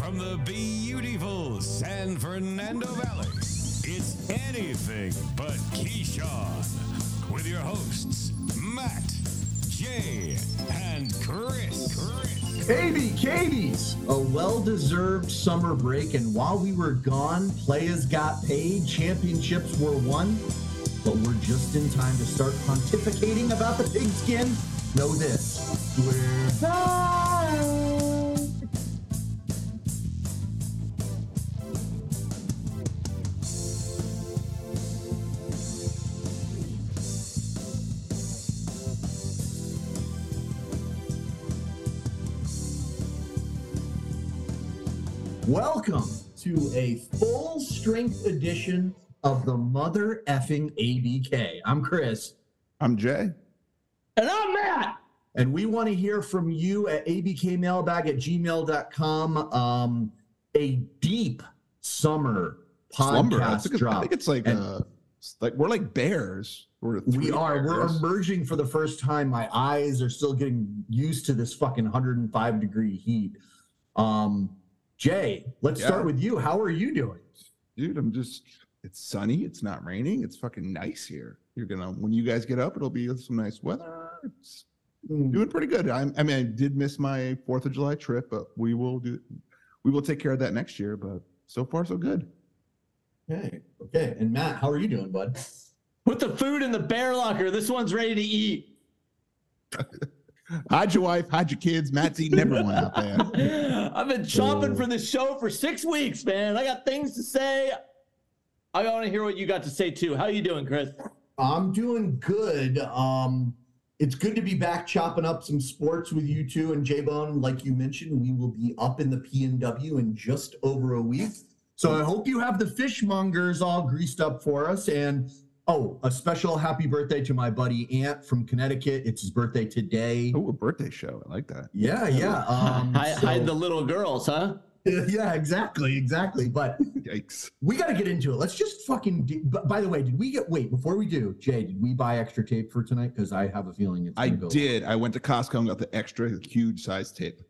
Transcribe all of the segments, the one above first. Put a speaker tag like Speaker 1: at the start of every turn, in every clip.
Speaker 1: From the beautiful San Fernando Valley, it's anything but Keyshawn with your hosts, Matt, Jay, and Chris. Chris.
Speaker 2: Katie, Katie's.
Speaker 3: A well deserved summer break, and while we were gone, players got paid, championships were won, but we're just in time to start pontificating about the pigskin. Know this we're back. Welcome to a full strength edition of the mother effing ABK. I'm Chris.
Speaker 2: I'm Jay.
Speaker 3: And I'm Matt. And we want to hear from you at abkmailbag at gmail.com. Um, a deep summer
Speaker 2: Slumber. I
Speaker 3: podcast
Speaker 2: think, it's, I
Speaker 3: drop.
Speaker 2: think it's like
Speaker 3: And-
Speaker 2: uh, it's like we're like bears. We're
Speaker 3: we
Speaker 2: three
Speaker 3: are. We're
Speaker 2: bears.
Speaker 3: emerging for the first time. My eyes are still getting used to this fucking 105 degree heat. Um, Jay, let's
Speaker 2: Yeah.
Speaker 3: start with you. How are you doing?
Speaker 2: dude. I'm just. It's sunny. It's not raining. It's fucking nice here. You're gonna when you guys get up, it'll be some nice weather. It's doing pretty good. I'm, I mean, I did miss my Fourth of July trip, but we will do. We will take care of that next year. But so far, so good.
Speaker 3: Okay. Okay. And Matt, how are you doing, bud?
Speaker 4: Put the food in the bear locker. This one's ready to eat.
Speaker 2: Hide your wife. Hide your kids. Matt's eating everyone out there.
Speaker 4: I've been chomping
Speaker 3: Oh.
Speaker 4: for this show for six weeks, man. I got things to say. I want to hear what you got to say too. How you doing, Chris?
Speaker 3: I'm doing good. Um, it's good to be back chopping up some sports with you two and J Bone. Like you mentioned, we will be up in the PNW in just over a week. So I hope you have the fishmongers all greased up for us. And oh, a special happy birthday to my buddy Ant from Connecticut. It's his birthday today.
Speaker 2: Oh, a birthday show. I like that.
Speaker 3: Yeah, yeah. Um,
Speaker 4: Hi-
Speaker 3: so-
Speaker 4: Hide the little girls, huh?
Speaker 3: yeah, exactly, exactly. But
Speaker 2: Yikes.
Speaker 3: we got to get into it. Let's just fucking. Do, but by the way, did we get? Wait, before we do, Jay, did we buy extra tape for tonight? Because I have a feeling it's.
Speaker 2: I
Speaker 3: gonna go-
Speaker 2: did. I went to Costco and got the extra huge size tape.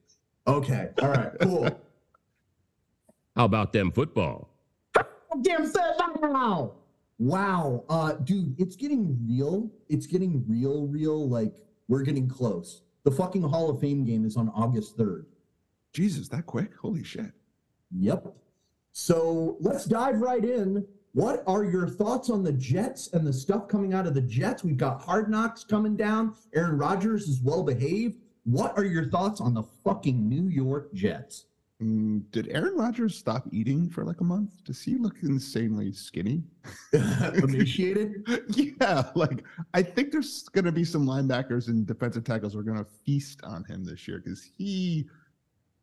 Speaker 3: Okay. All right. Cool.
Speaker 5: How about them football?
Speaker 3: Damn set now. Wow, uh, dude, it's getting real. It's getting real, real. Like we're getting close. The fucking Hall of Fame game is on August third.
Speaker 2: Jesus, that quick? Holy shit.
Speaker 3: Yep. So let's dive right in. What are your thoughts on the Jets and the stuff coming out of the Jets? We've got hard knocks coming down. Aaron Rodgers is well behaved. What are your thoughts on the fucking New York Jets?
Speaker 2: Mm, did Aaron Rodgers stop eating for like a month? Does he look insanely skinny?
Speaker 3: Emaciated?
Speaker 2: yeah, like I think there's going to be some linebackers and defensive tackles who are going to feast on him this year because he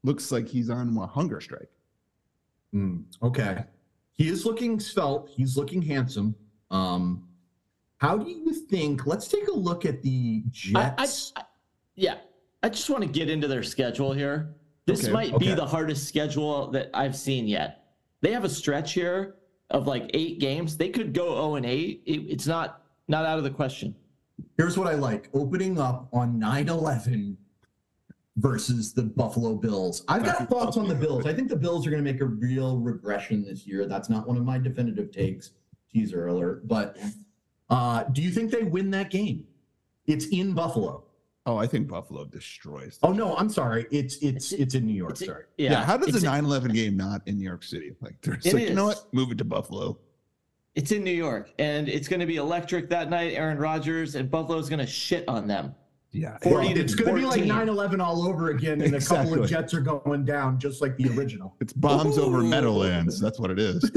Speaker 2: looks like he's on a hunger strike.
Speaker 3: Hmm, okay. He is looking svelte. He's looking handsome. Um, how do you think? Let's take a look at the
Speaker 4: I, I,
Speaker 3: Jets.
Speaker 4: I- yeah. I just want to get into their schedule here. This
Speaker 2: Okay,
Speaker 4: might
Speaker 2: okay.
Speaker 4: be the hardest schedule that I've seen yet. They have a stretch here of like eight games. They could go 0 and 8. It, it's not not out of the question.
Speaker 3: Here's what I like opening up on 9 11 versus the Buffalo Bills. I've got thoughts on the Bills. I think the Bills are going to make a real regression this year. That's not one of my definitive takes. Teaser alert. But uh, do you think they win that game? It's in Buffalo.
Speaker 2: Oh, I think Buffalo destroys.
Speaker 3: Oh no, I'm sorry. It's it's it's in New York.
Speaker 4: It's-
Speaker 3: Sorry.
Speaker 2: yeah, how does
Speaker 4: it's-
Speaker 2: the 9 11 game not in New York City? Like, there's
Speaker 4: It
Speaker 2: like, you know
Speaker 4: is.
Speaker 2: what? Move it to Buffalo.
Speaker 4: It's in New York, and it's going to be electric that night. Aaron Rodgers and Buffalo's going to shit on them.
Speaker 2: Yeah.
Speaker 4: 40 to
Speaker 3: it's going to be like
Speaker 4: 14.
Speaker 3: 9 11 all over again, and a couple
Speaker 2: Exactly.
Speaker 3: of jets are going down just like the original.
Speaker 2: It's bombs over
Speaker 4: Ooh.
Speaker 2: Meadowlands. That's what it is.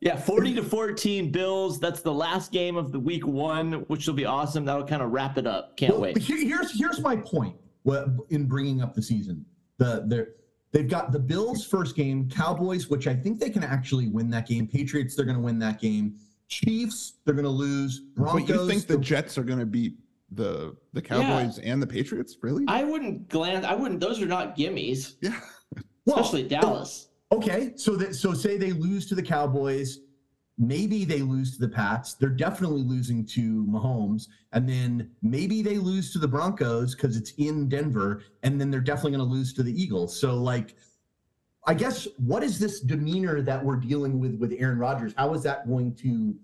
Speaker 4: Yeah, 40 to 14 Bills. That's the last game of the week one, which will be awesome. That'll kind of wrap it up. Can't
Speaker 3: Well,
Speaker 4: wait.
Speaker 3: he- here's here's my point wha- in bringing up the season. The they're, they've got the Bills first game, Cowboys, which I think they can actually win that game. Patriots, they're going to win that game. Chiefs, they're going to lose. Broncos,
Speaker 2: but you think the Jets are going to beat the the Cowboys and the Patriots? Really?
Speaker 4: I wouldn't glance. I wouldn't. Those are not gimmies,
Speaker 2: yeah.
Speaker 3: well,
Speaker 4: especially Dallas.
Speaker 3: Okay, so that so say they lose to the Cowboys, Maybe they lose to the Pats. They're definitely losing to Mahomes. And then maybe they lose to the Broncos because it's in Denver. And then they're definitely going to lose to the Eagles. So, like, I guess what is this demeanor that we're dealing with with Aaron Rodgers? How is that going to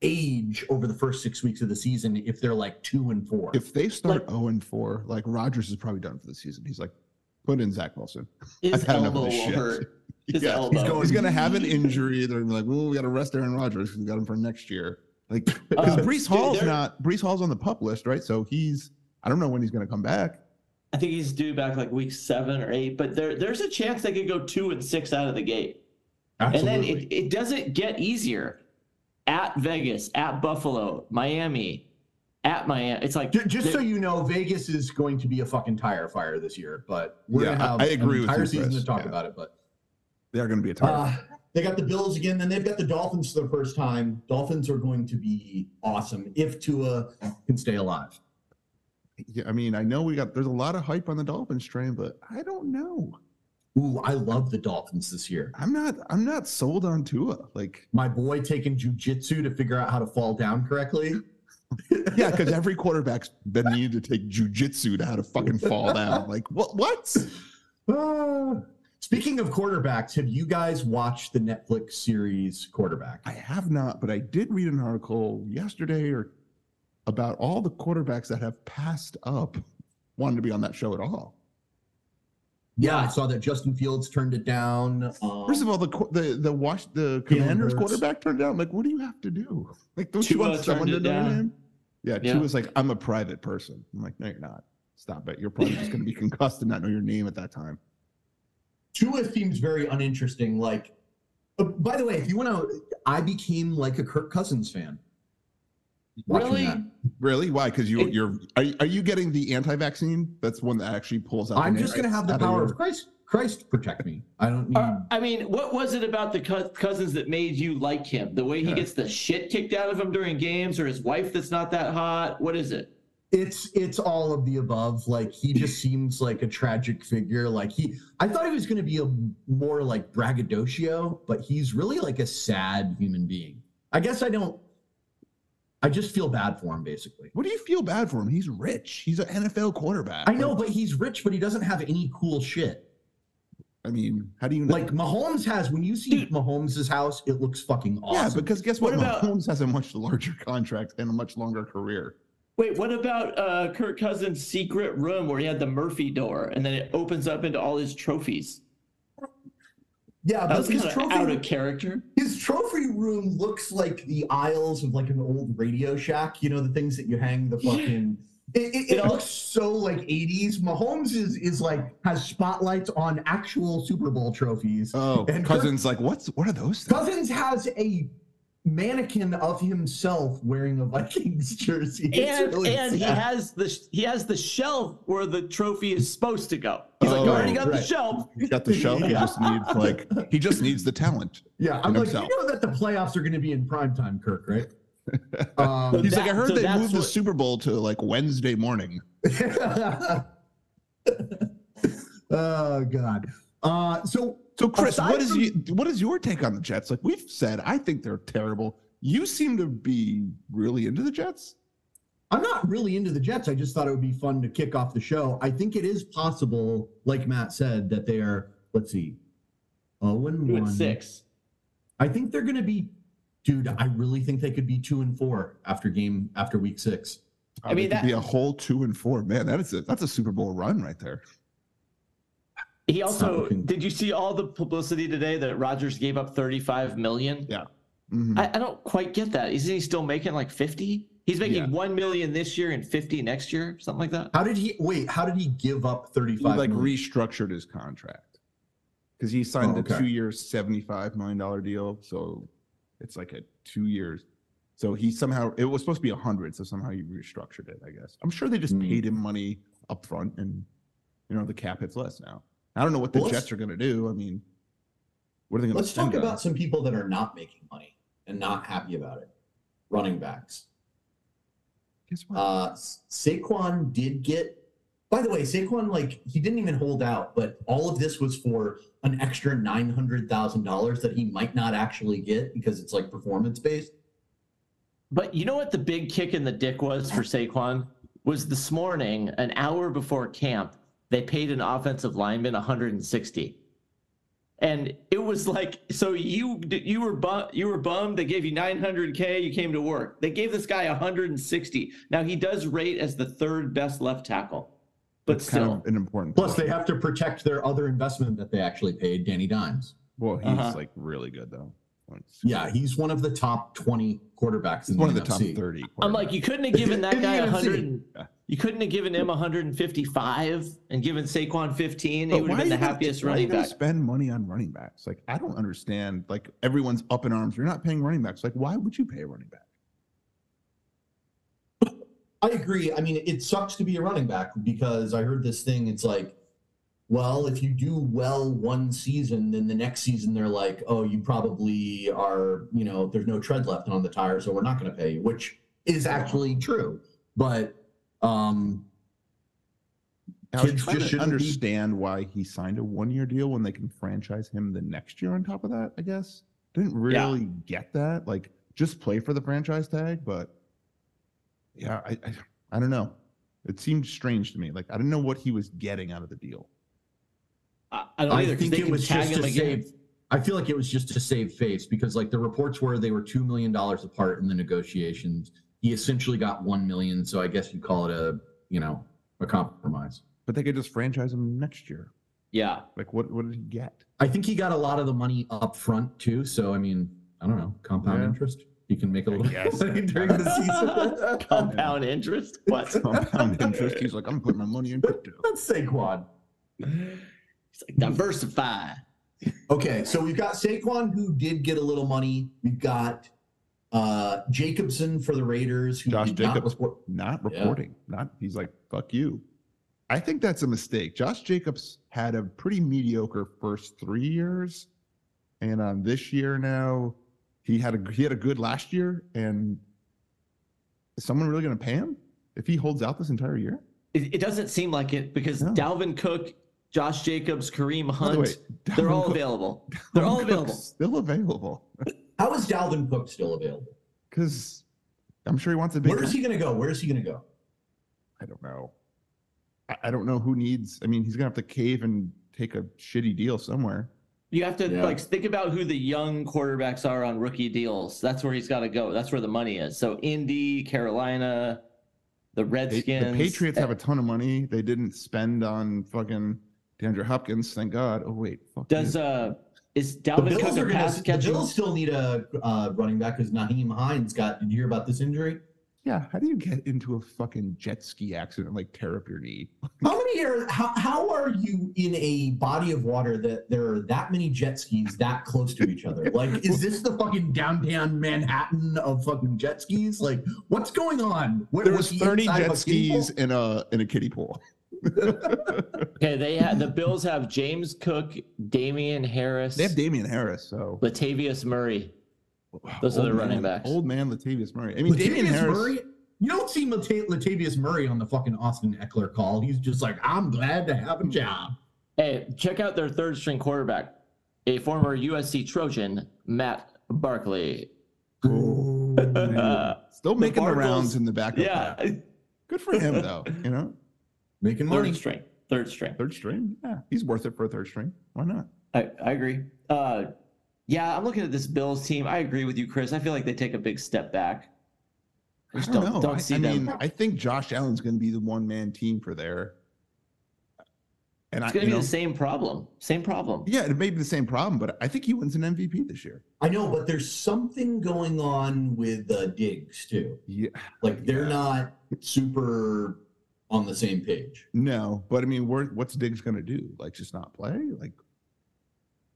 Speaker 3: age over the first six weeks of the season if they're like two and four?
Speaker 2: If they start zero and four, like Rogers is probably done for the season. He's like, put in Zach Wilson. I've
Speaker 4: His
Speaker 2: had enough of
Speaker 4: elbow
Speaker 2: this
Speaker 4: will
Speaker 2: shit.
Speaker 4: hurt. His
Speaker 2: yeah,
Speaker 4: elbow.
Speaker 2: he's going. He's gonna have an injury. They're gonna be like, "Well, we got to rest Aaron Rodgers. 'cause We got him for next year." Like, because
Speaker 4: Uh,
Speaker 2: Brees
Speaker 4: dude,
Speaker 2: Hall's
Speaker 4: they're-
Speaker 2: not. Brees Hall's on the pup list, right? So he's. I don't know when he's gonna come back.
Speaker 4: I think he's due back like week seven or eight, but there there's a chance they could go two and six out of the gate. And then it, it doesn't get easier at Vegas, at Buffalo, Miami, at Miami. It's like
Speaker 3: Ju- Just so
Speaker 4: they-
Speaker 3: you know, Vegas is going to be a fucking tire fire this year, but we're
Speaker 2: Yeah,
Speaker 3: gonna have
Speaker 2: I- I agree
Speaker 3: an
Speaker 2: with
Speaker 3: entire
Speaker 2: you,
Speaker 3: season
Speaker 2: Chris.
Speaker 3: to talk
Speaker 2: Yeah.
Speaker 3: about it. But
Speaker 2: They're gonna be a target.
Speaker 3: Uh, they got the Bills again, then they've got the Dolphins for the first time. Dolphins are going to be awesome if Tua can stay alive.
Speaker 2: yeah, I mean, I know we got. There's a lot of hype on the Dolphins train, but I don't know.
Speaker 3: Ooh, I love the Dolphins this year.
Speaker 2: I'm not. I'm not sold on Tua. Like,
Speaker 3: My boy taking jujitsu to figure out how to fall down correctly.
Speaker 2: yeah, because every quarterback's been needing to take jujitsu to how to fucking fall down. Like, what? What?
Speaker 3: Ah. Speaking of quarterbacks, have you guys watched the Netflix series Quarterback?
Speaker 2: I have not, but I did read an article yesterday or about all the quarterbacks that have passed up wanting to be on that show at all.
Speaker 3: Yeah, I saw that Justin Fields turned it down. Um,
Speaker 2: First of all, the qu- the the wash the Commanders
Speaker 3: Hurts.
Speaker 2: quarterback turned down. Like, what do you have to do? Like, don't you
Speaker 4: Tua
Speaker 2: want someone to
Speaker 4: turned it
Speaker 2: know
Speaker 4: down.
Speaker 2: him? Yeah,
Speaker 4: Yeah.
Speaker 2: Tua's was like, I'm a private person. I'm like, no, you're not. Stop it. You're probably just going to be concussed and not know your name at that time.
Speaker 3: Tua seems very uninteresting. Like, uh, by the way, if you want to, I became like a Kirk Cousins fan. watching
Speaker 4: really
Speaker 3: that.
Speaker 2: Really? Why? Because you
Speaker 4: It-
Speaker 2: you're are, you- are you getting the anti-vaccine? That's one that actually pulls out.
Speaker 3: I'm
Speaker 2: the
Speaker 3: just
Speaker 2: name
Speaker 3: gonna have the
Speaker 2: out of
Speaker 3: power
Speaker 2: your-
Speaker 3: of Christ. Christ protect me. I don't need.
Speaker 4: Uh, I mean, what was it about the Cous- cousins that made you like him? The way he
Speaker 2: Yeah.
Speaker 4: gets the shit kicked out of him during games, or his wife that's not that hot. What is it?
Speaker 3: it's it's all of the above. Like he just seems like a tragic figure. Like he, I thought he was gonna be a more like braggadocio, but he's really like a sad human being. I guess I don't. I just feel bad for him, basically.
Speaker 2: What do you feel bad for him? He's rich. He's an NFL quarterback.
Speaker 3: I know,
Speaker 2: Like,
Speaker 3: but he's rich, but he doesn't have any cool shit.
Speaker 2: I mean, how do you know?
Speaker 3: Like Mahomes has, when you see Mahomes' house, it looks fucking
Speaker 2: yeah,
Speaker 3: awesome.
Speaker 2: because guess what?
Speaker 4: What about-
Speaker 2: Mahomes has a much larger contract and a much longer career.
Speaker 4: Wait, what about uh, Kirk Cousins' secret room where he had the Murphy door, and then it opens up into all his trophies?
Speaker 3: yeah,
Speaker 4: That
Speaker 3: but
Speaker 4: was
Speaker 3: his
Speaker 4: kind of
Speaker 3: trophy,
Speaker 4: out of character.
Speaker 3: his trophy room looks like the aisles of like an old Radio Shack. You know the things that you hang the fucking. It, it, it
Speaker 4: Yeah.
Speaker 3: looks so like '80s. Mahomes is is like has spotlights on actual Super Bowl trophies.
Speaker 2: Oh,
Speaker 3: And
Speaker 2: Cousins, like, what's what are those? Things?
Speaker 3: Cousins has a mannequin of himself wearing a Vikings jersey. It's
Speaker 4: and
Speaker 3: really
Speaker 4: and he
Speaker 3: sad.
Speaker 4: has the sh- he has the shelf where the trophy is supposed to go. He's like,
Speaker 2: Oh,
Speaker 4: you already got
Speaker 3: right.
Speaker 4: the shelf.
Speaker 2: He's got the show. He just needs like he just needs the talent.
Speaker 3: Yeah, I'm
Speaker 2: in
Speaker 3: like,
Speaker 2: himself.
Speaker 3: you know that the playoffs are going to be in primetime, Kirk, right? Um,
Speaker 2: He's like, I
Speaker 4: That-
Speaker 2: heard
Speaker 4: so
Speaker 2: they
Speaker 4: that's
Speaker 2: moved the
Speaker 4: what-
Speaker 2: Super Bowl to like Wednesday morning.
Speaker 3: oh God. Uh, so
Speaker 2: So, Chris,
Speaker 3: Aside
Speaker 2: what is
Speaker 3: from-
Speaker 2: you, what is your take on the Jets? Like we've said, I think they're terrible. You seem to be really into the Jets.
Speaker 3: I'm not really into the Jets. I just thought it would be fun to kick off the show. I think it is possible, like Matt said, that they are. Let's see, oh and
Speaker 4: Two
Speaker 3: one.
Speaker 4: and six.
Speaker 3: I think they're going to be, dude. I really think they could be two and four after game after week six.
Speaker 4: I mean,
Speaker 2: They could
Speaker 4: that-
Speaker 2: be a whole two and four. Man, that is a that's a Super Bowl run right there.
Speaker 4: He
Speaker 3: It's not
Speaker 4: also
Speaker 3: looking-
Speaker 4: did you see all the publicity today that Rogers gave up 35 million?
Speaker 2: Mhm.
Speaker 4: I, I don't quite get that. Isn't he still making like 50? He's making
Speaker 2: Yeah.
Speaker 4: 1 million this year and 50 next year, something like that.
Speaker 3: How did he wait? How did he give up
Speaker 2: he
Speaker 3: 35?
Speaker 2: like
Speaker 3: million?
Speaker 2: restructured his contract because he signed
Speaker 3: Oh,
Speaker 2: the
Speaker 3: okay.
Speaker 2: two-year, seventy-five million dollar deal. So it's like a two years. So he somehow it was supposed to be a hundred. So somehow he restructured it. I guess I'm sure they just
Speaker 3: Hmm.
Speaker 2: paid him money up front, and you know the cap hits less now. I don't know what the
Speaker 3: Well, let's-
Speaker 2: Jets are going to do. I mean, what are they going to?
Speaker 3: Let's talk about some people that are not making money and not happy about it. Running backs.
Speaker 2: Guess what?
Speaker 3: Uh, Saquon did get By the way, Saquon, like he didn't even hold out, but all of this was for an extra nine hundred thousand dollars that he might not actually get because it's like performance based.
Speaker 4: But you know what the big kick in the dick was for Saquon? Was this morning, an hour before camp, they paid an offensive lineman 160. And it was like, so you you were bum, you were bummed. They gave you 900k. You came to work. They gave this guy 160. Now he does rate as the third best left tackle, but
Speaker 2: That's
Speaker 4: still,
Speaker 2: kind of an important.
Speaker 3: Plus,
Speaker 2: point.
Speaker 3: they have to protect their other investment that they actually paid, Danny Dimes.
Speaker 2: Well, he's
Speaker 4: Uh-huh.
Speaker 2: like really good though. It's-
Speaker 3: Yeah, he's one of the top twenty quarterbacks
Speaker 2: he's
Speaker 3: in
Speaker 2: one of
Speaker 3: the
Speaker 2: the top
Speaker 3: NFC.
Speaker 2: thirty.
Speaker 4: I'm like, you couldn't have given that
Speaker 3: In the
Speaker 4: guy
Speaker 3: NFC.
Speaker 4: 100.
Speaker 2: Yeah.
Speaker 4: You couldn't have given him 155 and given Saquon 15.
Speaker 2: But
Speaker 4: He would
Speaker 2: why
Speaker 4: have been
Speaker 2: are
Speaker 4: the
Speaker 2: you gonna-
Speaker 4: happiest
Speaker 2: why are you
Speaker 4: running
Speaker 2: gonna
Speaker 4: back.
Speaker 2: Spend money on running backs. Like I don't understand. Like everyone's up in arms. You're not paying running backs. Like why would you pay a running back?
Speaker 3: I agree. I mean, it sucks to be a running back because I heard this thing. It's like, well, if you do well one season, then the next season they're like, oh, you probably are, you know, there's no tread left on the tire, so we're not going to pay you, which is actually true. But um,
Speaker 2: I was
Speaker 3: Kids
Speaker 2: trying
Speaker 3: just
Speaker 2: to
Speaker 3: shouldn't be-
Speaker 2: understand why he signed a one-year deal when they can franchise him the next year on top of that. I guess didn't
Speaker 4: Yeah.
Speaker 2: really get that. Like just play for the franchise tag, but yeah, I I, I don't know. It seemed strange to me. Like I didn't know what he was getting out of the deal.
Speaker 4: I, I don't
Speaker 3: I
Speaker 4: either. 'cause
Speaker 3: think
Speaker 4: they
Speaker 3: it
Speaker 4: can
Speaker 3: was
Speaker 4: tag
Speaker 3: just
Speaker 4: him
Speaker 3: to
Speaker 4: again.
Speaker 3: save. I feel like it was just to save face because, like, the reports were they were two million dollars apart in the negotiations. He essentially got one million, so I guess you call it a, you know, a compromise.
Speaker 2: But they could just franchise him next year.
Speaker 4: Yeah.
Speaker 2: Like what what did he get?
Speaker 3: I think he got a lot of the money up front too. So I mean, I don't know, compound
Speaker 2: Yeah.
Speaker 3: interest. You can make a
Speaker 2: I
Speaker 3: little bit of
Speaker 2: guess.
Speaker 3: money during the season.
Speaker 4: Compound interest. What?
Speaker 2: Compound interest. He's like, I'm putting my money in crypto.
Speaker 3: That's Saquon.
Speaker 4: It's like diversify.
Speaker 3: Okay, so we've got Saquon who did get a little money. We've got uh Jacobson for the Raiders who
Speaker 2: Josh
Speaker 3: did not
Speaker 2: Jacobs.
Speaker 3: report-
Speaker 2: Not
Speaker 3: Yeah.
Speaker 2: reporting. Not he's like, fuck you. I think that's a mistake. Josh Jacobs had a pretty mediocre first three years. And on this year now, he had a he had a good last year. And is someone really gonna pay him if he holds out this entire year?
Speaker 4: It, it doesn't seem like it because
Speaker 2: No.
Speaker 4: Dalvin Cook, Josh Jacobs, Kareem
Speaker 2: By the
Speaker 4: Hunt,
Speaker 2: way,
Speaker 4: they're
Speaker 2: Dalvin
Speaker 4: all
Speaker 2: Cook-
Speaker 4: available. They're all
Speaker 2: Dalvin Cook's
Speaker 4: available.
Speaker 2: Still available.
Speaker 3: How is Dalvin Cook still available?
Speaker 2: Because I'm sure he wants a big
Speaker 3: Where is he gonna go? Where is he gonna go?
Speaker 2: I don't know. I, I don't know who needs. I mean, he's gonna have to cave and take a shitty deal somewhere.
Speaker 4: You have to
Speaker 3: Yeah.
Speaker 4: like think about who the young quarterbacks are on rookie deals. That's where he's got to go. That's where the money is. So Indy, Carolina, the
Speaker 2: They-
Speaker 4: Redskins.
Speaker 2: the Patriots have a ton of money. They didn't spend on fucking DeAndre Hopkins. Thank God. Oh wait, fuck
Speaker 4: Does
Speaker 2: you.
Speaker 4: uh is
Speaker 3: The
Speaker 4: Dalvin Cook
Speaker 3: Bills,
Speaker 4: a
Speaker 3: are gonna,
Speaker 4: pass
Speaker 3: the
Speaker 4: catcher?
Speaker 3: Bills still need a uh, running back because Naheem Hines got. Did you hear about this injury?
Speaker 2: yeah? How do you get into a fucking jet ski accident and like tear up your knee?
Speaker 3: How many are how, how are you in a body of water that there are that many jet skis that close to each other? Like, is this the fucking downtown Manhattan of fucking jet skis? Like, what's going on? Where,
Speaker 2: There
Speaker 3: was he
Speaker 2: was 30
Speaker 3: inside of
Speaker 2: jet
Speaker 3: a kiddie pool?
Speaker 2: skis in a in a kiddie pool.
Speaker 4: Okay, they have the Bills have James Cook, Damian Harris,
Speaker 2: They have Damian Harris, so
Speaker 4: Latavius Murray. Those are
Speaker 2: Old
Speaker 4: their running
Speaker 2: man-
Speaker 4: backs.
Speaker 2: Old man Latavius Murray. I mean, Damian
Speaker 3: Latavius
Speaker 2: Harris.
Speaker 3: Murray. You don't see Lata- Latavius Murray on the fucking Austin Eckler call. He's just like, I'm glad to have a job.
Speaker 4: Hey, check out their third string quarterback, a former USC Trojan, Matt Barkley.
Speaker 2: Ooh.
Speaker 4: Uh,
Speaker 2: Still making the
Speaker 4: Bartles-
Speaker 2: rounds in the back. of
Speaker 4: yeah,
Speaker 2: that. Good for him though. You know.
Speaker 3: Making money.
Speaker 4: third string, third string.
Speaker 2: Third string? Yeah. He's worth it for a third string. Why not?
Speaker 4: I, I agree. Uh, yeah, I'm looking at this Bills team. I agree with you, Chris. I feel like they take a big step back. I just don't,
Speaker 2: I,
Speaker 4: don't see
Speaker 2: I
Speaker 4: them.
Speaker 2: mean, I think Josh Allen's going to be the one man team for there. And
Speaker 4: it's
Speaker 2: I,
Speaker 4: going
Speaker 2: you
Speaker 4: to be
Speaker 2: know,
Speaker 4: the same problem. Same problem.
Speaker 2: yeah, it may be the same problem, but I think he wins an MVP this year.
Speaker 3: I know, but there's something going on with uh, Diggs too.
Speaker 2: Yeah.
Speaker 3: Like they're
Speaker 2: Yeah.
Speaker 3: not super on the same page.
Speaker 2: No, but I mean, where, what's Diggs going to do? Like, just not play? Like,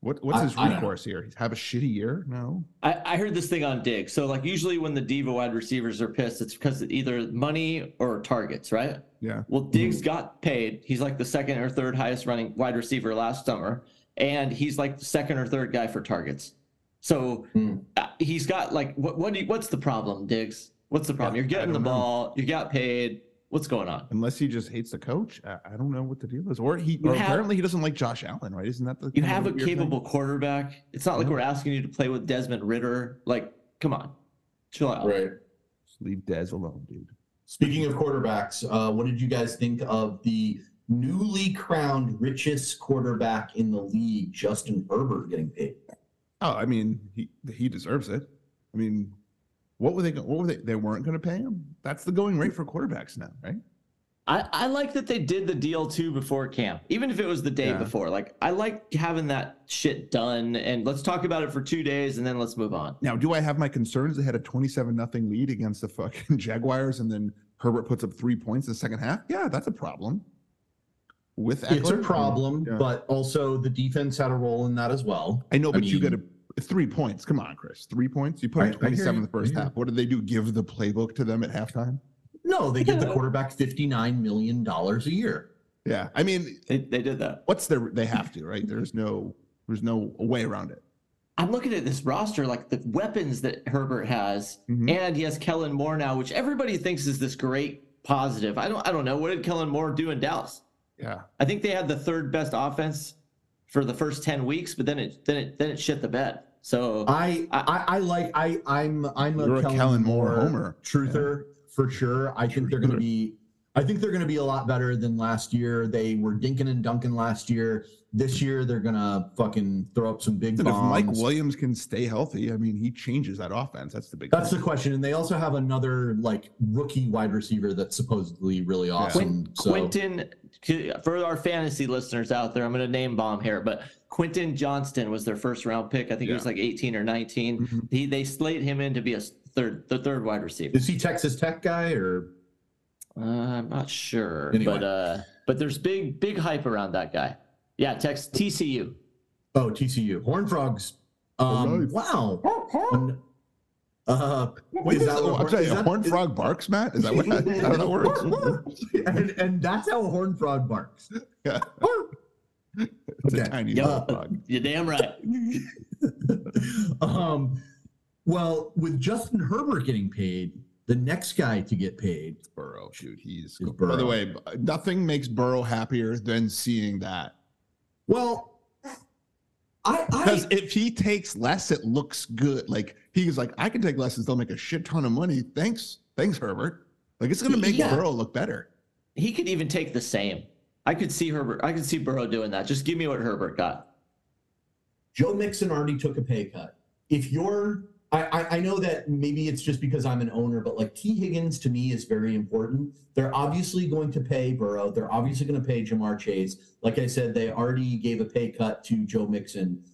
Speaker 2: what, what's
Speaker 3: I-
Speaker 2: his
Speaker 3: I don't know.
Speaker 2: recourse here? Have a shitty year? No.
Speaker 4: I, I heard this thing on Dig. So, like, usually when the diva wide receivers are pissed, it's because of either money or targets, right?
Speaker 2: Yeah.
Speaker 4: Well, Diggs got paid. He's like the second or third highest running wide receiver last summer, and he's like the second or third guy for targets. So
Speaker 3: Hmm.
Speaker 4: uh, he's got like what? What? Do you, what's the problem, Diggs? What's the problem?
Speaker 2: Yeah,
Speaker 4: you're
Speaker 2: I
Speaker 4: getting the
Speaker 2: don't know.
Speaker 4: ball. You got paid. What's going on?
Speaker 2: Unless he just hates the coach, I, I don't know what the deal is. Or he
Speaker 4: You
Speaker 2: or
Speaker 4: have-
Speaker 2: apparently he doesn't like Josh Allen, right? Isn't that the
Speaker 4: You
Speaker 2: kind of
Speaker 4: have a
Speaker 2: weird thing?
Speaker 4: capable quarterback. It's not like
Speaker 2: Yeah.
Speaker 4: we're asking you to play with Desmond Ritter. Like, come on, chill out.
Speaker 3: Right.
Speaker 2: Just leave Dez alone, dude.
Speaker 3: Speaking of quarterbacks, uh, what did you guys think of the newly crowned richest quarterback in the league, Justin Herbert, getting paid?
Speaker 2: Oh, I mean, he he deserves it. I mean, what were they? go- What were they? They weren't going to pay him. That's the going rate for quarterbacks now, right?
Speaker 4: I, I like that they did the deal too before camp, even if it was the day
Speaker 2: Yeah.
Speaker 4: before. Like, I like having that shit done, and let's talk about it for two days, and then let's move on.
Speaker 2: Now, do I have my concerns? They had a twenty-seven nothing lead against the fucking Jaguars, and then Herbert puts up three points in the second half. Yeah, that's a problem. With
Speaker 3: It's a
Speaker 2: Eckler?
Speaker 3: problem,
Speaker 2: Mm-hmm. Yeah.
Speaker 3: but also the defense had a role in that as well.
Speaker 2: I know,
Speaker 3: I
Speaker 2: but you
Speaker 3: mean-
Speaker 2: got to three points. Come on, Chris. Three points. You put
Speaker 3: I- I
Speaker 2: up
Speaker 3: hear
Speaker 2: twenty-seven in the
Speaker 3: you. I
Speaker 2: first
Speaker 3: hear you.
Speaker 2: half. What did they do? Give the playbook to them at halftime?
Speaker 3: No, they give the quarterback $59 million a year.
Speaker 2: Yeah, I mean,
Speaker 4: They, they did that.
Speaker 2: what's their? They have to, right? There's no, there's no way around it.
Speaker 4: I'm looking at this roster, like the weapons that Herbert has,
Speaker 2: Mhm.
Speaker 4: and he has Kellen Moore now, which everybody thinks is this great positive. I don't I don't know. What did Kellen Moore do in Dallas?
Speaker 2: Yeah.
Speaker 4: I think they had the third best offense for the first ten weeks, but then it then it then it shit the bed. So
Speaker 3: I, I, I like, I, I'm, I'm a
Speaker 2: You're a
Speaker 3: Kellen,
Speaker 2: Kellen Moore
Speaker 3: Moore
Speaker 2: homer.
Speaker 3: truther for sure. I think they're going
Speaker 2: Truther.
Speaker 3: to be, I think they're going to be a lot better than last year. They were dinking and dunking last year. This year, they're going to fucking throw up some big
Speaker 2: Listen, if Mike
Speaker 3: bombs.
Speaker 2: Williams can stay healthy, I mean, he changes that offense. That's the big.
Speaker 3: That's the
Speaker 2: thing.
Speaker 3: question. And they also have another like rookie wide receiver that's supposedly really awesome.
Speaker 4: Quin-
Speaker 3: So
Speaker 4: Quentin for our fantasy listeners out there, I'm gonna name bomb here, but Quentin Johnston was their first round pick. I think he was
Speaker 2: Yeah.
Speaker 4: like 18 or 19.
Speaker 2: Mhm.
Speaker 4: He they slate him in to be a s- third the third wide receiver.
Speaker 3: is he Texas Tech guy or
Speaker 4: Uh, I'm not sure,
Speaker 3: Anyway.
Speaker 4: but uh, but there's big big hype around that guy. Yeah, Tex TCU.
Speaker 3: oh TCU Horn Frogs?
Speaker 2: Hello.
Speaker 3: Um, wow. An- Uh,
Speaker 2: What is
Speaker 3: is that
Speaker 2: oh,
Speaker 3: what
Speaker 2: I'm
Speaker 3: horn-
Speaker 2: sorry,
Speaker 3: is
Speaker 2: a
Speaker 3: that-
Speaker 2: horn
Speaker 3: is-
Speaker 2: frog barks, Matt? Is that what that, how that works?
Speaker 3: and, and that's how a horn frog barks.
Speaker 2: Yeah. It's a
Speaker 3: okay.
Speaker 2: tiny
Speaker 4: Yeah.
Speaker 2: horn frog.
Speaker 4: You're damn right.
Speaker 3: um, well, with Justin Herbert getting paid, the next guy to get paid
Speaker 2: Burrow, shoot, he's.
Speaker 3: is
Speaker 2: By the
Speaker 3: Burrow.
Speaker 2: way, nothing makes Burrow happier than seeing that.
Speaker 3: Well, I,
Speaker 2: Because
Speaker 3: I
Speaker 2: if he takes less, it looks good. Like he's like, I can take less and still make a shit ton of money. Thanks, thanks, Herbert. Like it's gonna make
Speaker 4: Yeah.
Speaker 2: Burrow look better.
Speaker 4: He could even take the same. I could see Herbert. I could see Burrow doing that. Just give me what Herbert got.
Speaker 3: Joe Mixon already took a pay cut. If you're, I, I, I know that maybe it's just because I'm an owner, but like T. Higgins to me is very important. They're obviously going to pay Burrow. They're obviously going to pay Jamar Chase. Like I said, they already gave a pay cut to Joe Mixon.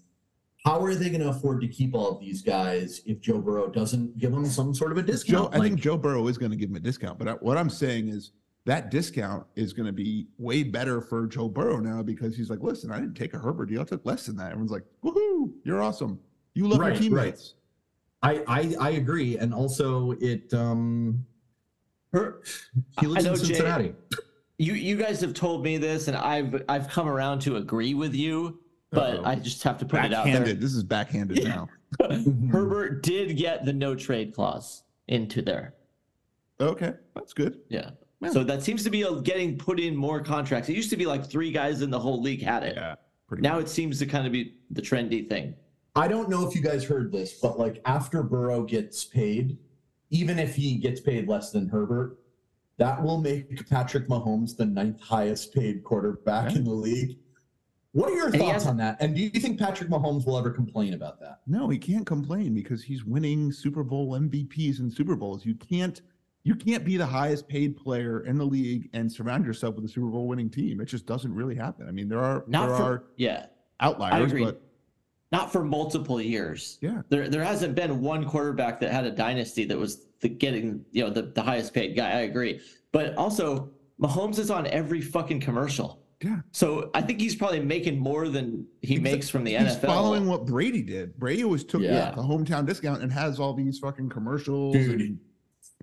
Speaker 3: How are they going to afford to keep all of these guys if Joe Burrow doesn't give them some sort of a
Speaker 2: Joe,
Speaker 3: discount?
Speaker 2: I think
Speaker 3: Like,
Speaker 2: Joe Burrow is going to give him a discount, but I, what I'm saying is that discount is going to be way better for Joe Burrow now because he's like, listen, I didn't take a Herbert deal; I took less than that. Everyone's like, woohoo, you're awesome. You love
Speaker 3: Right,
Speaker 2: your
Speaker 3: right.
Speaker 2: teammates.
Speaker 3: I, I I agree, and also it um
Speaker 4: Her,
Speaker 3: he
Speaker 4: I
Speaker 3: lives
Speaker 4: know
Speaker 3: in
Speaker 4: Jay-
Speaker 3: Cincinnati.
Speaker 4: you you guys have told me this, and I've I've come around to agree with you, but
Speaker 2: Uh-oh.
Speaker 4: I just have to put it out there.
Speaker 2: Backhanded. This is backhanded
Speaker 4: Yeah.
Speaker 2: now.
Speaker 4: Herbert did get the no trade clause into there.
Speaker 2: Okay, that's good.
Speaker 4: Yeah.
Speaker 2: Yeah.
Speaker 4: So that seems to be uh, getting put in more contracts. It used to be like three guys in the whole league had it.
Speaker 2: Yeah, pretty.
Speaker 4: Now it seems to kind of be the trendy thing.
Speaker 3: I don't know if you guys heard this, but like after Burrow gets paid, even if he gets paid less than Herbert, that will make Patrick Mahomes the ninth highest paid quarterback
Speaker 2: Yeah.
Speaker 3: in the league. What are your
Speaker 4: And he
Speaker 3: thoughts
Speaker 4: has-
Speaker 3: on that? And do you think Patrick Mahomes will ever complain about that?
Speaker 2: No, he can't complain because he's winning Super Bowl MVPs and Super Bowls. You can't you can't be the highest paid player in the league and surround yourself with a Super Bowl winning team. It just doesn't really happen. I mean, there are
Speaker 4: Not
Speaker 2: there
Speaker 4: for
Speaker 2: are
Speaker 4: yeah, I
Speaker 2: outliers,
Speaker 4: agree.
Speaker 2: but
Speaker 4: not for multiple years.
Speaker 2: yeah.
Speaker 4: There there hasn't been one quarterback that had a dynasty that was the getting you know the, the highest paid guy. I agree, but also Mahomes is on every fucking commercial.
Speaker 2: Yeah.
Speaker 4: So I think he's probably making more than he
Speaker 2: Exa-
Speaker 4: makes from the
Speaker 2: He's
Speaker 4: NFL.
Speaker 2: following what Brady did. Brady always took
Speaker 3: Yeah.
Speaker 2: yeah, the hometown discount and has all these fucking commercials.
Speaker 3: Dude.
Speaker 2: and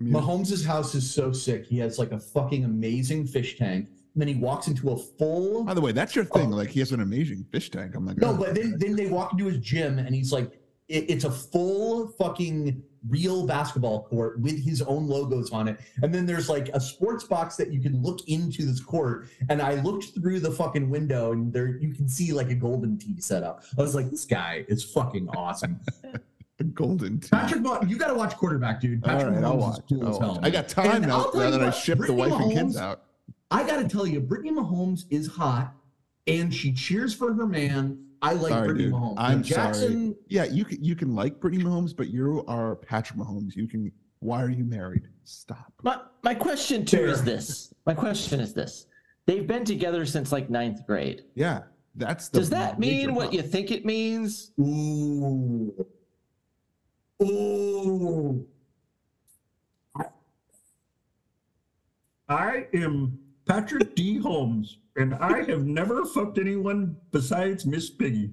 Speaker 2: music.
Speaker 3: Mahomes' house is so sick. He has like a fucking amazing fish tank. And then he walks into a full
Speaker 2: By the way, that's your thing. Like he has an amazing fish tank. I'm like,
Speaker 3: Oh. No,
Speaker 2: oh,
Speaker 3: but then, then they walk into his gym and he's like It, it's a full fucking real basketball court with his own logos on it. And then there's like a sports box that you can look into this court. And I looked through the fucking window and there you can see like a golden tee set up. I was like, this guy is fucking awesome.
Speaker 2: The golden tee.
Speaker 3: Patrick, Mah- you got to watch quarterback, dude.
Speaker 2: All
Speaker 3: Patrick
Speaker 2: right,
Speaker 3: Mahomes
Speaker 2: I'll
Speaker 3: is
Speaker 2: watch.
Speaker 3: cool
Speaker 2: I'll
Speaker 3: as hell,
Speaker 2: watch.
Speaker 3: man.
Speaker 2: I got time
Speaker 3: And
Speaker 2: now
Speaker 3: I'll tell
Speaker 2: now
Speaker 3: you
Speaker 2: that I
Speaker 3: what,
Speaker 2: shipped the
Speaker 3: Brittany
Speaker 2: wife and kids
Speaker 3: Mahomes-
Speaker 2: out.
Speaker 3: I got to tell you, Brittany Mahomes is hot, and she cheers for her man. I like
Speaker 2: Sorry,
Speaker 3: Brittany
Speaker 2: dude.
Speaker 3: Mahomes.
Speaker 2: I'm
Speaker 3: Now, Jackson,
Speaker 2: Yeah, you can you can like Brittany Mahomes, but you are Patrick Mahomes. You can. Why are you married? Stop.
Speaker 4: My my question too
Speaker 3: Fair.
Speaker 4: is this. My question is this. They've been together since like ninth grade.
Speaker 2: Yeah, that's. The
Speaker 4: Does that
Speaker 2: major
Speaker 4: mean what you
Speaker 2: problem.
Speaker 4: think it means?
Speaker 3: Ooh. Ooh.
Speaker 6: I am Patrick D. Holmes, and I have never fucked anyone besides Miss Piggy.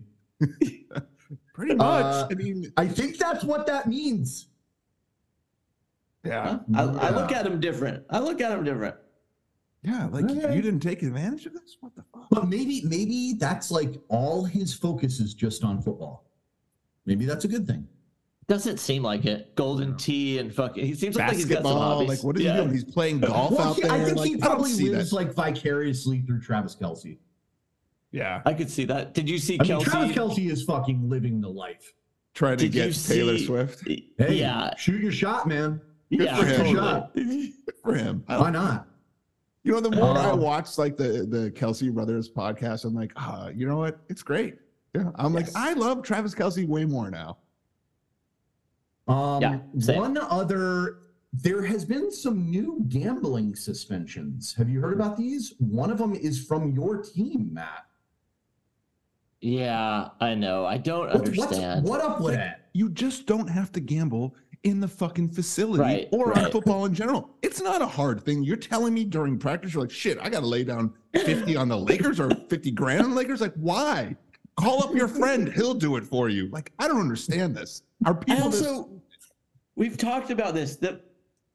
Speaker 2: Pretty much.
Speaker 3: Uh,
Speaker 2: I mean,
Speaker 3: I think that's what that means.
Speaker 2: yeah,
Speaker 4: Huh? I, I look at them different. I look at them different.
Speaker 2: yeah. Like
Speaker 6: Okay.
Speaker 2: you didn't take advantage of this. What the fuck?
Speaker 3: But maybe, maybe that's like all his focus is just on football. Maybe that's a good thing.
Speaker 4: Doesn't seem like it. Golden tee and fucking. He seems like he's got some
Speaker 2: Basketball.
Speaker 4: hobbies.
Speaker 2: Like what is
Speaker 4: Yeah.
Speaker 2: he doing? He's playing golf
Speaker 3: Well,
Speaker 2: out
Speaker 3: he-
Speaker 2: there.
Speaker 3: I think
Speaker 2: like,
Speaker 3: he
Speaker 2: I don't
Speaker 3: probably
Speaker 2: see that.
Speaker 3: lives like vicariously through Travis Kelsey.
Speaker 2: Yeah,
Speaker 4: I could see that. Did you see
Speaker 3: I mean,
Speaker 4: Kelsey?
Speaker 3: Travis Kelsey is fucking living the life.
Speaker 2: trying to
Speaker 4: Did you
Speaker 2: get Taylor
Speaker 4: see-
Speaker 2: Swift
Speaker 3: Hey,
Speaker 4: Yeah.
Speaker 3: shoot your shot, man.
Speaker 2: Good
Speaker 4: yeah,
Speaker 2: for him.
Speaker 4: totally.
Speaker 2: for him.
Speaker 3: Why not?
Speaker 2: You know, the more I
Speaker 3: Oh.
Speaker 2: watch like the the Kelsey Brothers podcast, I'm like, ah, you know what? It's great. Yeah, I'm
Speaker 3: Yes.
Speaker 2: like, I love Travis Kelsey way more now.
Speaker 3: Um,
Speaker 4: Yeah, same.
Speaker 3: one other, there has been some new gambling suspensions. Have you heard about these? One of them is from your team, Matt.
Speaker 4: Yeah, I know. I don't
Speaker 3: What- What's,
Speaker 4: understand.
Speaker 3: what up with that?
Speaker 2: You just don't have to gamble in the fucking facility
Speaker 4: Right,
Speaker 2: or on
Speaker 4: right.
Speaker 2: football in general. It's not a hard thing. You're telling me during practice, you're like, shit, I gotta lay down 50 on the Lakers or 50 grand on the Lakers. Like, why? Call up your friend, he'll do it for you. Like, I don't understand this. Are
Speaker 4: I
Speaker 2: people this-
Speaker 4: also, we've talked about this. The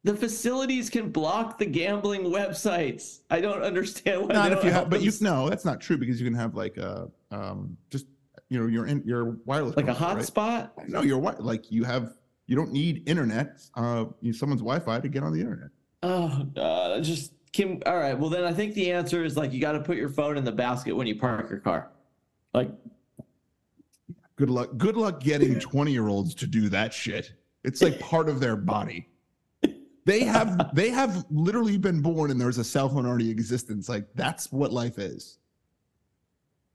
Speaker 4: the facilities can block the gambling websites. I don't understand why.
Speaker 2: not
Speaker 4: they
Speaker 2: if
Speaker 4: don't
Speaker 2: you have, but you
Speaker 4: them.
Speaker 2: no, that's not true because you can have like a um just you know your in your wireless
Speaker 4: like a
Speaker 2: provider, right?
Speaker 4: hotspot.
Speaker 2: No, you're wi- like you have you don't need internet, uh you, someone's Wi-Fi to get on the internet.
Speaker 4: Oh, uh, just Kim. All right. Well, then I think the answer is like you got to put your phone in the basket when you park your car. Like
Speaker 2: Good luck good luck getting 20-year-olds to do that shit. It's like part of their body. They have they have literally been born and there's a cell phone already existence. Like that's what life is.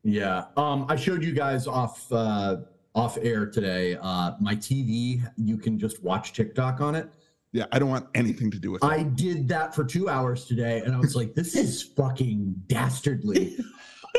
Speaker 3: Yeah. Um, I showed you guys off uh, off air today. Uh, my TV, you can just watch TikTok on it.
Speaker 2: Yeah, I don't want anything to do with
Speaker 3: I
Speaker 2: it.
Speaker 3: did that for two hours today, and I was like, "This is fucking dastardly."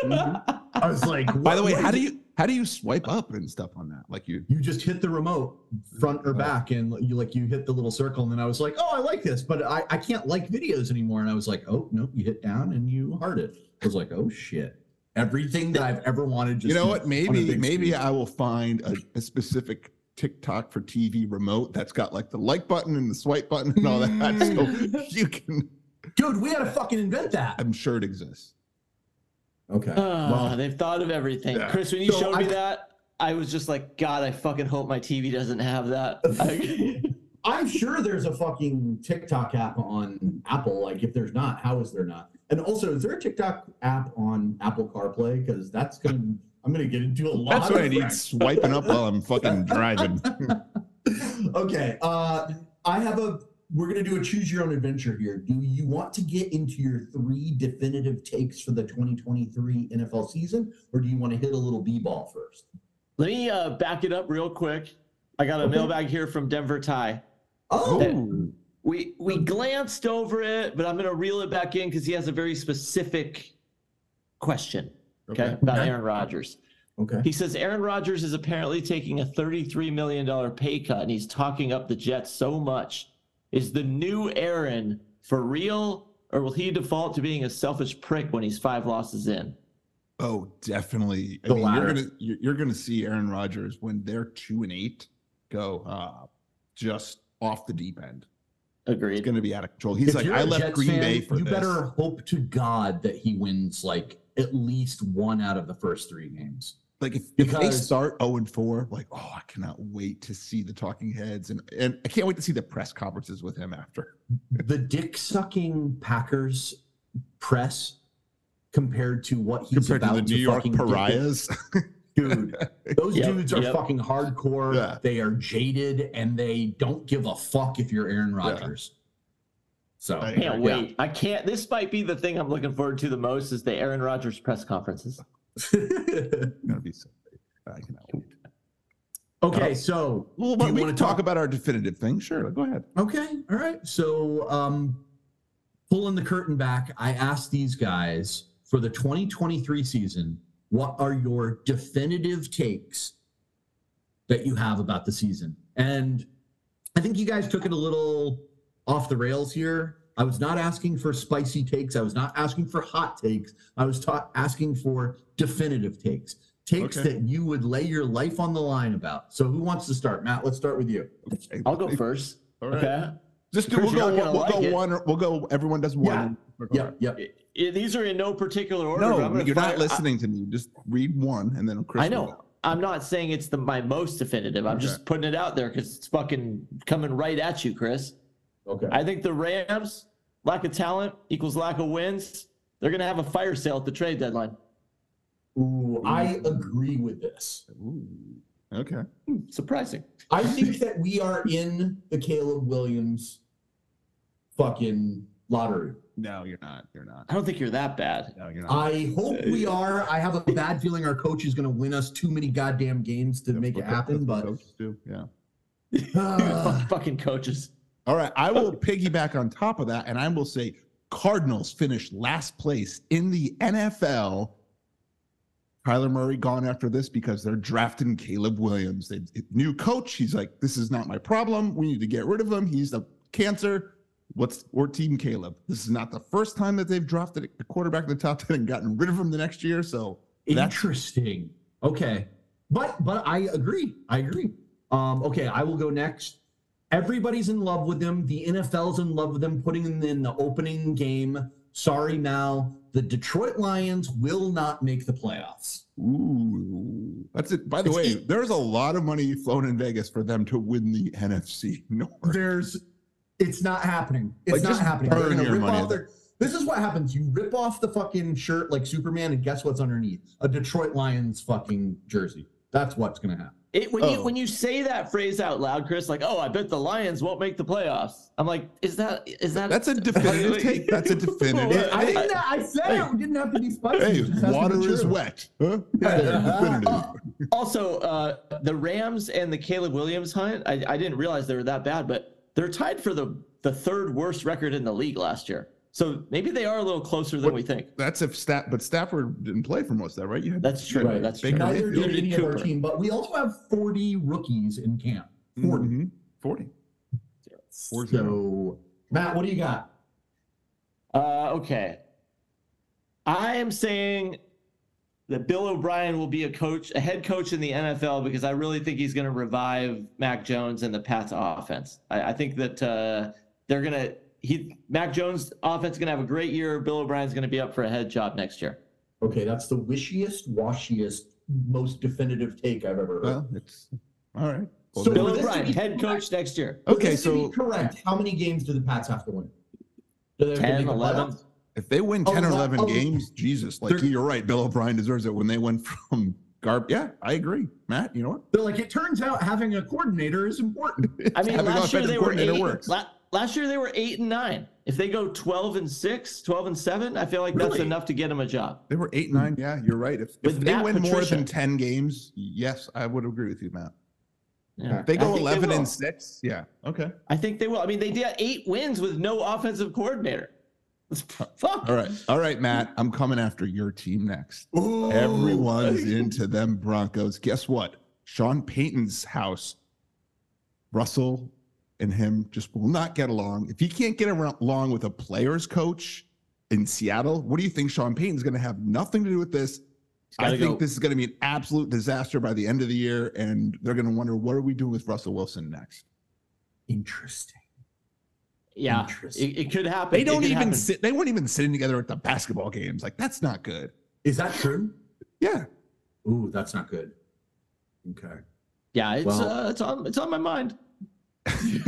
Speaker 3: I was like,
Speaker 2: By the
Speaker 3: "What-
Speaker 2: way,
Speaker 3: mm-hmm. what
Speaker 2: how
Speaker 3: is
Speaker 2: do
Speaker 3: it?"
Speaker 2: you how do you swipe up and stuff on that? Like you
Speaker 3: you just hit the remote front or back and you like you hit the little circle and then i was like oh i like this but i, I can't like videos anymore and i was like oh no you hit down and you heart it i was like oh shit everything that i've ever wanted just
Speaker 2: you know what?
Speaker 3: on a
Speaker 2: Maybe
Speaker 3: big
Speaker 2: maybe
Speaker 3: screen.
Speaker 2: I will find a, a specific TikTok for TV remote that's got like the like button and the swipe button and all that. So you can.
Speaker 3: dude we gotta fucking invent that Uh,
Speaker 2: I'm sure it exists.
Speaker 3: okay
Speaker 4: Ah, they've thought of everything.
Speaker 2: Yeah.
Speaker 4: Chris, when you
Speaker 3: So
Speaker 4: showed me
Speaker 3: I-
Speaker 4: that, I was just like, God, I fucking hope my TV doesn't have that. I-
Speaker 3: i'm sure there's a fucking tiktok app on apple like if there's not how is there not and also is there a tiktok app on apple carplay because that's gonna i'm gonna get into a lot
Speaker 2: That's what
Speaker 3: of
Speaker 2: I need.
Speaker 3: rants.
Speaker 2: Swiping up while I'm fucking driving.
Speaker 3: okay. Uh, I have a. We're gonna do a choose your own adventure here. Do you want to get into your three definitive takes for the 2023 NFL season, or do you want to hit a little b-ball first?
Speaker 4: Let me uh, back it up real quick. I got a
Speaker 3: Okay.
Speaker 4: mailbag here from Denver Ty.
Speaker 3: Oh,
Speaker 4: We we glanced over it, but I'm gonna reel it back in because he has a very specific question. Okay, about
Speaker 3: Okay.
Speaker 4: Aaron Rodgers.
Speaker 3: okay.
Speaker 4: He says Aaron Rodgers is apparently taking a $33 million pay cut and he's talking up the Jets so much. Is the new Aaron for real, or will he default to being a selfish prick when he's five losses in?
Speaker 2: Oh, definitely. I
Speaker 3: The
Speaker 2: mean, you're
Speaker 3: latter.
Speaker 2: gonna you're, you're gonna see Aaron Rodgers when they're two and eight go uh, just off the deep end.
Speaker 4: Agreed.
Speaker 2: It's gonna be out of control. He's
Speaker 3: If
Speaker 2: like,
Speaker 3: you're
Speaker 2: I
Speaker 3: a
Speaker 2: left
Speaker 3: Jets
Speaker 2: Green
Speaker 3: fan,
Speaker 2: Bay for
Speaker 3: You
Speaker 2: this.
Speaker 3: better hope to God that he wins like at least one out of the first three games.
Speaker 2: Like if, if they
Speaker 3: Because-
Speaker 2: start 0 and 4, like, oh, I cannot wait to see the talking heads and and I can't wait to see the press conferences with him after.
Speaker 3: the dick sucking Packers press compared to what he's
Speaker 2: Compared to
Speaker 3: about
Speaker 2: the New York
Speaker 3: fucking do.
Speaker 2: pariahs.
Speaker 3: dude. Those
Speaker 4: Yep,
Speaker 3: dudes are
Speaker 4: yep.
Speaker 3: fucking hardcore.
Speaker 2: Yeah.
Speaker 3: They are jaded and they don't give a fuck if you're Aaron Rodgers. So
Speaker 2: I-
Speaker 4: Can't wait. I can't. This might be the thing I'm looking forward to the most is the Aaron Rodgers press conferences.
Speaker 2: Gonna be so I cannot wait.
Speaker 3: okay, so
Speaker 2: Well,
Speaker 3: Do
Speaker 2: but
Speaker 3: you
Speaker 2: we
Speaker 3: wanna
Speaker 2: can talk
Speaker 3: talk-
Speaker 2: about our definitive thing. Sure, go ahead.
Speaker 3: Okay. All right. So, um, pulling the curtain back, I asked these guys for the 2023 season what are your definitive takes that you have about the season? And I think you guys took it a little off the rails here. I was not asking for spicy takes. I was not asking for hot takes. I was ta- asking for definitive takes, takes
Speaker 2: Okay.
Speaker 3: that you would lay your life on the line about. So, who wants to start? Matt, let's start with you.
Speaker 2: Okay,
Speaker 4: I'll go first.
Speaker 2: All right.
Speaker 4: Okay.
Speaker 2: Just do,
Speaker 4: Chris,
Speaker 2: we'll go.
Speaker 4: you're not
Speaker 2: We'll,
Speaker 4: gonna
Speaker 2: we'll
Speaker 4: like
Speaker 2: go
Speaker 4: it.
Speaker 2: one. Or, we'll go. Everyone does one.
Speaker 3: Yeah. Yep.
Speaker 4: I- these are in no particular order. but I'm
Speaker 2: No,
Speaker 4: gonna
Speaker 2: you're not
Speaker 4: fire-
Speaker 2: listening to me. Just read one, and then Chris.
Speaker 4: I
Speaker 2: will
Speaker 4: know.
Speaker 2: go.
Speaker 4: I'm not saying it's the my most definitive. I'm
Speaker 2: Okay.
Speaker 4: just putting it out there because it's fucking coming right at you, Chris.
Speaker 3: Okay.
Speaker 4: I think the Rams lack of talent equals lack of wins. They're gonna have a fire sale at the trade deadline.
Speaker 3: Ooh, I agree with this.
Speaker 2: Ooh, Okay.
Speaker 4: Surprising.
Speaker 3: I think that we are in the Caleb Williams fucking lottery.
Speaker 2: No, you're not. You're not.
Speaker 4: I don't think you're that bad.
Speaker 2: No, you're not.
Speaker 3: I hope we are. I have a bad feeling our coach is going to win us too many goddamn games to
Speaker 2: That's
Speaker 3: make it
Speaker 2: what co-
Speaker 3: happen,
Speaker 2: that's what
Speaker 3: but
Speaker 2: coaches do, yeah.
Speaker 3: uh,
Speaker 4: fucking coaches.
Speaker 2: All right, I will piggyback on top of that, and I will say Cardinals finished last place in the NFL. Kyler Murray gone after this because they're drafting Caleb Williams. They new coach. He's like, this is not my problem. We need to get rid of him. He's the cancer. What's or team Caleb? This is not the first time that they've drafted a quarterback in the top ten and gotten rid of him the next year. So that's
Speaker 3: interesting. Okay. But but I agree. I agree. Um okay, I will go next. Everybody's in love with him. The NFL's in love with him putting him in the opening game. Sorry Mal, the Detroit Lions will not make the playoffs.
Speaker 2: Ooh, that's it. By the
Speaker 3: It's
Speaker 2: way,
Speaker 3: e-
Speaker 2: there's a lot of money flown in Vegas for them to win the NFC North.
Speaker 3: There's it's not happening. It's
Speaker 2: Like,
Speaker 3: not
Speaker 2: just
Speaker 3: happening.
Speaker 2: burn
Speaker 3: They're gonna
Speaker 2: your
Speaker 3: rip
Speaker 2: money.
Speaker 3: off their- this is what happens. You rip off the fucking shirt like Superman, and guess what's underneath? A Detroit Lions fucking jersey. That's what's gonna happen.
Speaker 4: It, when you
Speaker 2: Oh.
Speaker 4: when you say that phrase out loud, Chris, like, oh, I bet the Lions won't make the playoffs. I'm like, is that is that
Speaker 2: That's a definitive take. That's a definitive.
Speaker 3: I didn't. I said
Speaker 2: Hey.
Speaker 3: it. it. Didn't have to be spicy.
Speaker 2: Hey,
Speaker 3: It just has to be
Speaker 2: water is
Speaker 3: true.
Speaker 2: wet. Huh? Yeah, definitive.
Speaker 4: Also, uh, the Rams and the Caleb Williams hunt, I, I didn't realize they were that bad, but they're tied for the, the third worst record in the league last year. So maybe they are a little closer than
Speaker 2: What-
Speaker 4: we think.
Speaker 2: That's if Staff, but Stafford didn't play for most of that, right? You had
Speaker 4: That's true.
Speaker 3: Right.
Speaker 4: That's
Speaker 2: Baker
Speaker 4: true.
Speaker 3: Neither
Speaker 2: Mayfield.
Speaker 3: did any of our
Speaker 4: Cooper.
Speaker 3: team, but we also have 40 rookies in camp. 40.
Speaker 2: Mhm. 40. Four
Speaker 3: So, Matt, what do you got?
Speaker 4: Uh, okay. I am saying that Bill O'Brien will be a coach, a head coach in the NFL, because I really think he's going to revive Mac Jones and the Pats offense. I, I think that uh, they're going to he Mac Jones offense is going to have a great year. Bill O'Brien's going to be up for a head job next year.
Speaker 3: Okay, that's the wishiest, washiest, most definitive take I've ever heard.
Speaker 2: Well, it's all right. Well,
Speaker 3: So-
Speaker 2: then-
Speaker 4: Bill
Speaker 3: for this to
Speaker 4: O'Brien,
Speaker 3: be
Speaker 4: head coach next year.
Speaker 3: For
Speaker 2: okay,
Speaker 3: this to be
Speaker 2: so
Speaker 3: correct. How many games do the Pats have to win? Do they have to
Speaker 4: 10,
Speaker 3: make the
Speaker 4: 11.
Speaker 3: playoffs?
Speaker 2: if they win 10 or
Speaker 3: Oh, wow.
Speaker 2: 11
Speaker 3: Oh,
Speaker 2: games, Jesus, like
Speaker 3: they're-
Speaker 2: you're right. Bill O'Brien deserves it when they went from Garb. Yeah, I agree. Matt, you know what?
Speaker 3: They're like, it turns out having a coordinator is important.
Speaker 4: I mean,
Speaker 2: Having
Speaker 4: last year
Speaker 2: offensive
Speaker 4: they were
Speaker 2: coordinator
Speaker 4: eight,
Speaker 2: works.
Speaker 4: la- last year they were eight and nine. If they go 12 and six, 12 and seven, I feel like that's
Speaker 3: Really?
Speaker 4: enough to get them a job.
Speaker 2: They were eight, nine. Yeah, you're right. If, if
Speaker 4: With
Speaker 2: they
Speaker 4: Matt
Speaker 2: win more
Speaker 4: Patricia.
Speaker 2: than 10 games, yes, I would agree with you, Matt.
Speaker 4: Yeah.
Speaker 2: If they
Speaker 4: I
Speaker 2: go
Speaker 4: think
Speaker 2: 11
Speaker 4: will.
Speaker 2: and six, yeah. Okay.
Speaker 4: I think they will. I mean, they did eight wins with no offensive coordinator. Fuck.
Speaker 2: Uh, All right. All right, Matt, I'm coming after your team next.
Speaker 3: Ooh.
Speaker 2: Everyone's into them Broncos. Guess what? Sean Payton's house, Russell and him just will not get along. If he can't get around, along with a player's coach in Seattle, what do you think Sean Payton's going to have nothing to do with this? I
Speaker 4: gotta
Speaker 2: think
Speaker 4: go.
Speaker 2: this is going to be an absolute disaster by the end of the year, and they're going to wonder what are we doing with Russell Wilson next.
Speaker 3: Interesting.
Speaker 4: Yeah, it,
Speaker 3: Interesting.
Speaker 4: it could happen.
Speaker 2: They
Speaker 4: It
Speaker 2: don't
Speaker 4: could
Speaker 2: even
Speaker 4: happen.
Speaker 2: sit. They weren't even sitting together at the basketball games. Like that's not good.
Speaker 3: Is that true?
Speaker 2: Yeah,
Speaker 3: Ooh, that's not good. Okay.
Speaker 4: Yeah, it's
Speaker 3: Well-
Speaker 4: uh, it's on it's on my mind.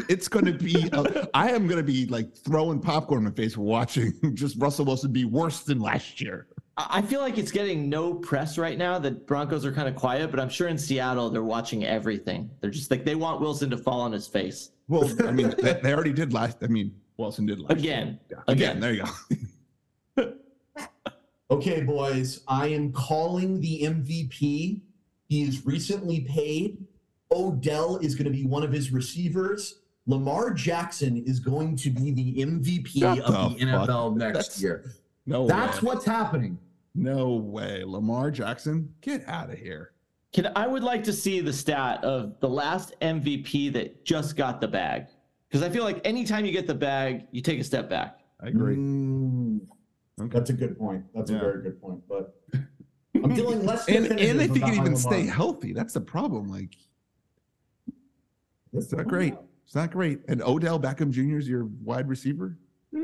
Speaker 2: it's going to be. a- I am going to be like throwing popcorn in my face watching just Russell Wilson be worse than last year.
Speaker 4: I I feel like it's getting no press right now. The Broncos are kind of quiet, but I'm sure in Seattle they're watching everything. They're just like they want Wilson to fall on his face
Speaker 2: Well, I mean, they, they already did last. I mean, Wilson did last year.
Speaker 4: again.
Speaker 2: Yeah,
Speaker 4: Again.
Speaker 2: again. There you go.
Speaker 7: Okay, boys, I am calling the MVP. He is recently paid. Odell is going to be one of his receivers. Lamar Jackson is going to be the MVP.
Speaker 2: Shut
Speaker 3: Of the,
Speaker 2: fuck
Speaker 3: NFL next
Speaker 2: That's-
Speaker 3: year.
Speaker 2: No,
Speaker 3: That's
Speaker 2: way.
Speaker 3: what's happening.
Speaker 2: No way, Lamar Jackson, get out of here.
Speaker 4: Can I would like to see the stat of the last MVP that just got the bag because I feel like anytime you get the bag, you take a step back.
Speaker 2: I agree.
Speaker 7: Mm,
Speaker 2: Okay.
Speaker 7: that's a good point. That's
Speaker 2: Yeah.
Speaker 7: a very good point. But I'm feeling less.
Speaker 2: And
Speaker 7: definitive
Speaker 2: and if he
Speaker 7: about
Speaker 2: can
Speaker 7: my
Speaker 2: even
Speaker 7: Lamar.
Speaker 2: stay healthy, that's the problem. Like, it's not great. It's not great. And Odell Beckham Jr. is your wide receiver.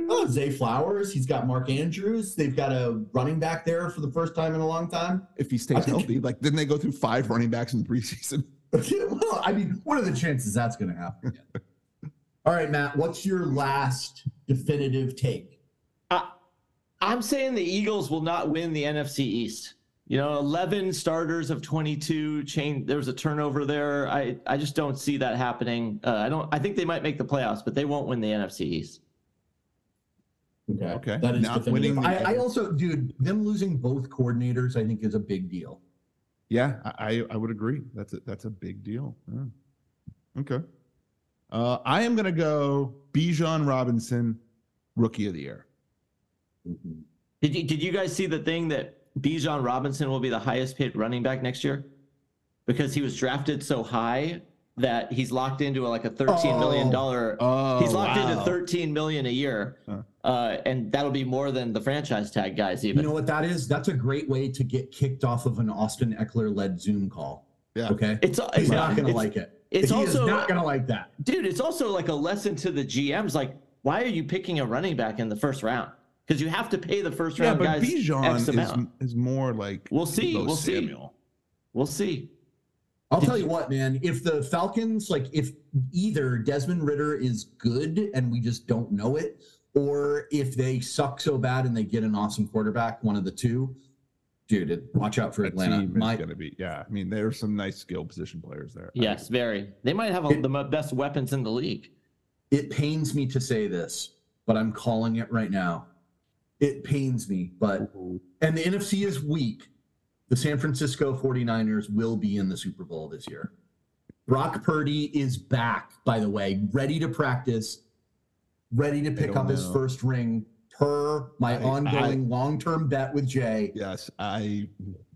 Speaker 7: Oh, Zay Flowers. He's got Mark Andrews. They've got a running back there for the first time in a long time.
Speaker 2: If he
Speaker 7: I
Speaker 2: stays
Speaker 7: think-
Speaker 2: healthy, like then they go through five running backs in the preseason.
Speaker 7: well, I mean,
Speaker 3: What are the chances that's going to happen? again?
Speaker 7: all right, Matt. What's your last definitive take?
Speaker 4: I'm saying the Eagles will not win the NFC East. You know, 11 starters of 22 change. There was a turnover there. I, I just don't see that happening. Uh, I don't. I think they might make the playoffs, but they won't win the NFC East.
Speaker 7: Okay.
Speaker 2: Okay.
Speaker 7: That is
Speaker 2: Not
Speaker 7: definitive.
Speaker 2: winning the-
Speaker 3: I, I also, dude, them losing both coordinators, I think, is a big deal.
Speaker 2: Yeah, I I- I would agree. That's a that's a big deal. Yeah. Okay. Uh, I am gonna go Bijan Robinson, rookie of the year.
Speaker 4: Did you, did you guys see the thing that Bijan Robinson will be the highest paid running back next year? Because he was drafted so high that he's locked into a, like a thirteen million dollar.
Speaker 2: Oh,
Speaker 4: he's locked into
Speaker 2: wow.
Speaker 4: thirteen million a year,
Speaker 2: Huh.
Speaker 4: uh, and that'll be more than the franchise tag guys even.
Speaker 3: You know what that is? That's a great way to get kicked off of an Austin Eckler led Zoom call.
Speaker 2: Yeah.
Speaker 3: Okay.
Speaker 4: it's
Speaker 3: He's not going to
Speaker 4: it's-
Speaker 3: like it.
Speaker 4: it's
Speaker 3: he
Speaker 4: also-
Speaker 3: is not going to like that.
Speaker 4: dude, it's also like a lesson to the GMs. Like, why are you picking a running back in the first round? Because you have to pay the first
Speaker 2: Yeah,
Speaker 4: round
Speaker 2: but
Speaker 4: guys X
Speaker 2: Bijan
Speaker 4: amount.
Speaker 2: is, is more like
Speaker 4: We'll see.
Speaker 2: Debo
Speaker 4: We'll see.
Speaker 2: Samuel.
Speaker 4: We'll see.
Speaker 3: I'll tell you what, man. If the Falcons, like, if either Desmond Ritter is good and we just don't know it, or if they suck so bad and they get an awesome quarterback, one of the two, dude, it, watch out for
Speaker 2: That
Speaker 3: Atlanta.
Speaker 2: team is
Speaker 3: My,
Speaker 2: gonna be yeah. I mean, there are some nice skill position players there. I
Speaker 4: Yes, very. They might have a, the mo- best weapons in the league.
Speaker 3: it pains me to say this, but I'm calling it right now. It pains me, but and the NFC is weak. The San Francisco 49ers will be in the Super Bowl this year. Brock Purdy is back, by the way, ready to practice, ready to pick
Speaker 2: don't
Speaker 3: up his
Speaker 2: know.
Speaker 3: first ring per my
Speaker 2: I-
Speaker 3: ongoing long-term bet with Jay.
Speaker 2: Yes, I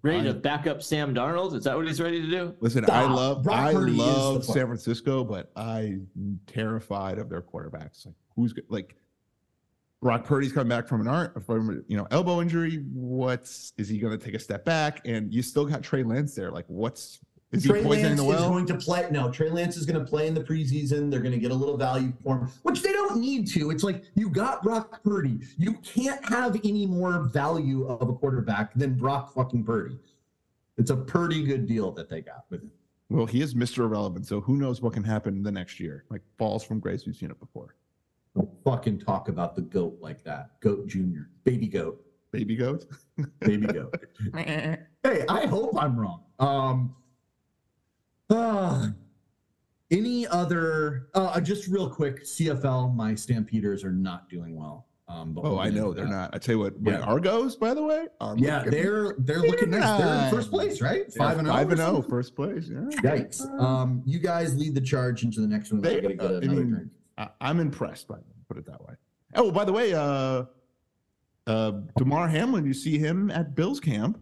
Speaker 4: Ready to
Speaker 2: I-
Speaker 4: back up Sam Darnold? Is that what he's ready to do?
Speaker 2: listen. I
Speaker 7: Stop.
Speaker 2: love
Speaker 7: Brock
Speaker 2: I
Speaker 7: Purdy is the
Speaker 2: love
Speaker 7: player.
Speaker 2: San Francisco, but I'm terrified of their quarterbacks. Like who's go- like Brock Purdy's coming back from an art from you know elbow injury. What's is he going to take a step back? And you still got Trey Lance there. Like what's is
Speaker 7: Trey
Speaker 2: he poisoning
Speaker 7: Lance
Speaker 2: the
Speaker 7: is
Speaker 2: well?
Speaker 7: going to play. No, Trey Lance is going to play in the preseason. They're going to get a little value for him.
Speaker 3: Which they don't need to. It's like you got Brock Purdy. You can't have any more value of a quarterback than Brock fucking Purdy. It's a pretty good deal that they got with him.
Speaker 2: well, he is Mr. Irrelevant, so who knows what can happen the next year? Like falls from grace, we've seen it before.
Speaker 3: Don't fucking talk about the goat like that. Goat Junior, baby goat,
Speaker 2: Baby goat.
Speaker 3: baby goat. hey, I hope I'm wrong. Um, ah, any other? Uh, just real quick, CFL. My Stampeders are not doing well. Um, but
Speaker 2: Oh,
Speaker 3: we'll
Speaker 2: I
Speaker 3: get
Speaker 2: know
Speaker 3: into
Speaker 2: they're
Speaker 3: that.
Speaker 2: not. I tell you what, my
Speaker 3: Yeah.
Speaker 2: Argos, by the way, are
Speaker 3: Yeah,
Speaker 2: looking-
Speaker 3: they're they're looking nice. They're in first place, right?
Speaker 2: they're
Speaker 3: Five and
Speaker 2: five and
Speaker 3: oh.
Speaker 2: oh, first place. Yeah,
Speaker 3: Yikes. Um, you guys lead the charge into the next one.
Speaker 2: They-
Speaker 3: I gotta get
Speaker 2: uh, I
Speaker 3: another
Speaker 2: mean-
Speaker 3: drink.
Speaker 2: I, I'm impressed by them. Put it that way. Oh, by the way, uh, uh, Demar Hamlin, you see him at Bills camp,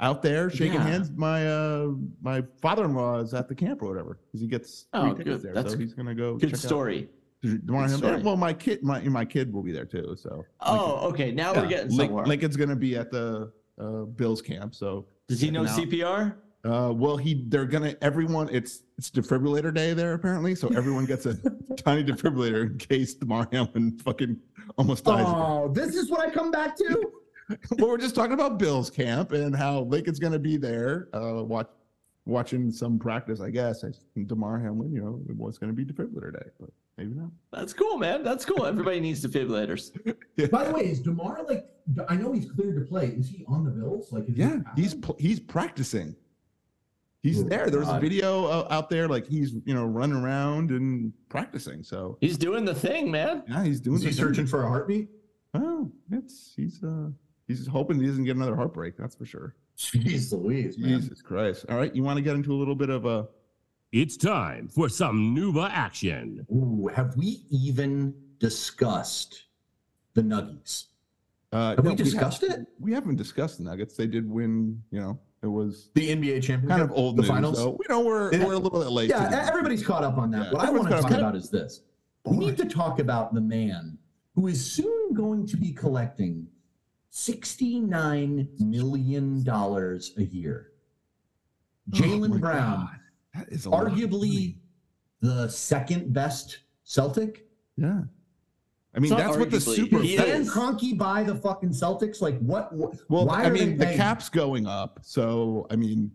Speaker 2: out there shaking
Speaker 4: Yeah.
Speaker 2: hands. My uh, my father-in-law is at the camp or whatever because he gets
Speaker 4: Oh,
Speaker 2: free tickets
Speaker 4: good.
Speaker 2: there,
Speaker 4: That's
Speaker 2: so he's gonna go.
Speaker 4: Good
Speaker 2: check
Speaker 4: story.
Speaker 2: Out Damar
Speaker 4: Good
Speaker 2: Hamlin.
Speaker 4: story.
Speaker 2: Well, my kid, my my kid will be there too. So
Speaker 4: Oh, okay. Now
Speaker 2: yeah.
Speaker 4: we're getting
Speaker 2: Link-
Speaker 4: somewhere.
Speaker 2: Lincoln's gonna be at the uh, Bills camp, so
Speaker 4: Does he know
Speaker 2: Now-
Speaker 4: CPR?
Speaker 2: Uh, well, he they're gonna everyone. It's it's defibrillator day there apparently, so everyone gets a tiny defibrillator in case Demar Hamlin fucking almost dies. again.
Speaker 3: Oh, this is what I come back to.
Speaker 2: but we're just talking about Bills camp and how Lincoln's going to be there, uh, watch, watching some practice. I guess I think Demar Hamlin, you know, was going to be defibrillator today, but maybe not.
Speaker 4: That's cool, man. That's cool. Everybody needs defibrillators.
Speaker 2: Yeah,
Speaker 3: By the way, is Demar like? I know he's cleared to play. Is he on the Bills? Like, is he-
Speaker 2: yeah, he's pl- he's practicing. He's
Speaker 3: Oh,
Speaker 2: there. There's a
Speaker 3: God.
Speaker 2: video uh, out there, like he's you know running around and practicing. So
Speaker 4: He's doing the thing, man.
Speaker 2: yeah, he's doing.
Speaker 3: is he
Speaker 2: the thing.
Speaker 3: searching for a heartbeat?
Speaker 2: Oh, it's he's uh he's hoping he doesn't get another heartbreak. That's for sure.
Speaker 3: Jeez Louise, man.
Speaker 2: Jesus Christ! All right, you want to get into a little bit of a
Speaker 1: It's time for some Nuba action.
Speaker 3: Ooh, have we even discussed the Nuggies?
Speaker 2: uh,
Speaker 3: Have
Speaker 2: no,
Speaker 3: we
Speaker 2: have-
Speaker 3: discussed it?
Speaker 2: we haven't discussed the Nuggets. They did win. You know, it was
Speaker 3: The NBA championship,
Speaker 2: kind of old
Speaker 3: the
Speaker 2: news.
Speaker 3: finals.
Speaker 2: though. We know we're
Speaker 3: Yeah.
Speaker 2: we're a little bit late. to
Speaker 3: Yeah,
Speaker 2: the-
Speaker 3: e- everybody's caught up on that.
Speaker 2: Yeah,
Speaker 3: what I
Speaker 2: everyone's
Speaker 3: want to
Speaker 2: caught up.
Speaker 3: talk about is this. We need to talk about the man who is soon going to be collecting $69 million a year.
Speaker 2: Oh my
Speaker 3: Jalen Brown,
Speaker 2: God, That is a lot of
Speaker 3: arguably
Speaker 2: money.
Speaker 3: the second best Celtic.
Speaker 2: Yeah, I mean
Speaker 4: It's not
Speaker 2: that's what the
Speaker 4: arguably.
Speaker 2: super.
Speaker 4: He
Speaker 2: that-
Speaker 3: Can
Speaker 4: is.
Speaker 3: Cronky buy the fucking Celtics? Like, what? wh-
Speaker 2: Well,
Speaker 3: why
Speaker 2: I
Speaker 3: are they
Speaker 2: mean, the
Speaker 3: paying-
Speaker 2: cap's going up. So, I mean,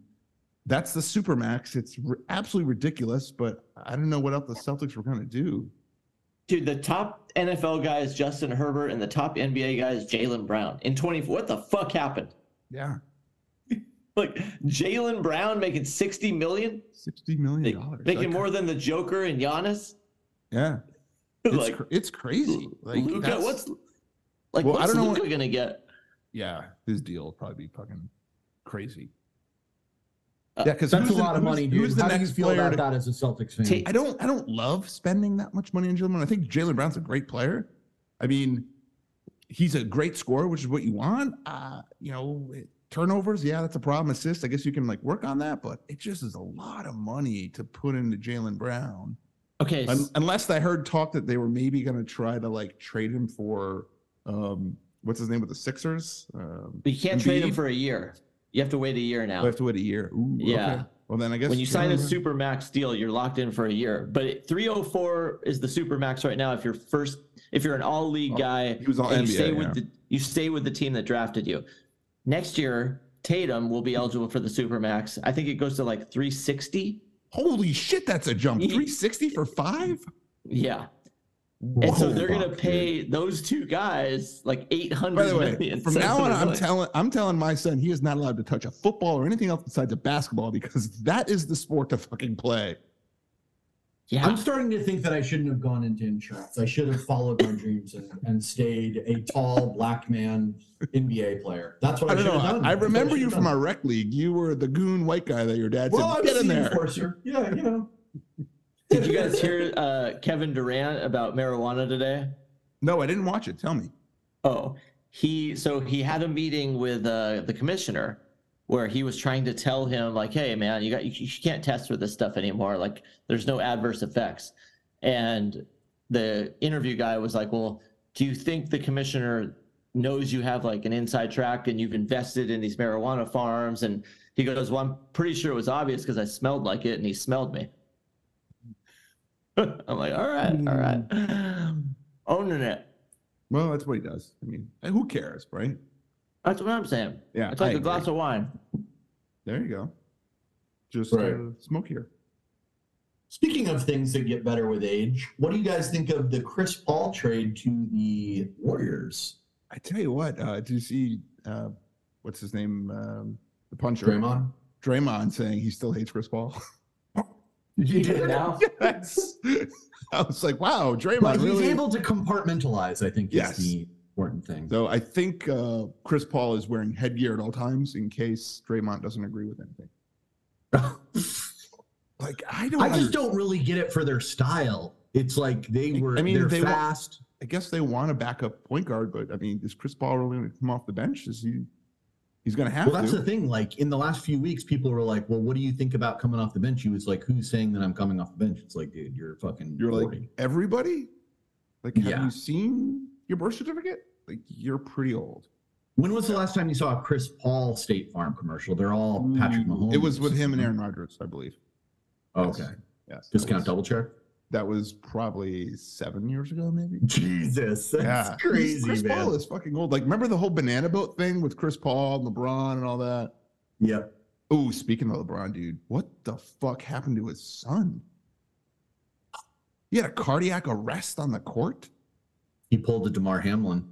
Speaker 2: that's the supermax. It's r absolutely ridiculous, but I don't know what else the Celtics were going to do.
Speaker 4: Dude, the top NFL guy is Justin Herbert, and the top NBA guy is Jalen Brown. In 24, what the fuck happened?
Speaker 2: Yeah.
Speaker 4: Like Jalen Brown making 60 million,
Speaker 2: $60 million.
Speaker 4: making
Speaker 2: Like,
Speaker 4: more than the Joker and Giannis.
Speaker 2: Yeah. It's,
Speaker 4: like
Speaker 2: cr- it's crazy. Like,
Speaker 4: Luca,
Speaker 2: that's-
Speaker 4: what's like?
Speaker 2: Well, I
Speaker 4: what's
Speaker 2: don't know
Speaker 4: Luca
Speaker 2: what-
Speaker 4: gonna get?
Speaker 2: yeah, his deal will probably be fucking crazy.
Speaker 4: Uh,
Speaker 2: yeah, because
Speaker 3: That's a lot of money, dude.
Speaker 2: Who's the
Speaker 3: How do you
Speaker 2: next
Speaker 3: feel
Speaker 2: player
Speaker 3: about
Speaker 2: to-
Speaker 3: that as a Celtics fan?
Speaker 4: Take-
Speaker 2: I don't I don't love spending that much money on Jalen Brown. I think Jalen Brown's a great player. I mean, he's a great scorer, which is what you want. Uh, you know, it- turnovers, yeah, that's a problem. Assists, I guess you can like work on that, but it just is a lot of money to put into Jalen Brown.
Speaker 4: Okay, s-
Speaker 2: Un- unless I heard talk that they were maybe going to try to like trade him for um what's his name with the Sixers? Um,
Speaker 4: but you can't trade him
Speaker 2: Embiid?
Speaker 4: for a year. You have to wait a year
Speaker 2: I
Speaker 4: now.
Speaker 2: have to wait a year. Ooh,
Speaker 4: Yeah.
Speaker 2: okay. Well, then I guess
Speaker 4: when you sign a
Speaker 2: Jaylen Brown-
Speaker 4: super max deal, you're locked in for a year. But it- 304 is the super max right now. If you're first, if you're an all league
Speaker 2: Oh,
Speaker 4: guy,
Speaker 2: he was all
Speaker 4: and
Speaker 2: NBA,
Speaker 4: you stay
Speaker 2: yeah.
Speaker 4: with the you stay with the team that drafted you. Next year, Tatum will be eligible for the super max. I think it goes to like 360.
Speaker 2: Holy shit, that's a jump. 360 for 5?
Speaker 4: Yeah, and so
Speaker 2: Whoa,
Speaker 4: they're gonna
Speaker 2: fuck, dude.
Speaker 4: pay those two guys like 800
Speaker 2: By the way,
Speaker 4: million.
Speaker 2: from
Speaker 4: So
Speaker 2: now on,
Speaker 4: they're
Speaker 2: I'm
Speaker 4: like-
Speaker 2: telling I'm telling my son he is not allowed to touch a football or anything else besides a basketball because that is the sport to fucking play.
Speaker 4: yeah.
Speaker 3: I'm starting to think that I shouldn't have gone into insurance.
Speaker 8: I should have followed my dreams and, and stayed a tall black man NBA player. That's what
Speaker 2: I
Speaker 8: I,
Speaker 2: don't
Speaker 8: should
Speaker 2: know.
Speaker 8: have done.
Speaker 2: I, I
Speaker 8: That's what
Speaker 2: remember
Speaker 8: should
Speaker 2: you
Speaker 8: have
Speaker 2: from
Speaker 8: done.
Speaker 2: our rec league. You were the goon white guy that your dad
Speaker 8: well, I
Speaker 2: said,
Speaker 8: was
Speaker 2: "Get in
Speaker 8: the
Speaker 2: there."
Speaker 8: enforcer. Yeah, you know.
Speaker 4: Did you guys hear uh, Kevin Durant about marijuana today?
Speaker 2: No, I didn't watch it. Tell me.
Speaker 4: Oh, he so he had a meeting with uh, the commissioner where he was trying to tell him like, "Hey, man, you got you, you can't test for this stuff anymore. Like, there's no adverse effects." And the interview guy was like, "Well, do you think the commissioner knows you have like an inside track and you've invested in these marijuana farms?" And he goes, "Well, I'm pretty sure it was obvious because I smelled like it, and he smelled me." I'm like, "All right, all right, owning it."
Speaker 2: Well, that's what he does. I mean, who cares, right?
Speaker 4: That's what I'm saying.
Speaker 2: Yeah,
Speaker 4: It's
Speaker 2: I
Speaker 4: like a
Speaker 2: agree.
Speaker 4: glass of wine.
Speaker 2: There you go. Just
Speaker 3: Right.
Speaker 2: uh, smoke here.
Speaker 8: Speaking of things that get better with age, what do you guys think of the Chris Paul trade to the Warriors?
Speaker 2: I tell you what. Uh, did you see uh, what's his name? Um, the puncher,
Speaker 8: Draymond?
Speaker 2: Draymond saying he still hates Chris Paul.
Speaker 4: You do it now.
Speaker 2: Yes. I was like, wow, Draymond
Speaker 3: Like,
Speaker 2: really.
Speaker 3: He's able to compartmentalize, I think,
Speaker 2: Yes.
Speaker 3: is the important thing.
Speaker 2: so I think uh, Chris Paul is wearing headgear at all times in case Draymond doesn't agree with anything. Like I don't.
Speaker 3: I just
Speaker 2: under-
Speaker 3: don't really get it for their style. It's like they were,
Speaker 2: I mean,
Speaker 3: they're
Speaker 2: they were-
Speaker 3: fast.
Speaker 2: I guess they want a backup point guard, but I mean, is Chris Paul really going to come off the bench? Is he? He's going to have
Speaker 3: well, that's
Speaker 2: to.
Speaker 3: the thing. Like, in the last few weeks, people were like, well, what do you think about coming off the bench? He was like, who's saying that I'm coming off the bench? It's like, dude, you're fucking.
Speaker 2: You're like
Speaker 3: 40.
Speaker 2: everybody. Like, have
Speaker 3: Yeah.
Speaker 2: you seen your birth certificate? Like, you're pretty old.
Speaker 3: when was the last time you saw a Chris Paul State Farm commercial? They're all Oh,
Speaker 2: Mm,
Speaker 3: Patrick Mahomes. Oh,
Speaker 2: It was with him and Aaron Rodgers, I believe.
Speaker 3: Okay.
Speaker 2: Yes.
Speaker 3: Discount double check.
Speaker 2: That was probably seven years ago, maybe.
Speaker 9: Jesus, that's
Speaker 2: Yeah.
Speaker 9: crazy,
Speaker 2: Chris
Speaker 9: man.
Speaker 2: Paul is fucking old. Like, remember the whole banana boat thing with Chris Paul, LeBron, and all that?
Speaker 9: yeah,
Speaker 2: Oh, speaking of LeBron, dude, what the fuck happened to his son? He had a cardiac arrest on the court.
Speaker 9: he pulled a Demar Hamlin.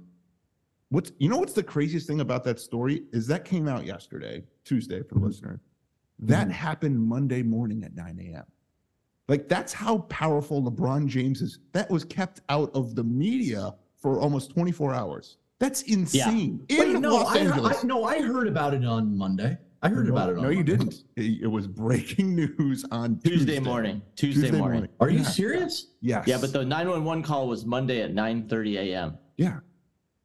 Speaker 2: What's you know what's the craziest thing about that story is that came out yesterday, Tuesday
Speaker 4: Mm-hmm.
Speaker 2: for the listener. That happened Monday morning at 9 a.m. Like that's how powerful LeBron James is. That was kept out of the media for almost 24 hours. That's insane. In
Speaker 9: Wait, no,
Speaker 2: Los
Speaker 9: I,
Speaker 2: Angeles.
Speaker 9: I, no, I heard about it on Monday. I heard about it. on
Speaker 2: no, you
Speaker 9: Monday.
Speaker 2: didn't. It, it was breaking news on
Speaker 4: Tuesday,
Speaker 2: Tuesday,
Speaker 4: morning. Tuesday, morning.
Speaker 9: Are you
Speaker 2: Yeah.
Speaker 9: serious?
Speaker 2: Yes.
Speaker 4: Yeah, but the 911 call was Monday at 9:30 a.m.
Speaker 2: yeah,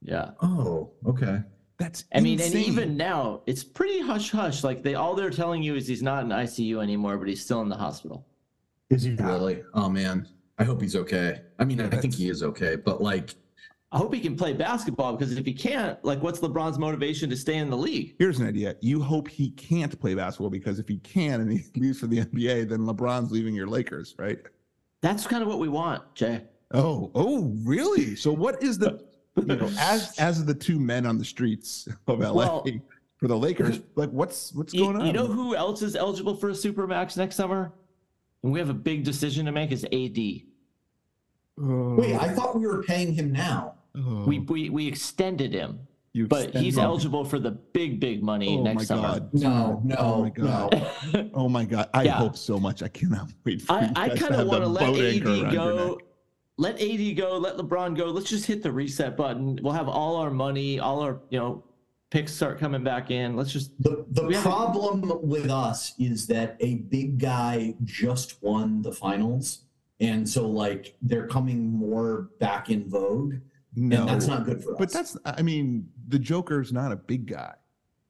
Speaker 4: Yeah.
Speaker 9: Oh, okay.
Speaker 2: that's.
Speaker 4: I mean,
Speaker 2: insane.
Speaker 4: and even now, it's pretty hush hush. Like they all they're telling you is he's not in ICU anymore, but he's still in the hospital.
Speaker 9: Is he really? Oh man, I hope he's okay. I mean, I think he is okay, but like,
Speaker 4: I hope he can play basketball because if he can't, like, what's LeBron's motivation to stay in the league?
Speaker 2: here's an idea. You hope he can't play basketball because if he can and he leaves for the NBA, then LeBron's leaving your Lakers, right?
Speaker 4: That's kind of what we want, Jay.
Speaker 2: Oh, oh, really? So what is the you know, as as the two men on the streets of LA
Speaker 4: Well-
Speaker 2: for the Lakers? Like, what's what's
Speaker 4: You,
Speaker 2: going on?
Speaker 4: you know who else is eligible for a supermax next summer? And we have a big decision to make is AD.
Speaker 2: Oh,
Speaker 3: Wait, I thought we were paying him now.
Speaker 2: oh,
Speaker 4: We, we we extended him,
Speaker 2: you
Speaker 4: but he's
Speaker 2: extended-
Speaker 4: eligible for the big big money
Speaker 2: Oh my
Speaker 4: next summer.
Speaker 2: god!
Speaker 3: No, no,
Speaker 2: Oh my god!
Speaker 4: I,
Speaker 2: Oh my god! I
Speaker 4: Yeah.
Speaker 2: hope so much. I cannot wait. For you
Speaker 4: I
Speaker 2: guys
Speaker 4: kind of
Speaker 2: have
Speaker 4: want to
Speaker 2: the
Speaker 4: let
Speaker 2: boat
Speaker 4: AD
Speaker 2: anchor around your
Speaker 4: go.
Speaker 2: neck.
Speaker 4: Let AD go. Let LeBron go. Let's just hit the reset button. We'll have all our money, all our you know picks start coming back in. Let's just
Speaker 3: The the
Speaker 4: We haven't-
Speaker 3: problem with us is that a big guy just won the finals, and so like they're coming more back in vogue,
Speaker 2: No,
Speaker 3: and that's not good for us.
Speaker 2: but that's. I mean, the Joker's not a big guy.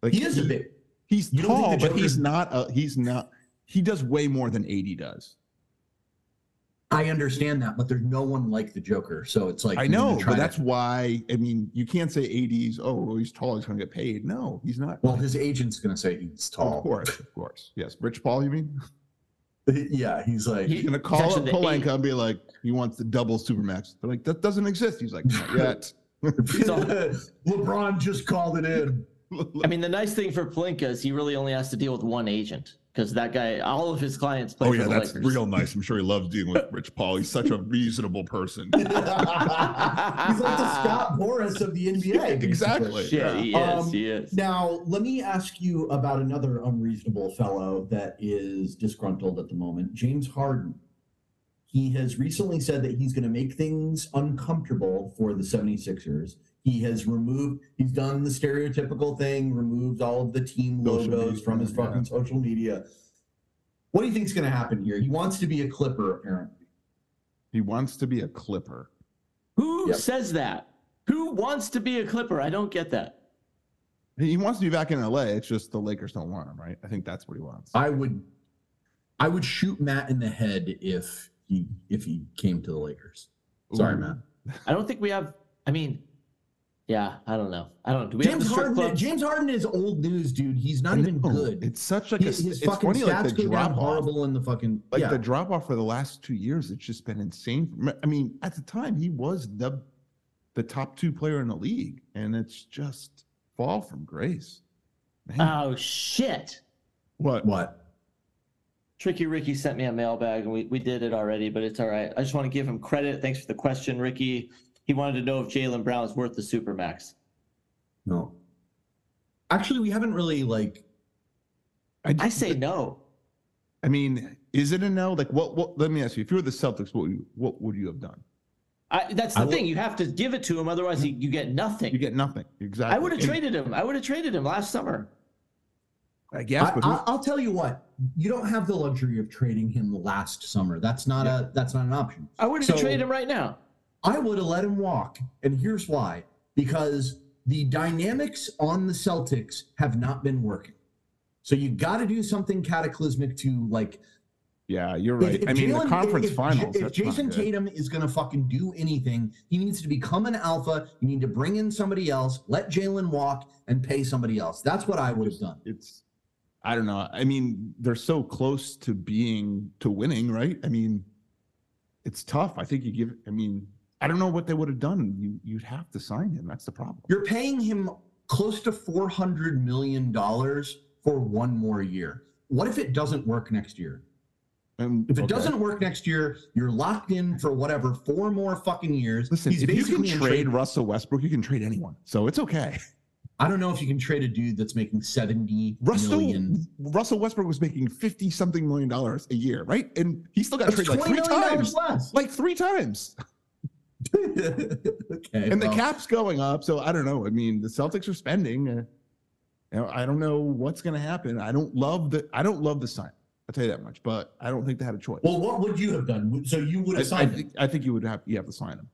Speaker 2: Like
Speaker 3: he is a big.
Speaker 2: He's
Speaker 3: You don't think
Speaker 2: tall,
Speaker 3: the
Speaker 2: but
Speaker 3: Joker's-
Speaker 2: he's not. A, he's not. He does way more than AD does.
Speaker 9: I understand that, but there's no one like the Joker, so it's like
Speaker 2: I
Speaker 9: I'm gonna
Speaker 2: know,
Speaker 9: try
Speaker 2: but
Speaker 9: to-
Speaker 2: that's why. I mean, you can't say AD's. Oh, well, he's tall. He's going to get paid. No, he's not.
Speaker 9: well, his agent's gonna say he's tall.
Speaker 2: Of course, of course. Yes, Rich Paul. You mean
Speaker 9: yeah, he's like,
Speaker 4: He-
Speaker 2: he's going to
Speaker 4: He's
Speaker 2: call up
Speaker 4: actually the eight.
Speaker 2: Polanka and be like, "He wants the double supermax." They're like, "That doesn't exist." He's like, "Not "Yet."
Speaker 9: LeBron just called it in.
Speaker 4: I mean, the nice thing for Plinka is he really only has to deal with one agent because that guy, all of his clients play
Speaker 2: oh
Speaker 4: for
Speaker 2: yeah,
Speaker 4: the
Speaker 2: that's
Speaker 4: Lakers.
Speaker 2: real nice. I'm sure he loves dealing with Rich Paul. He's such a reasonable person.
Speaker 3: He's like the Scott Boris of the NBA. basically.
Speaker 2: exactly.
Speaker 4: Yeah, he is.
Speaker 3: Um,
Speaker 4: he is.
Speaker 3: Now, let me ask you about another unreasonable fellow that is disgruntled at the moment, James Harden. He has recently said that he's going to make things uncomfortable for the 76ers. He has removed, he's done the stereotypical thing, removed all of the team
Speaker 2: Social
Speaker 3: logos
Speaker 2: media,
Speaker 3: from his
Speaker 2: yeah.
Speaker 3: fucking social media. What do you think's going to happen here? He wants to be a Clipper, apparently.
Speaker 2: He wants to be a Clipper.
Speaker 4: Who
Speaker 9: Yep.
Speaker 4: says that? Who wants to be a Clipper? I don't get that.
Speaker 2: He wants to be back in LA. It's just the Lakers don't want him, right? I think that's what he wants.
Speaker 9: I would, I would shoot Matt in the head if he if he came to the Lakers. Sorry,
Speaker 2: Ooh.
Speaker 9: Matt.
Speaker 4: I don't think we have. I mean, yeah, I don't know. I don't. Do we have
Speaker 9: James
Speaker 4: the strip
Speaker 9: Harden.
Speaker 4: club?
Speaker 9: James Harden is old news, dude. He's not
Speaker 2: I
Speaker 9: even
Speaker 2: know.
Speaker 9: good.
Speaker 2: It's such like
Speaker 9: his,
Speaker 2: a,
Speaker 9: his
Speaker 2: it's
Speaker 9: fucking
Speaker 2: funny
Speaker 9: stats
Speaker 2: like the
Speaker 9: go
Speaker 2: drop
Speaker 9: down
Speaker 2: off.
Speaker 9: horrible in the fucking
Speaker 2: Like
Speaker 9: yeah.
Speaker 2: the drop off for the last two years, it's just been insane. I mean, at the time he was the the top two player in the league, and it's just fall from grace. Man,
Speaker 9: Uh,
Speaker 4: Oh shit!
Speaker 2: what?
Speaker 9: what?
Speaker 4: Tricky Ricky sent me a mailbag, and we, we did it already, but it's all right. I just want to give him credit. Thanks for the question, Ricky. He wanted to know if Jalen Brown's worth the supermax.
Speaker 9: No. Actually, we haven't really like.
Speaker 4: I say no.
Speaker 2: I mean, is it a no? Like, what? What? Let me ask you: If you were the Celtics, what would you, what would you have done?
Speaker 4: I, that's the
Speaker 9: I will-
Speaker 4: thing. You have to give it to him, otherwise he, you get nothing.
Speaker 2: You get nothing. Exactly.
Speaker 4: I would have
Speaker 2: And
Speaker 4: traded him. I would have traded him last summer.
Speaker 2: I guess,
Speaker 9: I,
Speaker 2: but who-
Speaker 9: I, I'll tell you what. You don't have the luxury of trading him last summer. That's not a. That's not an option.
Speaker 4: I would have
Speaker 9: So-
Speaker 4: traded him right now.
Speaker 9: I would have let him walk. And here's why because the dynamics on the Celtics have not been working. So you got to do something cataclysmic to like.
Speaker 2: yeah, you're
Speaker 9: if-
Speaker 2: right.
Speaker 9: if
Speaker 2: I mean,
Speaker 9: Jalen-
Speaker 2: the conference
Speaker 9: if- if-
Speaker 2: finals.
Speaker 9: If,
Speaker 2: that's not
Speaker 9: Jason
Speaker 2: good.
Speaker 9: Tatum is going to fucking do anything, he needs to become an alpha. You need to bring in somebody else, let Jalen walk, and pay somebody else. That's what I would have done.
Speaker 2: it's I don't know. I mean, they're so close to being to winning, right? I mean, it's tough. I think you give. I mean, I don't know what they would have done. You you'd have to sign him. That's the problem.
Speaker 3: You're paying him close to $400 million for one more year. What if it doesn't work next year?
Speaker 2: And-
Speaker 3: If it
Speaker 2: okay.
Speaker 3: doesn't work next year, you're locked in for whatever, four more fucking years.
Speaker 2: listen, if you can
Speaker 3: basically
Speaker 2: trade,
Speaker 3: in
Speaker 2: Russell Westbrook, you can trade anyone. So it's okay.
Speaker 3: I don't know if you can trade a dude that's making seventy million.
Speaker 2: Russell Russell Westbrook was making fifty something million dollars a year, right? And he still got
Speaker 3: That's
Speaker 2: traded like
Speaker 3: $20
Speaker 2: three
Speaker 3: million
Speaker 2: times.
Speaker 3: less.
Speaker 2: Like three times.
Speaker 3: okay,
Speaker 2: And the
Speaker 3: well,
Speaker 2: cap's going up. So I don't know. I mean, the Celtics are spending. Uh, you know, I don't know what's going to happen. I don't love the. I don't love the sign. I'll tell you that much. But I don't think they had a choice.
Speaker 10: Well, what would you have done? Would- So you would
Speaker 2: I,
Speaker 10: have
Speaker 2: I
Speaker 10: signed him.
Speaker 2: think, I think you would have. You have to sign him.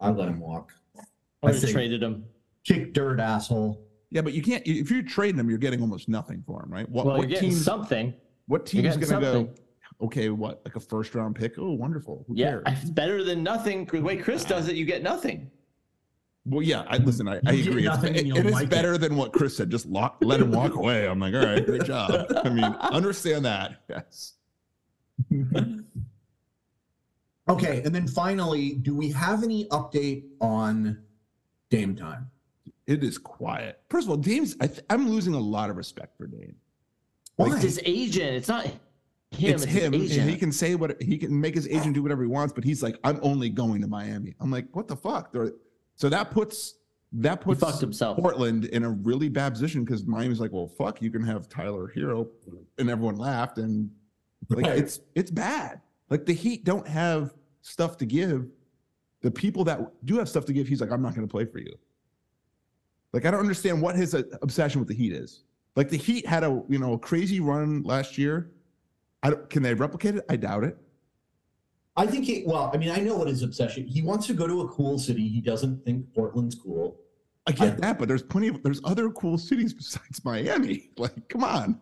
Speaker 3: I let him walk.
Speaker 4: I would have
Speaker 3: think-
Speaker 4: traded him.
Speaker 3: Kick dirt, asshole.
Speaker 2: Yeah, but you can't. If you're trading him, you're getting almost nothing for him, right? What,
Speaker 4: Well, you're
Speaker 2: what
Speaker 4: getting
Speaker 2: team?
Speaker 4: something.
Speaker 2: What
Speaker 4: You're
Speaker 2: team's
Speaker 4: getting
Speaker 2: going to
Speaker 4: something.
Speaker 2: go? Okay, what like a first round pick? Oh, wonderful. Who
Speaker 4: yeah,
Speaker 2: cares?
Speaker 4: it's better than nothing. The way Chris does it, you get nothing.
Speaker 2: Well, yeah. I listen. I, I
Speaker 3: You get
Speaker 2: agree. It's,
Speaker 3: nothing and
Speaker 2: it-
Speaker 3: you'll
Speaker 2: it is
Speaker 3: like it.
Speaker 2: better than what Chris said. Just lock, let him walk away. I'm like, all right, great job. I mean, understand that. Yes.
Speaker 3: Okay, and then finally, do we have any update on Dame time?
Speaker 2: It is quiet. First of all, Dame's. I th- I'm losing a lot of respect for Dame.
Speaker 3: Why?
Speaker 4: It's his agent. It's not him.
Speaker 2: it's,
Speaker 4: It's,
Speaker 2: him,
Speaker 4: his
Speaker 2: and
Speaker 4: agent.
Speaker 2: he can say what he can make his agent do whatever he wants. But he's like, I'm only going to Miami. I'm like, what the fuck? They're- so that puts that
Speaker 4: he
Speaker 2: puts
Speaker 4: fucked himself.
Speaker 2: Portland in a really bad position because Miami's like, well, fuck, you can have Tyler Hero, and everyone laughed, and like
Speaker 3: Right.
Speaker 2: it's it's bad. Like the Heat don't have stuff to give. The people that do have stuff to give, he's like, I'm not going to play for you. Like I don't understand what his uh, obsession with the Heat is. Like the Heat had a you know a crazy run last year. I don't, can they replicate it? I doubt it.
Speaker 10: I think he, well, I mean, I know what his obsession. He wants to go to a cool city. He doesn't think Portland's cool.
Speaker 2: I get that, but there's plenty of there's other cool cities besides Miami. Like, come on.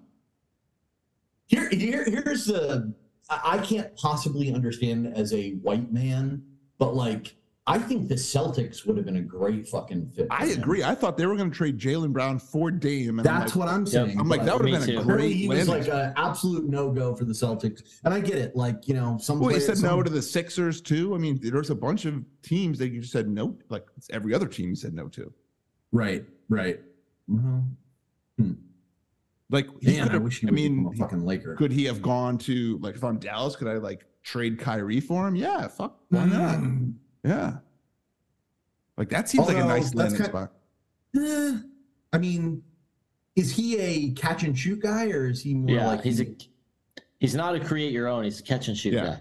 Speaker 10: Here, here, here's the. I I can't possibly understand as a white man, but like, I think the Celtics would have been a great fucking fit. for
Speaker 2: I
Speaker 10: him.
Speaker 2: agree. I thought they were going to trade Jalen Brown for Dame. And I'm
Speaker 3: That's
Speaker 2: like,
Speaker 3: what I'm saying.
Speaker 2: I'm like, that would
Speaker 4: me
Speaker 2: have been a
Speaker 4: too.
Speaker 3: Apparently
Speaker 2: great.
Speaker 3: he was
Speaker 2: landing.
Speaker 3: like uh, an absolute no go for the Celtics, and I get it. Like you know, some
Speaker 2: well, he
Speaker 3: players-
Speaker 2: said
Speaker 3: some-
Speaker 2: no to the Sixers too. I mean, there's a bunch of teams that you just said no. Like it's every other team you said no to.
Speaker 3: Right, right. Well,
Speaker 2: Like he
Speaker 3: man,
Speaker 2: could
Speaker 3: I
Speaker 2: have-
Speaker 3: wish he
Speaker 2: I
Speaker 3: would become
Speaker 2: mean,
Speaker 3: a fucking Laker.
Speaker 2: could he have gone to like if I'm Dallas, could I like trade Kyrie for him? Yeah, fuck, why not?
Speaker 3: Mm,
Speaker 2: Yeah, like that seems like a
Speaker 3: Although,
Speaker 2: nice
Speaker 3: that's
Speaker 2: landing
Speaker 3: kind-
Speaker 2: spot.
Speaker 3: eh, I mean, is he a catch and shoot guy, or is he more
Speaker 4: yeah,
Speaker 3: like
Speaker 4: he's a. He's not a create your own. He's a catch and shoot
Speaker 2: Yeah.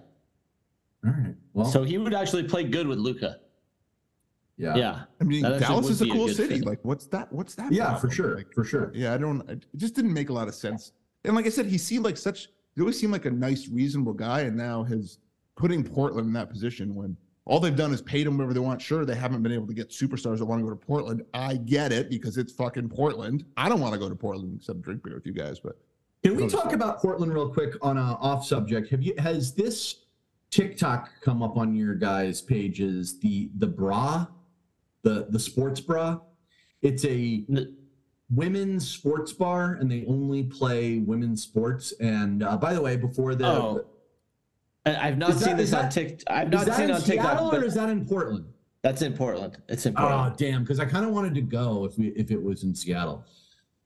Speaker 4: guy.
Speaker 3: All right. Well,
Speaker 4: So he would actually play good with Luca.
Speaker 3: yeah, yeah,
Speaker 4: Yeah.
Speaker 2: I mean,
Speaker 4: That actually
Speaker 2: Dallas
Speaker 4: would
Speaker 2: is a
Speaker 4: be a
Speaker 2: cool
Speaker 4: good
Speaker 2: city.
Speaker 4: fit.
Speaker 2: Like, what's that? What's that?
Speaker 3: for
Speaker 2: problem?
Speaker 3: sure,
Speaker 2: Like,
Speaker 3: for sure.
Speaker 2: Yeah, I don't. It just didn't make a lot of sense. And like I said, he seemed like such. He always seemed like a nice, reasonable guy, and now his putting Portland in that position when all they've done is paid him whatever they want. Sure, they haven't been able to get superstars that want to go to Portland. I get it because it's fucking Portland. I don't want to go to Portland except drink beer with you guys. But
Speaker 3: Can we talk about Portland real quick on a off subject? Have you has this TikTok come up on your guys' pages? The the bra, the the sports bra. It's a
Speaker 4: N-
Speaker 3: women's sports bar, and they only play women's sports. And uh, by the way, before the
Speaker 4: Oh, And I've not
Speaker 3: Is that-
Speaker 4: seen this
Speaker 3: is
Speaker 4: on
Speaker 3: that-
Speaker 4: TikTok. I've
Speaker 3: is
Speaker 4: not
Speaker 3: that
Speaker 4: seen
Speaker 3: in
Speaker 4: it on
Speaker 3: Seattle
Speaker 4: TikTok.
Speaker 3: or
Speaker 4: But
Speaker 3: is that in Portland?
Speaker 4: that's in Portland. It's in Portland.
Speaker 3: Oh damn! Because I kind of wanted to go if we if it was in Seattle.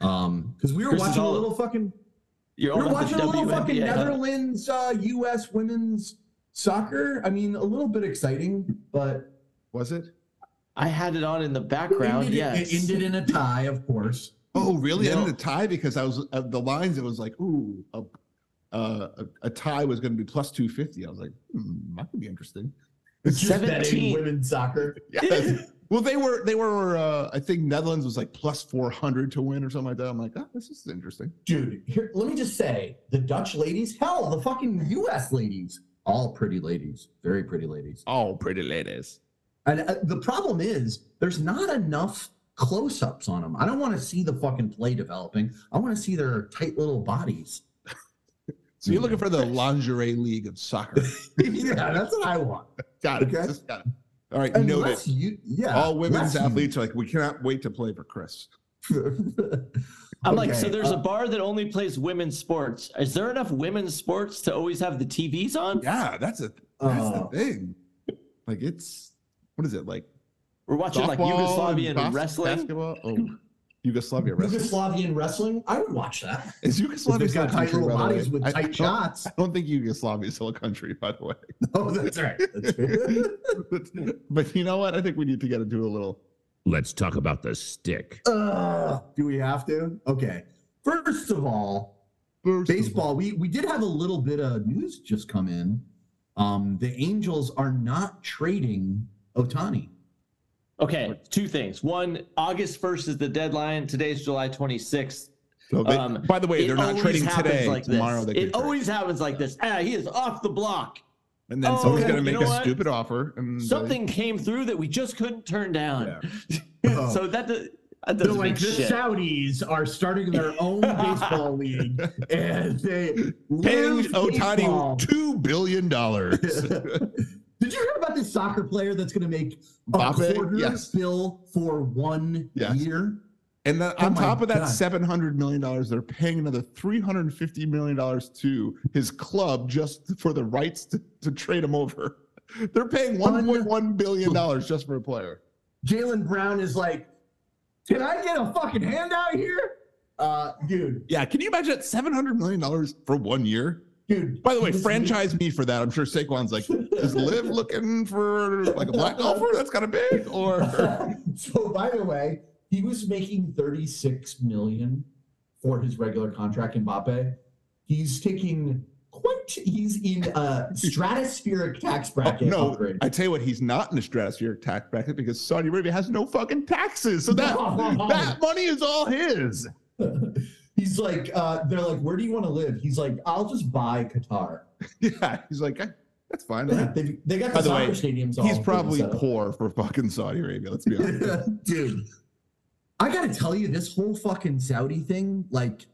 Speaker 3: Um, because we were
Speaker 4: Chris is
Speaker 3: watching a
Speaker 4: all-
Speaker 3: little fucking
Speaker 4: You're,
Speaker 3: You're
Speaker 4: on the
Speaker 3: watching a little fucking
Speaker 4: WNBA, huh?
Speaker 3: Netherlands uh, U.S. women's soccer. I mean, a little bit exciting, but
Speaker 2: was it?
Speaker 4: I had it on in the
Speaker 3: it
Speaker 4: background.
Speaker 3: ended,
Speaker 4: Yes.
Speaker 3: it ended in a tie, of course.
Speaker 2: Oh, really?
Speaker 3: No.
Speaker 2: Ended a tie because I was uh, the lines. It was like, ooh, a, uh, a, a tie was going to be plus two fifty. I was like, hmm, that could be interesting.
Speaker 10: It's just betting
Speaker 4: 17.
Speaker 10: women's soccer.
Speaker 2: Yes. well, they were they were uh, I think Netherlands was like plus four hundred to win or something like that. I'm like, oh, this is interesting.
Speaker 10: Dude, here, let me just say the Dutch ladies, hell, the fucking
Speaker 3: U.S. ladies, all pretty ladies, very pretty ladies.
Speaker 2: Oh, pretty ladies.
Speaker 3: And uh, the problem is, there's not enough close-ups on them. I don't want to see the fucking play developing. I want to see their tight little bodies.
Speaker 2: So
Speaker 3: Mm.
Speaker 2: you're looking for the lingerie league of soccer.
Speaker 3: yeah, that's what I want.
Speaker 2: Got it.
Speaker 3: Okay.
Speaker 2: Just got it. All right, noted.
Speaker 3: Unless you, yeah,
Speaker 2: All
Speaker 3: unless
Speaker 2: women's
Speaker 3: you-
Speaker 2: athletes are like, we cannot wait to play for Chris.
Speaker 4: I'm like,
Speaker 3: Okay,
Speaker 4: so there's
Speaker 3: uh,
Speaker 4: a bar that only plays women's sports. Is there enough women's sports to always have the TVs on?
Speaker 2: Yeah, that's a That's
Speaker 3: Oh.
Speaker 11: Uh,
Speaker 2: the thing. Like it's what is it like?
Speaker 4: We're watching like
Speaker 2: softball and
Speaker 4: Yugoslavian
Speaker 2: bas-
Speaker 4: wrestling.
Speaker 2: basketball. Oh, Yugoslavia wrestling.
Speaker 11: Yugoslavian wrestling, I would watch that.
Speaker 2: Is
Speaker 3: They've
Speaker 2: Yugoslavia still a
Speaker 3: got tight
Speaker 2: country?
Speaker 3: little
Speaker 2: by the
Speaker 3: bodies
Speaker 2: way?
Speaker 3: with
Speaker 2: I- I
Speaker 3: tight
Speaker 2: don't-
Speaker 3: shots.
Speaker 2: I don't think Yugoslavia is still a country, by the way.
Speaker 3: Oh, that's right. That's right.
Speaker 2: But- but you know what? I think we need to get into a little.
Speaker 12: Let's talk about the stick.
Speaker 3: Uh, do we have to? Okay. First of all,
Speaker 2: First of all,
Speaker 3: baseball. We we did have a little bit of news just come in. Um, the Angels are not trading Otani.
Speaker 4: Okay, two things. One, August 1st is the deadline. Today's July 26th.
Speaker 2: So they-
Speaker 4: um,
Speaker 2: by the way,
Speaker 4: It
Speaker 2: they're not
Speaker 4: always
Speaker 2: trading
Speaker 4: happens
Speaker 2: today.
Speaker 4: Like this.
Speaker 2: Tomorrow they could trade.
Speaker 4: it
Speaker 2: Mm,
Speaker 4: always happens like this. Ah, he is off the block.
Speaker 2: and then
Speaker 4: Oh,
Speaker 2: someone's
Speaker 4: okay.
Speaker 2: going to
Speaker 4: You
Speaker 2: make
Speaker 4: know
Speaker 2: a
Speaker 4: what?
Speaker 2: stupid offer. And they-
Speaker 4: Something came through that we just couldn't turn down.
Speaker 3: Oh.
Speaker 4: so that, do- that
Speaker 3: So
Speaker 4: doesn't
Speaker 3: like
Speaker 4: make
Speaker 3: the
Speaker 4: shit.
Speaker 3: Saudis are starting their own baseball league, and they
Speaker 2: paying
Speaker 3: live baseball.
Speaker 2: Otani two billion dollars.
Speaker 3: Did you hear about this soccer player that's going to make a
Speaker 2: Mbappe?
Speaker 3: quarter
Speaker 2: Yes.
Speaker 3: bill for one
Speaker 2: Yes.
Speaker 3: year?
Speaker 2: And then
Speaker 3: Oh
Speaker 2: on
Speaker 3: my
Speaker 2: top of that
Speaker 3: God.
Speaker 2: $700 million, they're paying another $350 million to his club just for the rights to, to trade him over. They're paying $1.1 billion just for a player.
Speaker 3: Jalen Brown is like, can I get a fucking handout here, uh, dude?
Speaker 2: Yeah, can you imagine that $700 million for one year?
Speaker 3: Dude,
Speaker 2: By the way,
Speaker 3: this-
Speaker 2: franchise me for that. I'm sure Saquon's like, is Liv looking for like a black golfer? That's kind of big. Or
Speaker 11: so by the way, he was making 36 million for his regular contract in Mbappe. He's taking quite he's in a stratospheric tax bracket
Speaker 2: no.
Speaker 11: upgrade.
Speaker 2: I tell you what, he's not in the stratospheric tax bracket because Saudi Arabia has no fucking taxes. So that
Speaker 11: No.
Speaker 2: that money is all his.
Speaker 11: He's like, uh, they're like, where do you want to live? He's like, I'll just buy Qatar.
Speaker 2: Yeah, he's like, "Eh, that's fine.
Speaker 11: Yeah, they, they got the,
Speaker 2: By the way,
Speaker 11: soccer stadiums. all
Speaker 2: He's probably
Speaker 11: set up.
Speaker 2: poor for fucking Saudi Arabia. Let's be honest.
Speaker 3: dude, I gotta tell you, this whole fucking Saudi thing, like,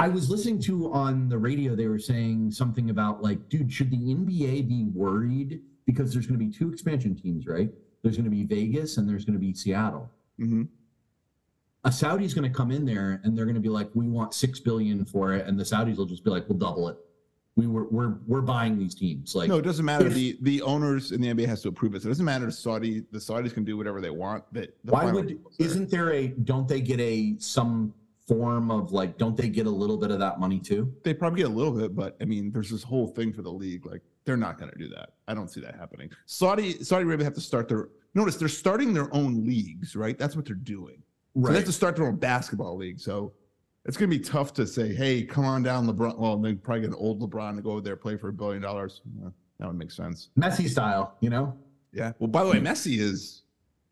Speaker 3: I was listening to on the radio, they were saying something about, like, dude, should the NBA be worried? Because there's gonna be two expansion teams, right? There's gonna be Vegas and there's gonna be Seattle.
Speaker 2: Mhm.
Speaker 3: A Saudi's gonna come in there and they're gonna be like, we want six billion for it, and the Saudis will just be like, we'll double it. We were we're we're buying these teams. Like
Speaker 2: No, it doesn't matter.
Speaker 3: If-
Speaker 2: the The owners in the NBA has to approve it. So it doesn't matter. if Saudi, the Saudis can do whatever they want. That the
Speaker 3: why
Speaker 2: final
Speaker 3: would
Speaker 2: rules are-
Speaker 3: isn't there a don't they get a some form of like don't they get a little bit of that money too
Speaker 2: they probably get a little bit, but I mean, there's this whole thing for the league. Like they're not going to do that. I don't see that happening. Saudi Saudi Arabia have to start their. Notice they're starting their own leagues, right? That's what they're doing. So they have to start their own basketball league. So it's going to be tough to say, hey, come on down, LeBron. Well, they probably get an old LeBron to go over there play for a billion dollars. Yeah, That would make sense.
Speaker 3: messy style you know
Speaker 2: Yeah. Well, by the way, Messi is.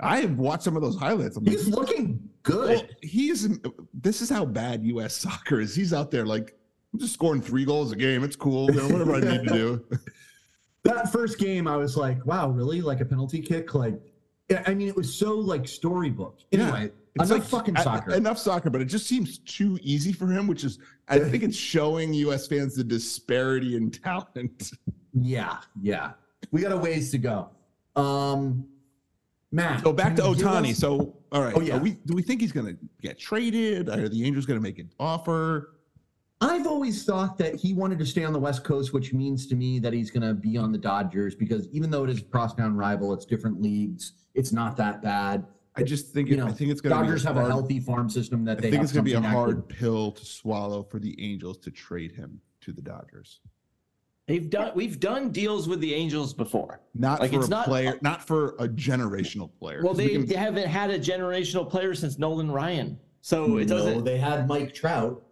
Speaker 2: I have watched some of those highlights. I'm like,
Speaker 3: he's looking
Speaker 2: Mm-hmm. well,
Speaker 3: good
Speaker 2: he's. This is how bad U.S. soccer is. He's out there like, I'm just scoring three goals a game. It's cool. You know, whatever I need to do.
Speaker 3: that first game i was like wow really like a penalty kick like Yeah, i mean it was so like storybook
Speaker 2: Yeah.
Speaker 3: anyway
Speaker 2: It's
Speaker 3: enough fucking
Speaker 2: I-
Speaker 3: soccer
Speaker 2: enough soccer, but it just seems too easy for him, which is, I think it's showing U.S. fans the disparity in talent.
Speaker 3: yeah yeah we got a ways to go um matt
Speaker 2: So back to
Speaker 3: can you give
Speaker 2: Otani.
Speaker 3: us-
Speaker 2: So all right.
Speaker 3: Oh, yeah.
Speaker 2: Are we do we think he's gonna get traded? Are the Angels gonna make an offer?
Speaker 3: I've always thought that he wanted to stay on the West Coast, which means to me that he's going to be on the Dodgers because even though it is a crosstown rival, it's different leagues. It's not that bad.
Speaker 2: I just think
Speaker 3: You
Speaker 2: it- I
Speaker 3: know,
Speaker 2: think it's gonna
Speaker 3: Dodgers
Speaker 2: be
Speaker 3: have
Speaker 2: hard,
Speaker 3: a healthy farm system that
Speaker 2: I
Speaker 3: they
Speaker 2: think
Speaker 3: have
Speaker 2: it's gonna be a
Speaker 3: something that
Speaker 2: hard
Speaker 3: could-
Speaker 2: pill to swallow for the Angels to trade him to the Dodgers.
Speaker 4: They've done we've done deals with the Angels before.
Speaker 2: Not
Speaker 4: Like,
Speaker 2: for
Speaker 4: it's
Speaker 2: a
Speaker 4: not-
Speaker 2: player, not for a generational player.
Speaker 4: Well,
Speaker 2: 'Cause we
Speaker 4: they,
Speaker 2: can-
Speaker 4: they haven't had a generational player since Nolan Ryan.
Speaker 3: Oh,
Speaker 4: So it doesn't
Speaker 11: No, they had Mike Trout.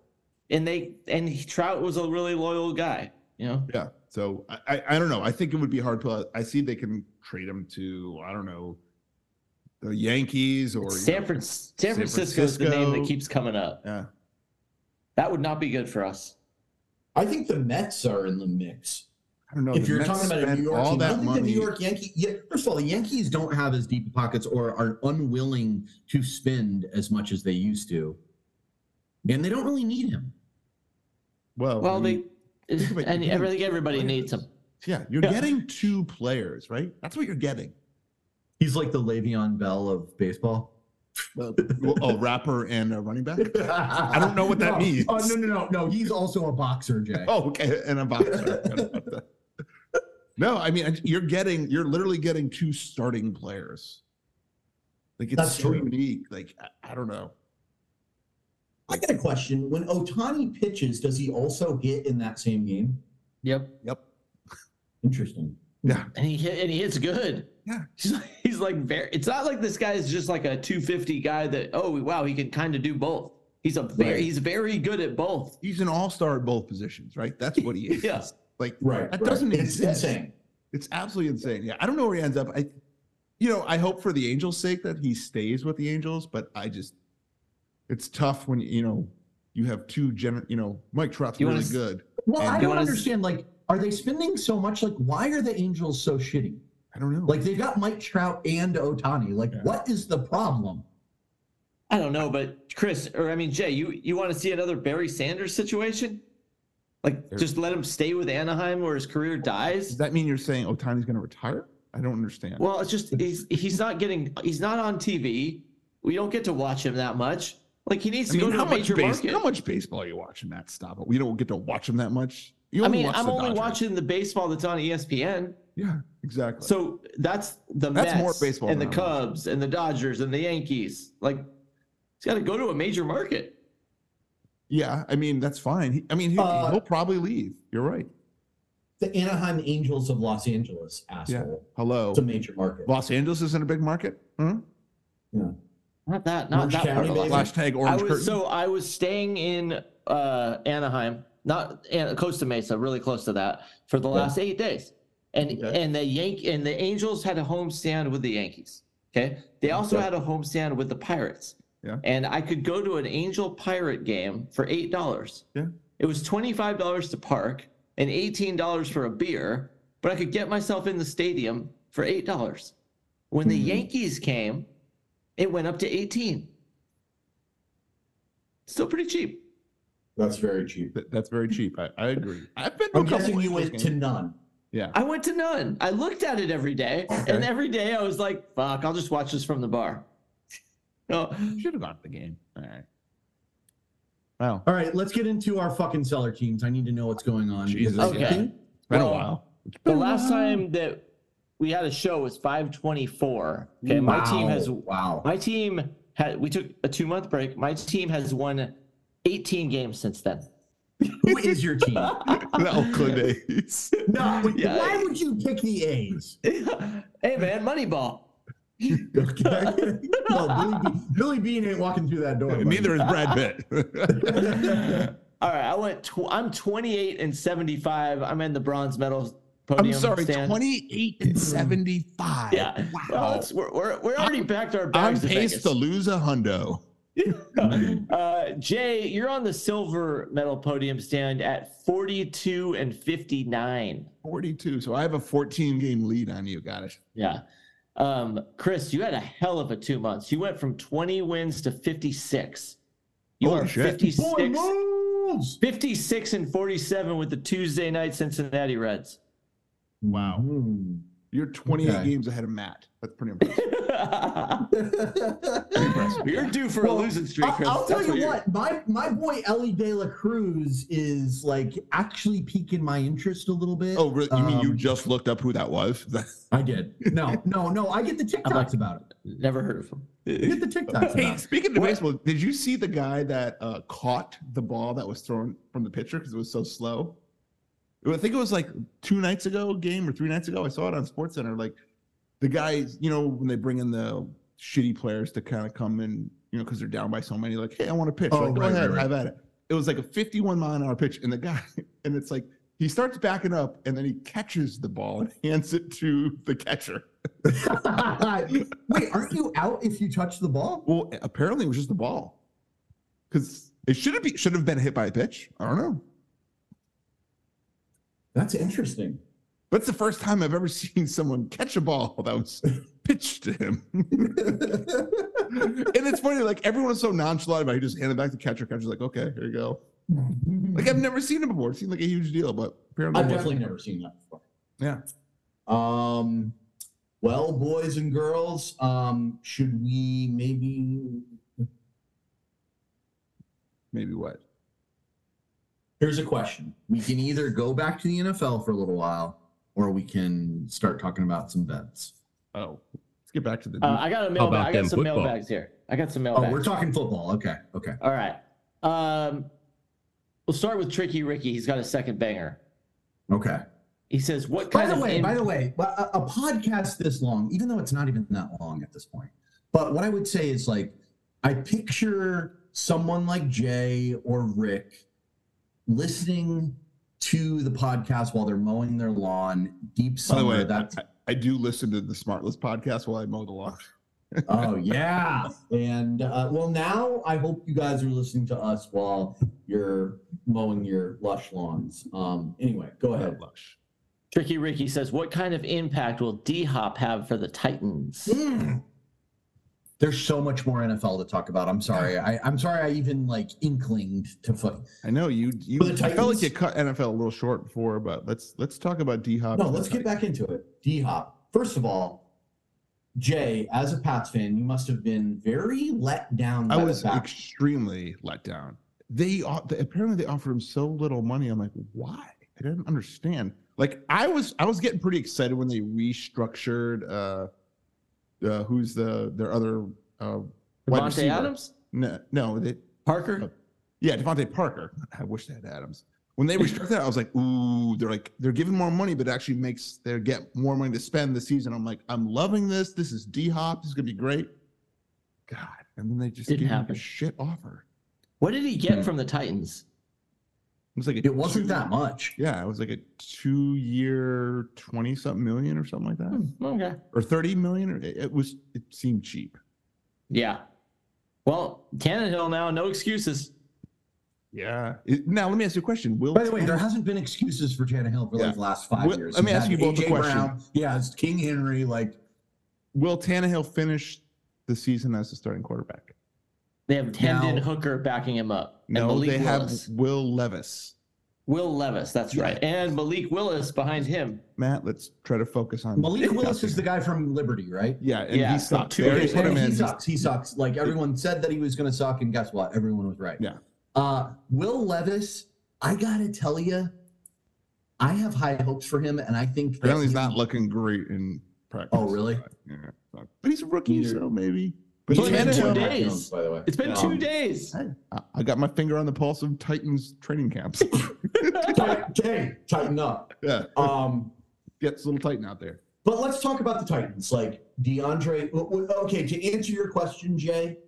Speaker 4: and they and he- Trout was a really loyal guy, you know.
Speaker 2: yeah. So I, I I don't know. I think it would be hard to. I see they can trade him to I don't know the Yankees or
Speaker 4: San, Fran- San
Speaker 2: San
Speaker 4: Francisco is the name that
Speaker 2: Francisco.
Speaker 4: keeps coming up.
Speaker 2: Yeah.
Speaker 4: That would not be good for us.
Speaker 11: I think the Mets are in the mix.
Speaker 2: I don't know.
Speaker 11: if
Speaker 2: Oh, the
Speaker 11: you're
Speaker 2: Mets
Speaker 11: talking about a
Speaker 2: spent
Speaker 11: New York
Speaker 2: all
Speaker 11: team, I
Speaker 2: that
Speaker 11: think
Speaker 2: money,
Speaker 11: the New York Yankee. Yeah, first of all, the Yankees.
Speaker 3: Yankees don't have as deep pockets or are unwilling to spend as much as they used to. And they don't really need him.
Speaker 2: well,
Speaker 4: Well,
Speaker 2: you-
Speaker 4: they
Speaker 2: think about-
Speaker 4: and
Speaker 2: you
Speaker 4: I think everybody
Speaker 2: players.
Speaker 4: needs them.
Speaker 2: Yeah, you're
Speaker 4: Yeah.
Speaker 2: getting two players, right? That's what you're getting.
Speaker 3: He's like the Le'Veon Bell of baseball.
Speaker 2: Well, a rapper and a running back.
Speaker 3: I
Speaker 2: don't know what that means.
Speaker 3: Oh, no, no, no, no. He's also a boxer, Jay.
Speaker 2: Oh, okay, and a boxer. No, I mean I- you're getting you're literally getting two starting players. Like it's
Speaker 3: That's
Speaker 2: so
Speaker 3: true.
Speaker 2: unique. Like I, I don't know.
Speaker 3: I got a question. When Otani pitches, does he also hit in that same game?
Speaker 4: Yep.
Speaker 2: Yep.
Speaker 3: Interesting.
Speaker 4: And he hit, and he hits good.
Speaker 2: Yeah.
Speaker 4: He's like, he's like very. It's not like this guy is just like a 250 guy that oh wow he can kind of do both. He's a very
Speaker 3: Right.
Speaker 4: he's very good at both.
Speaker 2: He's an all-star at both positions, right? That's what he is.
Speaker 4: Yeah.
Speaker 2: Like
Speaker 3: Right.
Speaker 2: That
Speaker 3: right.
Speaker 2: doesn't
Speaker 3: It's
Speaker 2: exist.
Speaker 3: insane.
Speaker 2: it's absolutely insane. Yeah. I don't know where he ends up. I you know, I hope for the Angels' sake that he stays with the Angels, but I just it's tough when you know you have two gener you know, Mike Trout's
Speaker 4: You wanna
Speaker 2: really
Speaker 4: s-
Speaker 2: good.
Speaker 9: Well, I
Speaker 4: You
Speaker 9: don't
Speaker 4: wanna s-
Speaker 9: understand. Like, are they spending so much? Like, why are the Angels so shitty?
Speaker 2: I don't know.
Speaker 9: Like, they've got Mike Trout and Otani. Like,
Speaker 2: Yeah.
Speaker 9: what is the problem?
Speaker 4: I don't know, but Chris or I mean Jay, you you want to see another Barry Sanders situation? Like just let him stay with Anaheim where his career dies.
Speaker 2: does that mean you're saying oh, Otani's gonna retire? I don't understand.
Speaker 4: Well, it's just he's he's not getting he's not on TV. We don't get to watch him that much. Like he needs
Speaker 2: I
Speaker 4: to
Speaker 2: mean,
Speaker 4: go to
Speaker 2: how much
Speaker 4: a major
Speaker 2: base,
Speaker 4: market.
Speaker 2: how much baseball are you watching? That stop it. We don't get to watch him that much. You
Speaker 4: I
Speaker 2: only
Speaker 4: mean,
Speaker 2: watch
Speaker 4: I'm
Speaker 2: the
Speaker 4: only
Speaker 2: Dodgers.
Speaker 4: watching the baseball that's on E ESPN.
Speaker 2: Yeah, exactly.
Speaker 4: So that's the
Speaker 2: That's
Speaker 4: Mets
Speaker 2: more baseball
Speaker 4: and the
Speaker 2: than I'm watching.
Speaker 4: Cubs and the Dodgers and the Yankees. Like he's got to go to a major market.
Speaker 2: yeah, I mean that's fine. He, I mean he,
Speaker 3: Uh,
Speaker 2: he'll probably leave. You're right.
Speaker 3: The Anaheim Angels of Los Angeles, asshole.
Speaker 2: Hello,
Speaker 3: It's a major market.
Speaker 2: Los Angeles isn't a big market. Hmm?
Speaker 4: Not that, not
Speaker 3: Orange
Speaker 4: that
Speaker 3: County,
Speaker 4: part of
Speaker 3: baby.
Speaker 4: Los
Speaker 2: Hashtag
Speaker 4: I
Speaker 2: orange curtain.
Speaker 4: was, so I was staying in uh, Anaheim, not An- Costa Mesa, really close to that, for the last eight days. And
Speaker 3: Okay.
Speaker 4: and the Yank and the Angels had a home stand with the Yankees. Okay, they also had a home stand with the Pirates.
Speaker 2: Yeah.
Speaker 4: And I could go to an Angel Pirate game for eight dollars.
Speaker 2: Yeah.
Speaker 4: It was twenty five dollars to park and eighteen dollars for a beer, but I could get myself in the stadium for eight dollars. When the
Speaker 2: Hmm.
Speaker 4: Yankees came, it went up to eighteen. Still pretty cheap.
Speaker 3: That's very cheap.
Speaker 2: That- that's very cheap. I, I agree. I've been. to a
Speaker 3: I'm
Speaker 2: couple
Speaker 3: guessing you
Speaker 2: Angels
Speaker 3: went to none.
Speaker 2: Yeah.
Speaker 4: I went to none. I looked at it every day, and every day I was like, "Fuck, I'll just watch this from the bar." Oh, No,
Speaker 2: Should have gone to the game. All right. Wow.
Speaker 9: All right, let's get into our fucking seller teams. I need to know what's going on. because
Speaker 2: Jesus.
Speaker 9: I
Speaker 4: Okay.
Speaker 9: think
Speaker 2: It's been a
Speaker 4: Well,
Speaker 2: while.
Speaker 4: the last time that we had a show was five twenty four. Okay, my team has
Speaker 9: wow.
Speaker 4: my team had we took a two month break. My team has won eighteen games since then.
Speaker 9: Who is your team? no,
Speaker 2: The Oakland A's.
Speaker 4: Yeah.
Speaker 9: why would you pick the A's?
Speaker 4: hey man, Moneyball.
Speaker 9: Okay. well, Billy, Bean, Billy Bean ain't walking through
Speaker 4: Oh
Speaker 9: that door. buddy.
Speaker 2: Neither is Brad Pitt.
Speaker 4: All right, I went. Tw- I'm twenty eight and seventy five. I'm in the bronze medal podium.
Speaker 2: I'm sorry,
Speaker 4: stand.
Speaker 2: 28 and 75.
Speaker 4: Yeah. Well,
Speaker 2: Wow.
Speaker 4: it's, we're, we're, we're already packed our
Speaker 2: On
Speaker 4: bags. to
Speaker 2: pace
Speaker 4: Vegas.
Speaker 2: to lose a hundo.
Speaker 4: Uh, Jay, you're on the silver medal podium stand at 42 and 59.
Speaker 2: 42. So I have a 14 game lead on you. Got it.
Speaker 4: Yeah. Um, Chris, you had a hell of a two months. You went from 20 wins to 56. You
Speaker 2: Holy
Speaker 4: are
Speaker 2: shit.
Speaker 4: 56,
Speaker 9: Bulls!
Speaker 4: 56 and 47 with the Tuesday night Cincinnati Reds.
Speaker 2: Wow. You're 28
Speaker 9: Okay.
Speaker 2: games ahead of Matt. That's pretty impressive.
Speaker 4: you're due for a losing streak,
Speaker 9: I'll,
Speaker 4: Chris.
Speaker 9: I'll tell
Speaker 4: That's
Speaker 9: you
Speaker 4: you're-
Speaker 9: what, my my boy Ellie De La Cruz is like actually piquing my interest a little bit.
Speaker 2: oh, really? You mean you
Speaker 9: Um,
Speaker 2: just looked up who that was?
Speaker 9: I did. No, no, no. I get the TikToks
Speaker 4: like-
Speaker 9: about it.
Speaker 4: Never heard of him.
Speaker 9: I get the TikToks about
Speaker 2: hey,
Speaker 9: it.
Speaker 2: speaking of baseball, did you see the guy that uh, caught the ball that was thrown from the pitcher because it was so slow? I think it was like two nights ago, game or three nights ago. I saw it on Sports Center. Like the guys, you know, when they bring in the shitty players to kind of come in, you know, because they're down by so many. Like, hey, I want to pitch.
Speaker 9: Oh,
Speaker 2: like, go
Speaker 9: right,
Speaker 2: ahead,
Speaker 9: right, right.
Speaker 2: have at it. It was like a 51 mile an hour pitch, and the guy, and it's like he starts backing up, and then he catches the ball and hands it to the catcher.
Speaker 9: Wait, aren't you out if you touch the ball?
Speaker 2: Well, apparently it was just the ball, because it should have be should have been hit by a pitch. I don't know.
Speaker 3: That's interesting.
Speaker 2: That's the first time I've ever seen someone catch a ball that was pitched to him. and it's funny, like everyone's so nonchalant about it. He just handed back the catcher. Catcher's like, okay, here you go.
Speaker 4: Mm-hmm.
Speaker 2: Like I've never seen it before. It seemed like a huge deal, but apparently,
Speaker 3: I've
Speaker 2: it
Speaker 3: definitely
Speaker 2: wasn't.
Speaker 3: never seen that before.
Speaker 2: Yeah.
Speaker 3: Um, well, boys and girls, um, should we maybe?
Speaker 2: maybe what?
Speaker 3: Here's a question.
Speaker 9: We can either go back to the NFL for a little while, or we can start talking about some bets.
Speaker 2: Oh, let's get back to the.
Speaker 4: Uh, I got a
Speaker 5: How about
Speaker 4: mailbag. I
Speaker 5: them
Speaker 4: got some
Speaker 5: football?
Speaker 4: mailbags here. I got some
Speaker 9: Oh,
Speaker 4: mailbags.
Speaker 9: we're talking football. Okay. Okay.
Speaker 4: All right. Um, we'll start with Tricky Ricky. He's got a second banger.
Speaker 9: Okay.
Speaker 4: He says, "What
Speaker 9: By
Speaker 4: kind
Speaker 9: the
Speaker 4: of
Speaker 9: way,
Speaker 4: im-
Speaker 9: by the way, a, a podcast this long, even though it's not even that long at this point, but what I would say is like, I picture someone like Jay or Rick listening to the podcast while they're mowing their lawn deep
Speaker 2: By the
Speaker 9: somewhere.
Speaker 2: way,
Speaker 9: that's
Speaker 2: I, I do listen to the Smartless podcast while I mow the lawn.
Speaker 9: oh yeah,
Speaker 3: And uh, well, now I hope you guys are listening to us while you're mowing your lush lawns. Um, anyway, go ahead.
Speaker 2: Lush.
Speaker 4: Tricky Ricky says, "What kind of impact will D Hop have for the Titans?"
Speaker 9: Mm. There's so much more NFL to talk about. I'm sorry. I, I'm sorry. I even like inklinged to foot.
Speaker 2: I know you. you
Speaker 3: For the
Speaker 2: I felt like
Speaker 3: Titans?
Speaker 2: you cut NFL a little short before, but let's let's talk about D Hop.
Speaker 3: No, let's get back into it. D Hop. First of all, Jay, as a Pats fan, you must have been very let down. By
Speaker 2: I was
Speaker 3: the fact.
Speaker 2: extremely let down. They o- they- apparently they offered him so little money. I'm like, why? I didn't understand. Like I was I was getting pretty excited when they restructured. uh uh Who's the their other? uh wide
Speaker 4: Devontae
Speaker 2: receiver.
Speaker 4: Adams,
Speaker 2: No, no, they, Oh.
Speaker 4: Parker.
Speaker 2: yeah, Devontae Parker. I wish they had Adams. When they restructured that, I was like, ooh, they're like they're giving more money, but it actually makes they get more money to spend this season. I'm like, I'm loving this. This is D Hop. This is gonna be great. God, and then they just
Speaker 4: Didn't
Speaker 2: gave him
Speaker 4: happen.
Speaker 2: a shit offer.
Speaker 4: What did he get
Speaker 9: Hmm.
Speaker 4: from the Titans?
Speaker 2: It was like a
Speaker 9: It wasn't
Speaker 2: two-
Speaker 9: that much.
Speaker 2: Yeah, it was like a two-year, twenty-something million or something like that,
Speaker 4: Hmm, okay.
Speaker 2: or thirty million. Or it, it was. It seemed cheap.
Speaker 4: Yeah. Well, Tannehill now, no excuses.
Speaker 2: Yeah. It- now let me ask you a question. Will
Speaker 9: By the way, there hasn't been excuses for Tannehill for
Speaker 2: Yeah.
Speaker 9: like the last five
Speaker 2: Well,
Speaker 9: years.
Speaker 2: let me
Speaker 9: He's
Speaker 2: ask
Speaker 9: had
Speaker 2: you both a
Speaker 9: AJ
Speaker 2: question.
Speaker 9: Brown. Yeah, it's King Henry. Like,
Speaker 2: Will Tannehill finish the season as the starting quarterback?
Speaker 4: They have Hendon
Speaker 9: Now-
Speaker 4: Hooker backing him up. and
Speaker 2: No,
Speaker 4: Malik
Speaker 2: they have
Speaker 4: Willis.
Speaker 2: Will Levis.
Speaker 4: Will Levis. That's
Speaker 2: Yeah.
Speaker 4: right, and Malik Willis behind him.
Speaker 2: Matt, let's try to focus on
Speaker 9: Malik Willis is the guy from Liberty, right?
Speaker 2: yeah, and
Speaker 4: Yeah,
Speaker 2: he sucks.
Speaker 4: two
Speaker 2: They already
Speaker 4: years.
Speaker 2: put him
Speaker 9: he
Speaker 2: in.
Speaker 9: sucks. He sucks. Like everyone said that he was going to suck, and guess what? Everyone was right.
Speaker 2: Yeah.
Speaker 9: Uh, Will Levis, I gotta tell you, I have high hopes for him, and I think that
Speaker 2: Apparently, he's
Speaker 9: he-
Speaker 2: not looking great in practice.
Speaker 9: Oh, really?
Speaker 2: Yeah, fuck. but he's a rookie,
Speaker 9: Neither-
Speaker 2: so maybe. But
Speaker 4: It's only been two
Speaker 2: Tannehill-
Speaker 4: days.
Speaker 9: by the way.
Speaker 4: It's been
Speaker 9: Um,
Speaker 4: two days.
Speaker 2: Hey, I- I got my finger on the pulse of Titans training camps.
Speaker 3: Tight- Jay, tighten up.
Speaker 2: yeah,
Speaker 3: Um,
Speaker 2: gets a little Titan out there.
Speaker 3: But let's talk about the Titans. Like DeAndre, w- w- okay, to answer your question, Jay,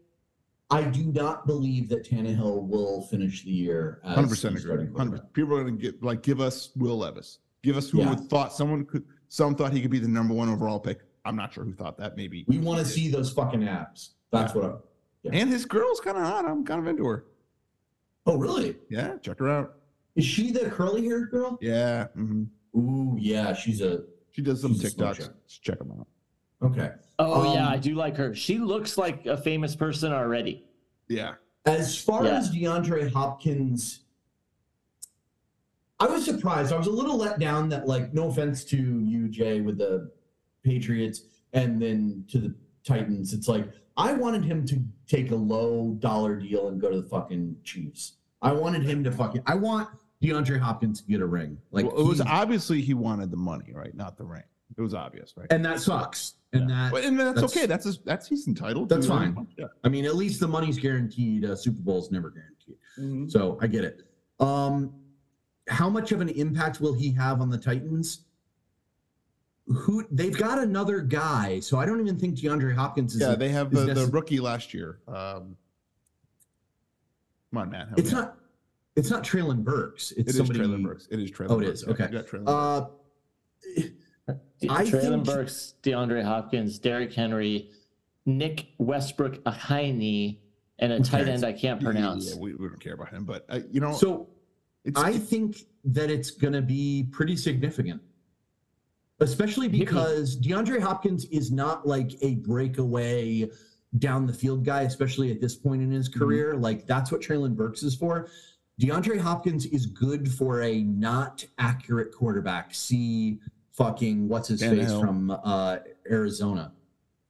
Speaker 3: I do not believe that Tannehill will finish the year. as
Speaker 2: Hundred percent
Speaker 3: the
Speaker 2: agree.
Speaker 3: starting
Speaker 2: Hundred
Speaker 3: quarterback.
Speaker 2: percent. People are gonna get like give us Will Levis. Give us who
Speaker 3: Yeah.
Speaker 2: would thought someone could. Some thought he could be the number one overall pick. I'm not sure who thought that. Maybe.
Speaker 3: We want to see those fucking abs. That's what I'm.
Speaker 2: And his girl's kind of hot. I'm kind of into her.
Speaker 3: Oh, really?
Speaker 2: Yeah, check her out.
Speaker 3: Is she the curly haired girl?
Speaker 2: Yeah, mhm.
Speaker 3: Ooh, yeah, she's a.
Speaker 2: she does some
Speaker 3: She's a slow
Speaker 2: TikToks.
Speaker 3: check.
Speaker 2: Let's check them out.
Speaker 3: Okay.
Speaker 4: Oh yeah,
Speaker 3: Um,
Speaker 4: I do like her. She looks like a famous person already.
Speaker 2: Yeah,
Speaker 3: As far
Speaker 4: Yeah.
Speaker 3: as DeAndre Hopkins, I was surprised. I was a little let down that, like, no offense to you, Jay, with the Patriots and then to the Titans. It's like, I wanted him to take a low dollar deal and go to the fucking Chiefs. I wanted him to fucking.
Speaker 9: I want DeAndre Hopkins to get a ring. Like
Speaker 2: well, it was
Speaker 9: he-
Speaker 2: obviously he wanted the money, right? Not the rank. It was obvious, right?
Speaker 9: and that sucks. And that
Speaker 2: But- and that's,
Speaker 9: that's-
Speaker 2: okay. That's his, that's he's entitled.
Speaker 9: That's
Speaker 2: to it.
Speaker 9: fine.
Speaker 2: Yeah.
Speaker 9: I mean, at least the money's guaranteed. Uh, Super Bowl's never guaranteed. So I get it. Um, how much of an impact will he have on the Titans? Who they've got another guy, so I don't even think DeAndre Hopkins is.
Speaker 2: Yeah,
Speaker 9: a-
Speaker 2: they have
Speaker 9: is
Speaker 2: the, the
Speaker 9: necess-
Speaker 2: rookie last year. Um, come on, Matt. help
Speaker 9: it's
Speaker 2: me out.
Speaker 9: not. It's not Traylon Burks. It's
Speaker 2: It is
Speaker 9: somebody.
Speaker 2: Traylon Brooks. It is Traylon.
Speaker 9: Oh, it
Speaker 2: Brooks.
Speaker 9: is. Okay.
Speaker 2: You got Traylon. Brooks.
Speaker 9: Uh, I
Speaker 4: Traylon
Speaker 9: think-
Speaker 4: Burks, DeAndre Hopkins, Derrick Henry, Nick Westbrook, Ahaini, and a tight
Speaker 9: Okay.
Speaker 4: end I can't
Speaker 2: Yeah,
Speaker 4: pronounce.
Speaker 2: yeah, we, we don't care about him, but uh, you know,
Speaker 9: so
Speaker 2: it's,
Speaker 9: I think that it's going to be pretty significant, especially
Speaker 4: Maybe.
Speaker 9: because DeAndre Hopkins is not like a breakaway down the field guy, especially at this point in his career. Like that's what Traylon Burks is for. DeAndre Hopkins is good for a not accurate quarterback. See fucking what's his face
Speaker 2: Tannehill.
Speaker 9: from uh, Arizona.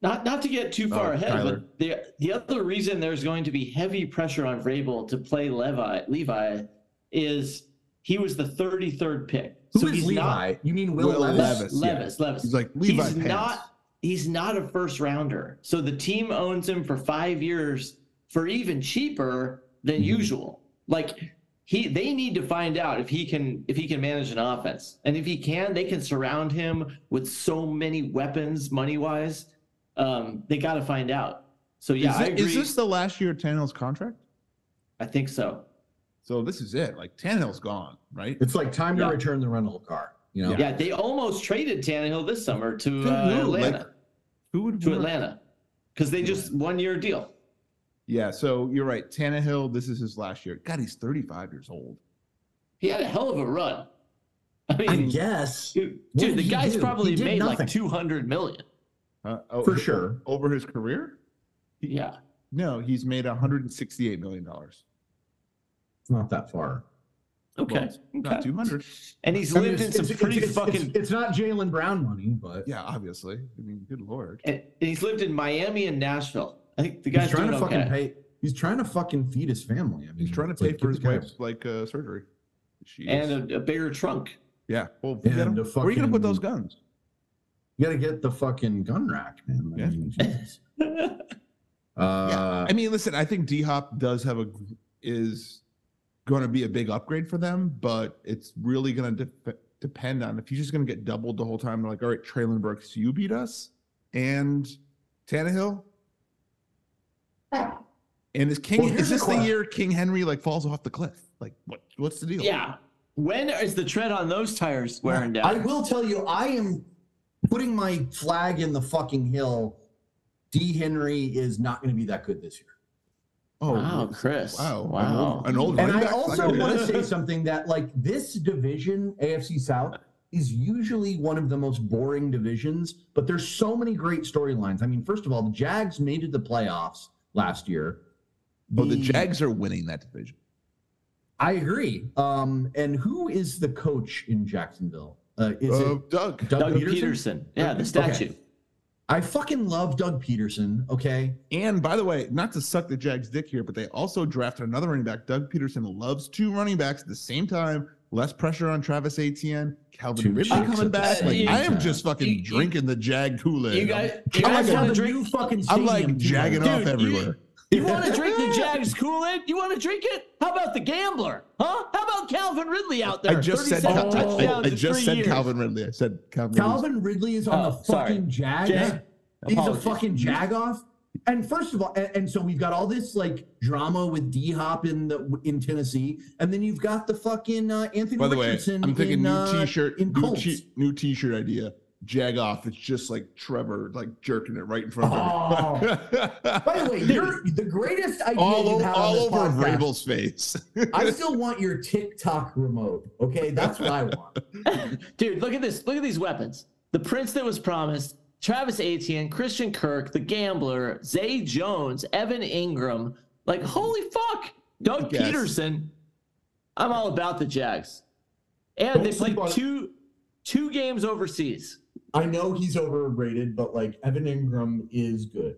Speaker 4: Not not to get too far
Speaker 2: Oh,
Speaker 4: ahead,
Speaker 2: Tyler.
Speaker 4: but the the other reason there's going to be heavy pressure on Vrabel to play Levi Levi is He was the 33rd pick.
Speaker 3: Who is
Speaker 4: so he's not
Speaker 3: Levi? you mean Will,
Speaker 2: Will
Speaker 3: Levis?
Speaker 2: Levis. yeah.
Speaker 4: Levis, Levis.
Speaker 2: He's like Levi
Speaker 4: he's
Speaker 2: Pants.
Speaker 4: not he's not a first rounder. So the team owns him for five years for even cheaper than
Speaker 2: Mm-hmm.
Speaker 4: usual. Like he they need to find out if he can if he can manage an offense. And if he can, they can surround him with so many weapons money wise. Um, they gotta find out. So yeah,
Speaker 2: is,
Speaker 4: I
Speaker 2: thi-
Speaker 4: agree.
Speaker 2: is this the last year of Tannehill's contract?
Speaker 4: I think so.
Speaker 2: So this is it. Like Tannehill's gone, right?
Speaker 3: It's like time
Speaker 4: Yeah.
Speaker 3: to return the rental car. You know,
Speaker 4: Yeah. they almost traded Tannehill this summer to
Speaker 2: Good
Speaker 4: uh,
Speaker 2: move, like-
Speaker 4: Atlanta.
Speaker 2: Who would
Speaker 4: to
Speaker 2: want-
Speaker 4: Atlanta. Because they just one year deal.
Speaker 2: Yeah, so you're right. Tannehill, this is his last year. God, he's 35 years old.
Speaker 4: He had a hell of a run. I mean,
Speaker 3: I guess
Speaker 4: dude,
Speaker 3: What
Speaker 4: dude,
Speaker 3: did
Speaker 4: the
Speaker 3: he
Speaker 4: guy's
Speaker 3: do?
Speaker 4: probably
Speaker 3: He did
Speaker 4: made
Speaker 3: nothing.
Speaker 4: like 200 million.
Speaker 2: Uh, oh,
Speaker 3: for sure.
Speaker 2: Over his career?
Speaker 4: Yeah.
Speaker 2: No, he's made 168 million dollars.
Speaker 3: It's not that far.
Speaker 4: Okay.
Speaker 2: Not
Speaker 4: okay.
Speaker 2: 200.
Speaker 4: And he's
Speaker 3: I mean,
Speaker 4: lived
Speaker 3: it's-
Speaker 4: in some
Speaker 3: it's- it's-
Speaker 4: pretty
Speaker 3: it's- it's-
Speaker 4: fucking.
Speaker 3: It's, not Jalen Brown money, but
Speaker 2: Yeah, obviously. I mean, good lord.
Speaker 4: and and he's lived in Miami and Nashville. I think the
Speaker 3: he's
Speaker 4: guy's
Speaker 3: trying
Speaker 4: doing
Speaker 3: to
Speaker 4: okay.
Speaker 3: fucking pay. He's trying to fucking feed his family. I mean,
Speaker 2: He's trying to
Speaker 3: it's
Speaker 2: pay
Speaker 3: Mm, like,
Speaker 2: for
Speaker 3: get
Speaker 2: his
Speaker 3: the guy-
Speaker 2: wife's like uh, surgery. She is-
Speaker 4: And a, a bigger trunk.
Speaker 2: yeah. Well, you
Speaker 3: And
Speaker 2: gotta-
Speaker 3: a
Speaker 2: where are you gonna
Speaker 3: fucking-
Speaker 2: put those guns?
Speaker 3: You got to get the fucking gun rack, man. I
Speaker 2: Yeah.
Speaker 3: mean, Jesus. Uh,
Speaker 2: I mean, listen, I think D Hop does have a gr- is going to be a big upgrade for them, but it's really going to dep depend on if he's just going to get doubled the whole time. Like, all right, Traylon Brooks, you beat us, and Tannehill, and is King
Speaker 13: Well,
Speaker 2: is
Speaker 13: here's
Speaker 2: this
Speaker 13: a
Speaker 2: the
Speaker 13: que-
Speaker 2: year King Henry like falls off the cliff? Like, what what's the deal?
Speaker 4: Yeah. When is the tread on those tires wearing
Speaker 13: Yeah.
Speaker 4: down?
Speaker 3: I will tell you, I am putting my flag in the fucking hill. D. Henry is not going to be that good this year.
Speaker 2: Oh
Speaker 4: wow, Chris.
Speaker 2: wow, An
Speaker 4: Wow.
Speaker 2: old, an
Speaker 3: And
Speaker 2: old running
Speaker 3: I
Speaker 2: back's not
Speaker 3: also
Speaker 2: gonna do
Speaker 3: want
Speaker 2: that.
Speaker 3: to say something that, like, this division, AFC South, is usually one of the most boring divisions, but there's so many great storylines. I mean, first of all, the Jags made it to the playoffs last year.
Speaker 2: Oh, the Jags are winning that division.
Speaker 3: I agree. Um, and who is the coach in Jacksonville? Uh, is
Speaker 2: Uh,
Speaker 3: it Doug,
Speaker 2: Doug,
Speaker 4: Doug Peterson?
Speaker 3: Peterson?
Speaker 4: Yeah, the statue.
Speaker 3: I fucking love Doug Peterson. Okay.
Speaker 2: And by the way, not to suck the Jags' dick here, but they also drafted another running back. Doug Peterson loves two running backs at the same time. Less pressure on Travis Etienne. Calvin
Speaker 3: Two
Speaker 2: Ridley
Speaker 3: chicks
Speaker 2: coming
Speaker 3: at the
Speaker 2: back. Like,
Speaker 4: same
Speaker 2: I am
Speaker 3: time.
Speaker 2: just fucking
Speaker 4: You- you-
Speaker 2: drinking the Jag Kool
Speaker 4: You
Speaker 2: Aid.
Speaker 4: guys,
Speaker 2: I'm,
Speaker 4: you
Speaker 3: I
Speaker 4: guys
Speaker 3: like how
Speaker 4: want
Speaker 3: the
Speaker 4: to drink
Speaker 3: new fucking
Speaker 2: I'm, like
Speaker 3: stadium, dude.
Speaker 2: jagging off
Speaker 4: Dude, you-
Speaker 2: everywhere.
Speaker 4: You want to drink the Jags Kool-Aid? You want to drink it? How about the Gambler? Huh? How about Calvin Ridley out there?
Speaker 2: I just said, Cal- I-
Speaker 4: 37
Speaker 2: I,
Speaker 4: touchdowns in
Speaker 2: just
Speaker 4: three
Speaker 2: said
Speaker 4: years.
Speaker 2: Calvin Ridley. I said Calvin. Ridley.
Speaker 3: Calvin Ridley is on
Speaker 4: Oh,
Speaker 3: the
Speaker 4: sorry.
Speaker 3: fucking Jag.
Speaker 4: Jag.
Speaker 3: He's
Speaker 4: Apologies.
Speaker 3: a fucking jag off. And first of all, and, and so we've got all this like drama with D Hop in the in Tennessee, and then you've got the fucking uh, Anthony
Speaker 2: By the way,
Speaker 3: Richardson.
Speaker 2: I'm thinking
Speaker 3: in,
Speaker 2: new
Speaker 3: uh,
Speaker 2: T-shirt,
Speaker 3: in
Speaker 2: new,
Speaker 3: Colts.
Speaker 2: t- new T-shirt idea. Jag off. It's just like Trevor, like jerking it right in front of him.
Speaker 13: By the way, you're the greatest idea
Speaker 2: all
Speaker 13: you
Speaker 2: over,
Speaker 13: had
Speaker 2: all
Speaker 13: on this
Speaker 2: over
Speaker 13: podcast.
Speaker 2: Vrabel's face.
Speaker 13: I still want your TikTok remote. Okay, that's what I want.
Speaker 4: Dude, look at this. Look at these weapons. The Prince that was promised, Travis Etienne, Christian Kirk, the Gambler, Zay Jones, Evan Ingram. Like, holy fuck. Doug
Speaker 2: Yes.
Speaker 4: Peterson. I'm all about the Jags. And
Speaker 3: Don't
Speaker 4: they played
Speaker 3: sleep on-
Speaker 4: two two games overseas.
Speaker 13: I know he's overrated, but like Evan Ingram is good.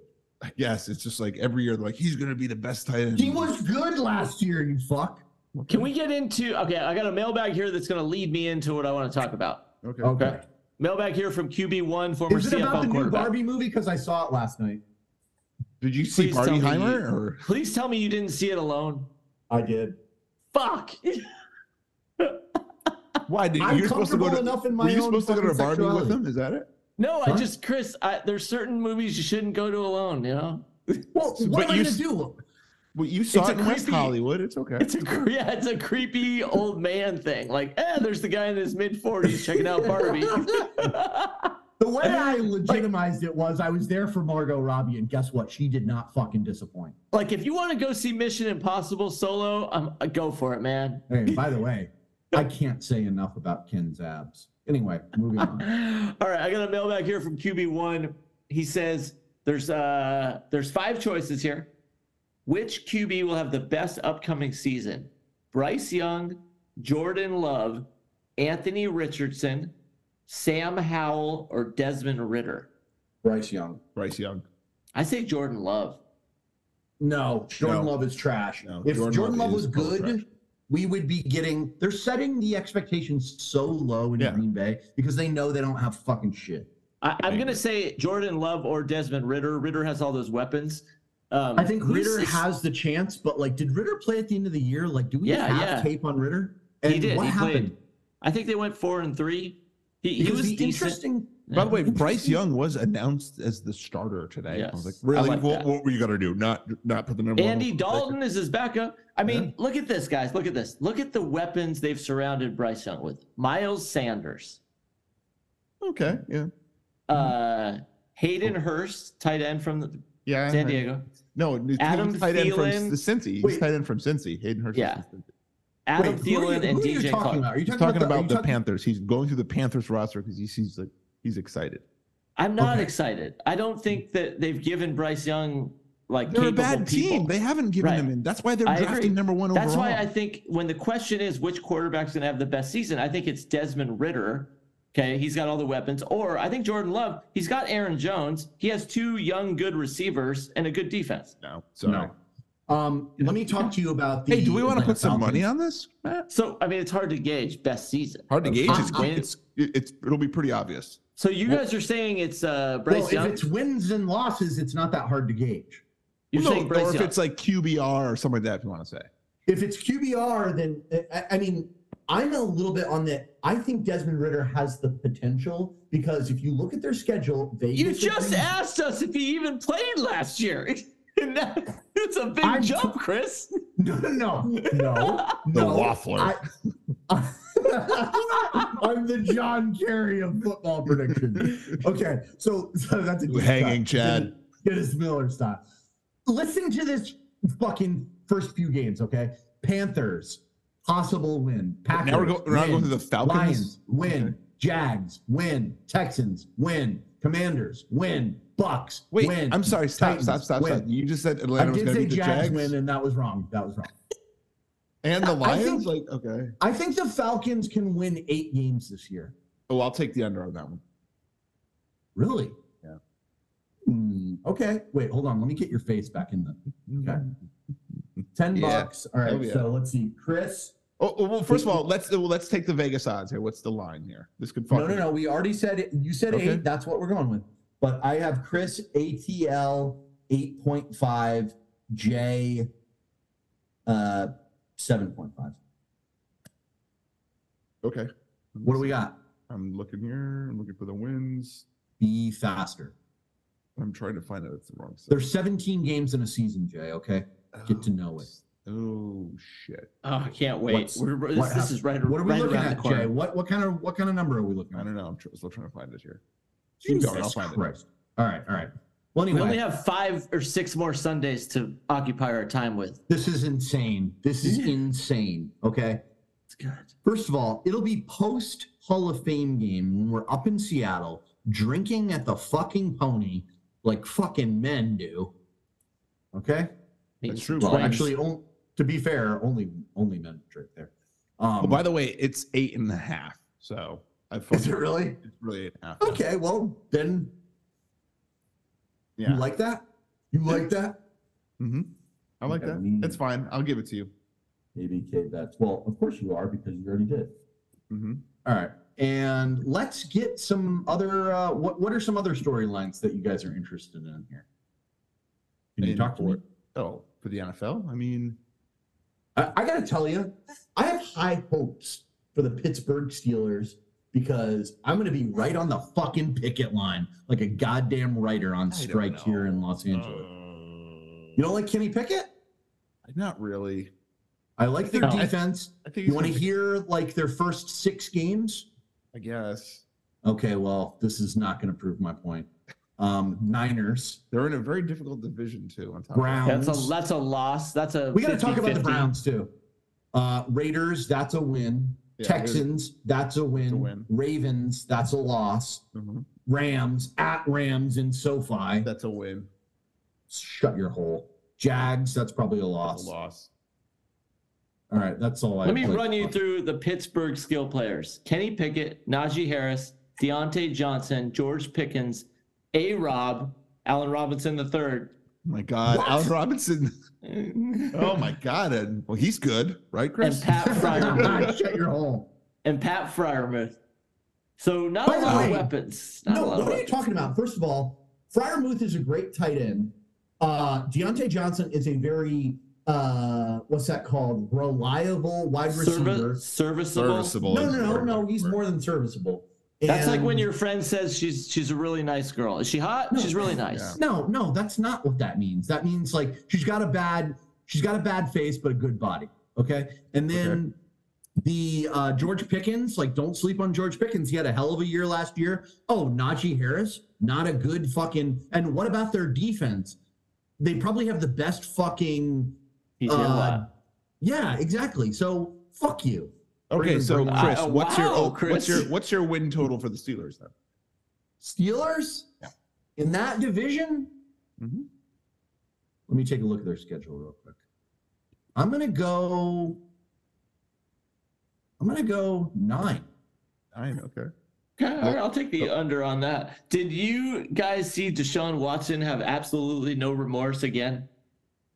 Speaker 2: yes, it's just like every year they're like he's gonna be the best tight end.
Speaker 3: He was good last year, you fuck.
Speaker 4: Can we get into okay, I got a mailbag here that's gonna lead me into what I want to talk about.
Speaker 2: okay.
Speaker 3: Okay.
Speaker 4: Mailbag here from QB1, former
Speaker 3: Is it
Speaker 4: CFL
Speaker 3: about the new
Speaker 4: quarterback.
Speaker 3: Barbie movie? Because I saw it last night.
Speaker 2: Did you see
Speaker 4: Please tell
Speaker 2: Barty
Speaker 4: me
Speaker 2: Heimer?
Speaker 4: you-
Speaker 2: Or
Speaker 4: Please tell me you didn't see it alone.
Speaker 13: I did.
Speaker 4: Fuck.
Speaker 2: why did
Speaker 3: I'm
Speaker 2: you're supposed to go
Speaker 3: comfortable
Speaker 2: to?
Speaker 3: enough in my
Speaker 2: Were you
Speaker 3: own
Speaker 2: supposed to go to a
Speaker 3: fucking
Speaker 2: Barbie with
Speaker 3: sexuality.
Speaker 2: him? Is that it?
Speaker 4: No, I
Speaker 3: Huh?
Speaker 4: just Chris. I, there's certain movies you shouldn't go to alone. You know,
Speaker 3: Well,
Speaker 2: So-
Speaker 3: what
Speaker 2: but
Speaker 3: am I
Speaker 2: you
Speaker 3: gonna
Speaker 2: s-
Speaker 3: do?
Speaker 2: Well, you saw
Speaker 4: It's
Speaker 2: it
Speaker 4: a
Speaker 2: in West
Speaker 4: creepy-
Speaker 2: Hollywood. It's okay.
Speaker 4: it's a cre- yeah, it's a creepy old man thing. Like, eh, there's the guy in his mid 40s checking out Barbie.
Speaker 3: The way I legitimized it was I was there for Margot Robbie, and guess what? She did not fucking disappoint.
Speaker 4: like, if you want to go see Mission Impossible solo, um, uh, go for it, man.
Speaker 3: Hey, by the way, I can't say enough about Ken's abs. Anyway, moving on.
Speaker 4: All right, I got a mail back here from QB1. He says there's uh there's five choices here. Which QB will have the best upcoming season? Bryce Young, Jordan Love, Anthony Richardson, Sam Howell, or Desmond Ritter?
Speaker 3: Bryce Young.
Speaker 2: Bryce Young.
Speaker 4: I say Jordan Love.
Speaker 3: No, Jordan
Speaker 2: No.
Speaker 3: Love is trash.
Speaker 2: No,
Speaker 3: if
Speaker 2: Jordan
Speaker 3: Jordan,
Speaker 2: Love
Speaker 3: Love
Speaker 2: is
Speaker 3: was
Speaker 2: total
Speaker 3: good,
Speaker 2: trash.
Speaker 3: we would be getting. They're setting the expectations so low in
Speaker 2: Yeah.
Speaker 3: Green Bay because they know they don't have fucking shit.
Speaker 4: I, I'm gonna say Jordan Love or Desmond Ritter. Ritter has all those weapons. Um,
Speaker 3: I think
Speaker 4: who's
Speaker 3: Ritter
Speaker 4: this-
Speaker 3: has the chance, but like, did Ritter play at the end of the year? Like, do we
Speaker 4: Yeah,
Speaker 3: have
Speaker 4: yeah.
Speaker 3: tape on Ritter?
Speaker 4: He did. he played. I think they went four and three. He, he
Speaker 3: Because
Speaker 4: was
Speaker 3: the
Speaker 4: decent.
Speaker 3: interesting.
Speaker 2: By the way, Bryce Young was announced as the starter today. I was like,
Speaker 4: Yes. I
Speaker 2: really?
Speaker 4: like
Speaker 2: what,
Speaker 4: that.
Speaker 2: what were you gonna do? Not not put the number one
Speaker 4: Andy
Speaker 2: overall
Speaker 4: Dalton is his backup. I mean, look at this, guys. Look at this. Look at the weapons they've surrounded Bryce Young with. Miles Sanders,
Speaker 2: pick? Okay, yeah,
Speaker 3: Mm-hmm.
Speaker 4: uh, Hayden Hurst, tight end from the,
Speaker 2: yeah.
Speaker 4: San
Speaker 2: I-
Speaker 4: Diego.
Speaker 2: No, it's
Speaker 4: Adam
Speaker 2: tight end from
Speaker 4: Thielen.
Speaker 2: the Cincy. He's
Speaker 3: Wait.
Speaker 2: tight end from Cincy. Hayden Hurst. is
Speaker 4: Yeah.
Speaker 2: from Cincy.
Speaker 4: Adam
Speaker 3: who are you-
Speaker 4: Thielen and
Speaker 3: who are you
Speaker 4: DJ
Speaker 3: talking
Speaker 4: Clark.
Speaker 3: about? Are you
Speaker 2: He's talking
Speaker 3: are
Speaker 2: about
Speaker 3: you
Speaker 2: the
Speaker 3: talking-
Speaker 2: Panthers. He's going through the Panthers roster because he sees like he's excited.
Speaker 4: I'm not
Speaker 3: Okay.
Speaker 4: excited. I don't think that they've given Bryce Young like
Speaker 2: They're a
Speaker 4: capable
Speaker 2: bad
Speaker 4: people.
Speaker 2: team. They haven't given
Speaker 4: Right.
Speaker 2: him in. That's why they're
Speaker 4: I
Speaker 2: drafting
Speaker 4: agree.
Speaker 2: number one overall.
Speaker 4: That's why I think when the question is which quarterback's going to have the best season, I think it's Desmond Ritter. Okay, he's got all the weapons. Or I think Jordan Love, he's got Aaron Jones. He has two young, good receivers and a good defense.
Speaker 2: no. Sorry.
Speaker 3: Um, let me talk to you about the.
Speaker 2: Hey, do we want to
Speaker 3: Atlanta
Speaker 2: put some money
Speaker 3: Falcons.
Speaker 2: on this? Matt?
Speaker 4: So I mean, it's hard to gauge best season.
Speaker 2: Hard to gauge. It's,
Speaker 4: Uh,
Speaker 2: it's, it's it'll be pretty obvious.
Speaker 4: So you guys are saying it's uh, Bryce
Speaker 3: Well,
Speaker 4: Young.
Speaker 3: if it's wins and losses, it's not that hard to gauge.
Speaker 4: You're
Speaker 2: No,
Speaker 4: saying
Speaker 2: or
Speaker 4: Bryce
Speaker 2: if
Speaker 4: Young.
Speaker 2: it's like QBR or something like that, if you want to say.
Speaker 14: If it's QBR, then
Speaker 3: uh,
Speaker 14: I, I mean,
Speaker 3: I'm a little bit on that. I think Desmond Ritter has the potential because if you look at their schedule, they
Speaker 4: you just asked us if he even played last year. And that, it's a big
Speaker 3: I'm-
Speaker 4: jump, Chris.
Speaker 3: no, no, no, no.
Speaker 2: waffler.
Speaker 3: I, am the John Kerry of football prediction. Okay, so, so that's a deep
Speaker 2: Hanging
Speaker 3: cut.
Speaker 2: Chad.
Speaker 3: Dennis Miller style. Listen to this fucking first few games, okay? Panthers, possible win. Packers,
Speaker 2: Now we're, go, we're not
Speaker 3: win.
Speaker 2: going to the Falcons.
Speaker 3: Lions, win.
Speaker 2: Okay.
Speaker 3: Jags, win. Texans, win. Commanders, win. Bucks,
Speaker 2: Wait,
Speaker 3: win.
Speaker 2: I'm sorry. Stop,
Speaker 3: Titans,
Speaker 2: stop, stop,
Speaker 3: win.
Speaker 2: stop. You just said
Speaker 3: I
Speaker 2: Atlanta was
Speaker 3: did
Speaker 2: going to
Speaker 3: say
Speaker 2: beat the
Speaker 3: Jags,
Speaker 2: Jags,
Speaker 3: win, and that was wrong. That was wrong.
Speaker 2: and the
Speaker 3: I
Speaker 2: Lions.
Speaker 3: think-
Speaker 2: like, okay.
Speaker 3: I think the Falcons can win eight games this year.
Speaker 2: Oh, I'll take the under on that one.
Speaker 3: Really?
Speaker 2: Yeah. Mm.
Speaker 3: Hmm, okay. Wait, hold on. Let me get your face back in the Okay. ten
Speaker 2: Yeah.
Speaker 3: bucks. All right.
Speaker 2: Hell yeah.
Speaker 3: So let's see, Chris.
Speaker 2: Oh, oh, well, first of all, let's well, let's take the Vegas odds here. What's the line here? This could fuck
Speaker 3: No, no,
Speaker 2: me.
Speaker 3: no. We already said it. You said
Speaker 2: Okay.
Speaker 3: eight. That's what we're going with. But I have Chris ATL eight point five, J uh seven point five.
Speaker 2: Okay.
Speaker 3: What do we got?
Speaker 2: I'm looking here. I'm looking for the wins.
Speaker 3: Be faster.
Speaker 2: I'm trying to find out it's the wrong side.
Speaker 3: There's 17 games in a season, Jay. Okay. Get to know it.
Speaker 2: Oh shit!
Speaker 4: Oh, I can't wait.
Speaker 3: What's-
Speaker 4: We're, we're-
Speaker 3: what
Speaker 4: this, this is right,
Speaker 3: What are we
Speaker 4: right
Speaker 3: looking
Speaker 4: around the
Speaker 3: at,
Speaker 4: corner.
Speaker 3: Jay? What what kind of what kind of number are we looking
Speaker 2: I
Speaker 3: at?
Speaker 2: don't know. I'm tr- still trying to find it here. Keep
Speaker 3: Jesus
Speaker 2: going, I'll find it.
Speaker 3: Christ. All right, all right. Well,
Speaker 4: We
Speaker 3: anyway,
Speaker 4: only have five or six more Sundays to occupy our time with.
Speaker 3: this is insane. This is insane. Okay.
Speaker 4: It's good.
Speaker 3: First of all, it'll be post Hall of Fame game when we're up in Seattle drinking at the fucking pony like fucking men do. Okay.
Speaker 4: Meeting
Speaker 2: That's true.
Speaker 4: some
Speaker 3: Well,
Speaker 4: twins.
Speaker 3: actually, on, to be fair, only only men drink there. Um,
Speaker 2: Oh, by the way, it's eight and a half. So I
Speaker 3: is
Speaker 2: fucking
Speaker 3: it really?
Speaker 2: it's really eight and a half.
Speaker 3: Okay. Well, then
Speaker 2: Yeah.
Speaker 3: you like that? You like that?
Speaker 2: mm-hmm. I like
Speaker 3: Okay,
Speaker 2: that.
Speaker 3: mean.
Speaker 2: It's fine. I'll give it to you.
Speaker 3: ABK bets. Well, of course you are because you already did.
Speaker 2: Mm-hmm.
Speaker 3: All right. And let's get some other. Uh, what What are some other storylines that you guys are interested in here? Can you
Speaker 2: In
Speaker 3: talk to me?
Speaker 2: for- Oh, for the NFL? I mean,
Speaker 3: I, I got to tell you,
Speaker 14: I have high hopes
Speaker 3: for the Pittsburgh Steelers, because I'm going to be right on the fucking picket line, like a goddamn writer on
Speaker 2: don't
Speaker 3: strike
Speaker 2: know. Oh.
Speaker 3: here in Los Angeles. you don't like Kenny Pickett?
Speaker 2: uh, not really.
Speaker 3: I like their
Speaker 4: No.
Speaker 3: defense.
Speaker 2: I think
Speaker 3: You want to
Speaker 2: he's-
Speaker 3: hear like their first six games?
Speaker 2: I guess
Speaker 3: Okay, well, this is not going to prove my point. Um, Niners,
Speaker 2: they're in a very difficult division too. On top of that.
Speaker 3: Browns.
Speaker 4: that's a that's a loss. That's a.
Speaker 3: we got to talk about the
Speaker 4: 50-50.
Speaker 3: Browns too. Uh, Raiders, that's a win.
Speaker 2: Yeah,
Speaker 3: Texans, that's a win.
Speaker 2: a win.
Speaker 3: Ravens, that's a loss.
Speaker 2: Mhm.
Speaker 3: Rams at Rams in SoFi.
Speaker 2: That's a win.
Speaker 3: Shut your hole. Jags, that's probably a loss.
Speaker 2: That's a loss.
Speaker 3: All right, that's all I.
Speaker 4: Let me
Speaker 3: like-
Speaker 4: run you through the Pittsburgh skill players: Kenny Pickett, Najee Harris, Deontay Johnson, George Pickens, A. Rob, Allen Robinson III,
Speaker 2: My God, Allen Robinson. oh my God, and well, he's good, right, Chris?
Speaker 4: and Pat Fryer
Speaker 9: Shut your hole.
Speaker 4: and Pat Fryermuth. So not
Speaker 3: By
Speaker 4: a
Speaker 3: the
Speaker 4: lot of
Speaker 3: way,
Speaker 4: weapons. Not
Speaker 3: No,
Speaker 4: a lot
Speaker 3: what
Speaker 4: of
Speaker 3: are you
Speaker 4: weapons.
Speaker 3: talking about? First of all, Fryermuth is a great tight end. Uh, Deontay Johnson is a very uh, what's that called? Reliable wide receiver.
Speaker 4: Servi- serviceable.
Speaker 2: Serviceable.
Speaker 3: No,
Speaker 2: is the
Speaker 3: no, no,
Speaker 2: word
Speaker 3: no.
Speaker 2: I'm
Speaker 3: He's
Speaker 2: looking
Speaker 3: more than serviceable.
Speaker 4: That's like when
Speaker 3: And-
Speaker 4: your friend says she's she's a really nice girl. Is she hot?
Speaker 9: No.
Speaker 4: She's really nice.
Speaker 9: No, no, that's not what that means. That means like she's got a bad she's got a bad face but a good body. Okay? And then the uh George Pickens, like don't sleep on George Pickens. He had a hell of a year last year. Oh, Najee Harris, not a good fucking and what about their defense? They probably have the best fucking
Speaker 4: He's hit a
Speaker 9: Uh,
Speaker 4: lot.
Speaker 9: Yeah, exactly. So fuck you.
Speaker 2: for. Okay, so
Speaker 4: Wow,
Speaker 2: Chris, what's your oh,
Speaker 4: Chris.
Speaker 2: what's your what's your win total for the Steelers then?
Speaker 9: Steelers in that division?
Speaker 2: Mhm.
Speaker 4: Mm-hmm.
Speaker 9: Let me take a look at their schedule real quick. I'm gonna go. I'm gonna go nine.
Speaker 2: Nine, okay.
Speaker 4: Okay, all right, I'll take the under on that. Did you guys see Deshaun Watson have absolutely no remorse again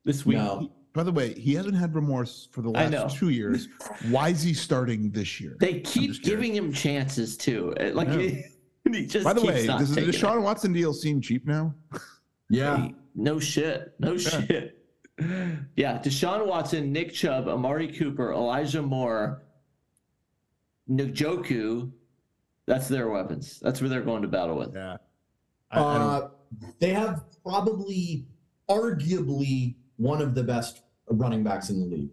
Speaker 4: this week?
Speaker 3: No.
Speaker 2: By the way, he hasn't had remorse for the
Speaker 4: I know.
Speaker 2: last two years. Why is he starting this year?
Speaker 4: They
Speaker 2: I'm
Speaker 4: keep
Speaker 2: just kidding.
Speaker 4: giving him chances too. Uh, Like
Speaker 2: know.
Speaker 4: he, he just
Speaker 2: By the
Speaker 4: keeps
Speaker 2: way,
Speaker 4: not
Speaker 2: does the
Speaker 4: taking it.
Speaker 2: Deshaun Watson deal seem cheap now?
Speaker 9: Yeah,
Speaker 4: No shit. No shit. Yeah, Deshaun Watson, Nick Chubb, Amari Cooper, Elijah Moore, Njoku. That's their weapons. That's where they're going to battle with.
Speaker 2: Yeah.
Speaker 3: Uh, they have probably, arguably, one of the best running backs in the league.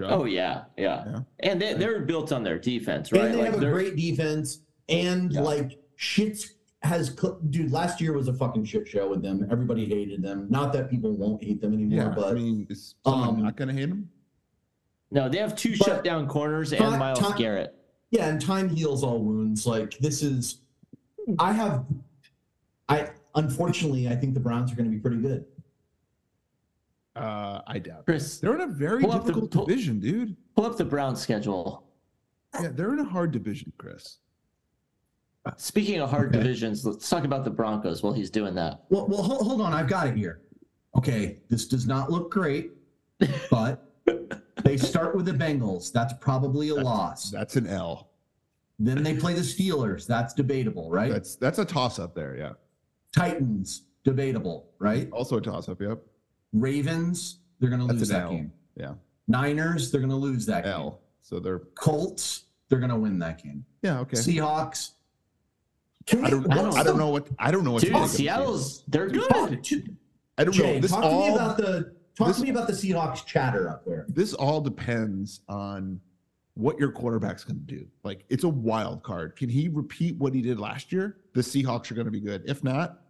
Speaker 4: Oh yeah, yeah.
Speaker 2: Yeah.
Speaker 4: And they, they're built on their defense, right?
Speaker 3: And they
Speaker 4: Like,
Speaker 3: have a
Speaker 4: they're-
Speaker 3: great defense. And
Speaker 4: Yeah.
Speaker 3: like shit's has cl- dude. Last year was a fucking shit show with them. Everybody hated them. Not that people won't hate them anymore,
Speaker 2: yeah,
Speaker 3: but
Speaker 2: I mean, is someone
Speaker 3: um,
Speaker 2: not going to hate him?
Speaker 4: no, they have two
Speaker 3: But-
Speaker 4: shutdown corners and
Speaker 3: Todd-
Speaker 4: Miles
Speaker 3: Todd-
Speaker 4: Garrett.
Speaker 3: yeah. And time heals all wounds. Like this is, I have, I unfortunately I think the Browns are going to be pretty good.
Speaker 2: Uh, I doubt. it.
Speaker 4: Chris,
Speaker 2: They're in a very
Speaker 4: Pull up the-
Speaker 2: difficult
Speaker 4: pull-
Speaker 2: division, dude.
Speaker 4: pull up the Brown schedule.
Speaker 2: Yeah, they're in a hard division, Chris.
Speaker 4: Speaking of hard divisions, let's talk about the Broncos while he's doing that.
Speaker 9: Well, well, hold, hold on. I've got it here. Okay, this does not look great, but they start with the Bengals. That's probably a loss.
Speaker 2: That's an L.
Speaker 9: Then they play the Steelers. That's debatable, right?
Speaker 2: That's that's a toss up there. Yeah,
Speaker 9: Titans, debatable, right?
Speaker 2: also a toss up. Yep.
Speaker 9: Ravens, they're going to
Speaker 2: That's
Speaker 9: lose
Speaker 2: an
Speaker 9: that
Speaker 2: L.
Speaker 9: game.
Speaker 2: Yeah.
Speaker 9: Niners, they're going to lose that game.
Speaker 2: L. So they're
Speaker 9: Colts, they're going to win that game.
Speaker 2: yeah okay.
Speaker 9: Seahawks,
Speaker 3: Can we,
Speaker 2: I don't
Speaker 4: I
Speaker 2: know. I
Speaker 4: don't
Speaker 2: don't, know what I don't know what. to make
Speaker 4: Dude,
Speaker 2: of this team.
Speaker 4: Seattle's they're good.
Speaker 2: I don't
Speaker 3: Jay,
Speaker 2: know. This
Speaker 3: talk to me
Speaker 2: all
Speaker 3: about the talk
Speaker 2: this-
Speaker 3: to me about the Seahawks chatter up there.
Speaker 2: this all depends on what your quarterback's going to do. Like it's a wild card. Can he repeat what he did last year? The Seahawks are going to be good. If not,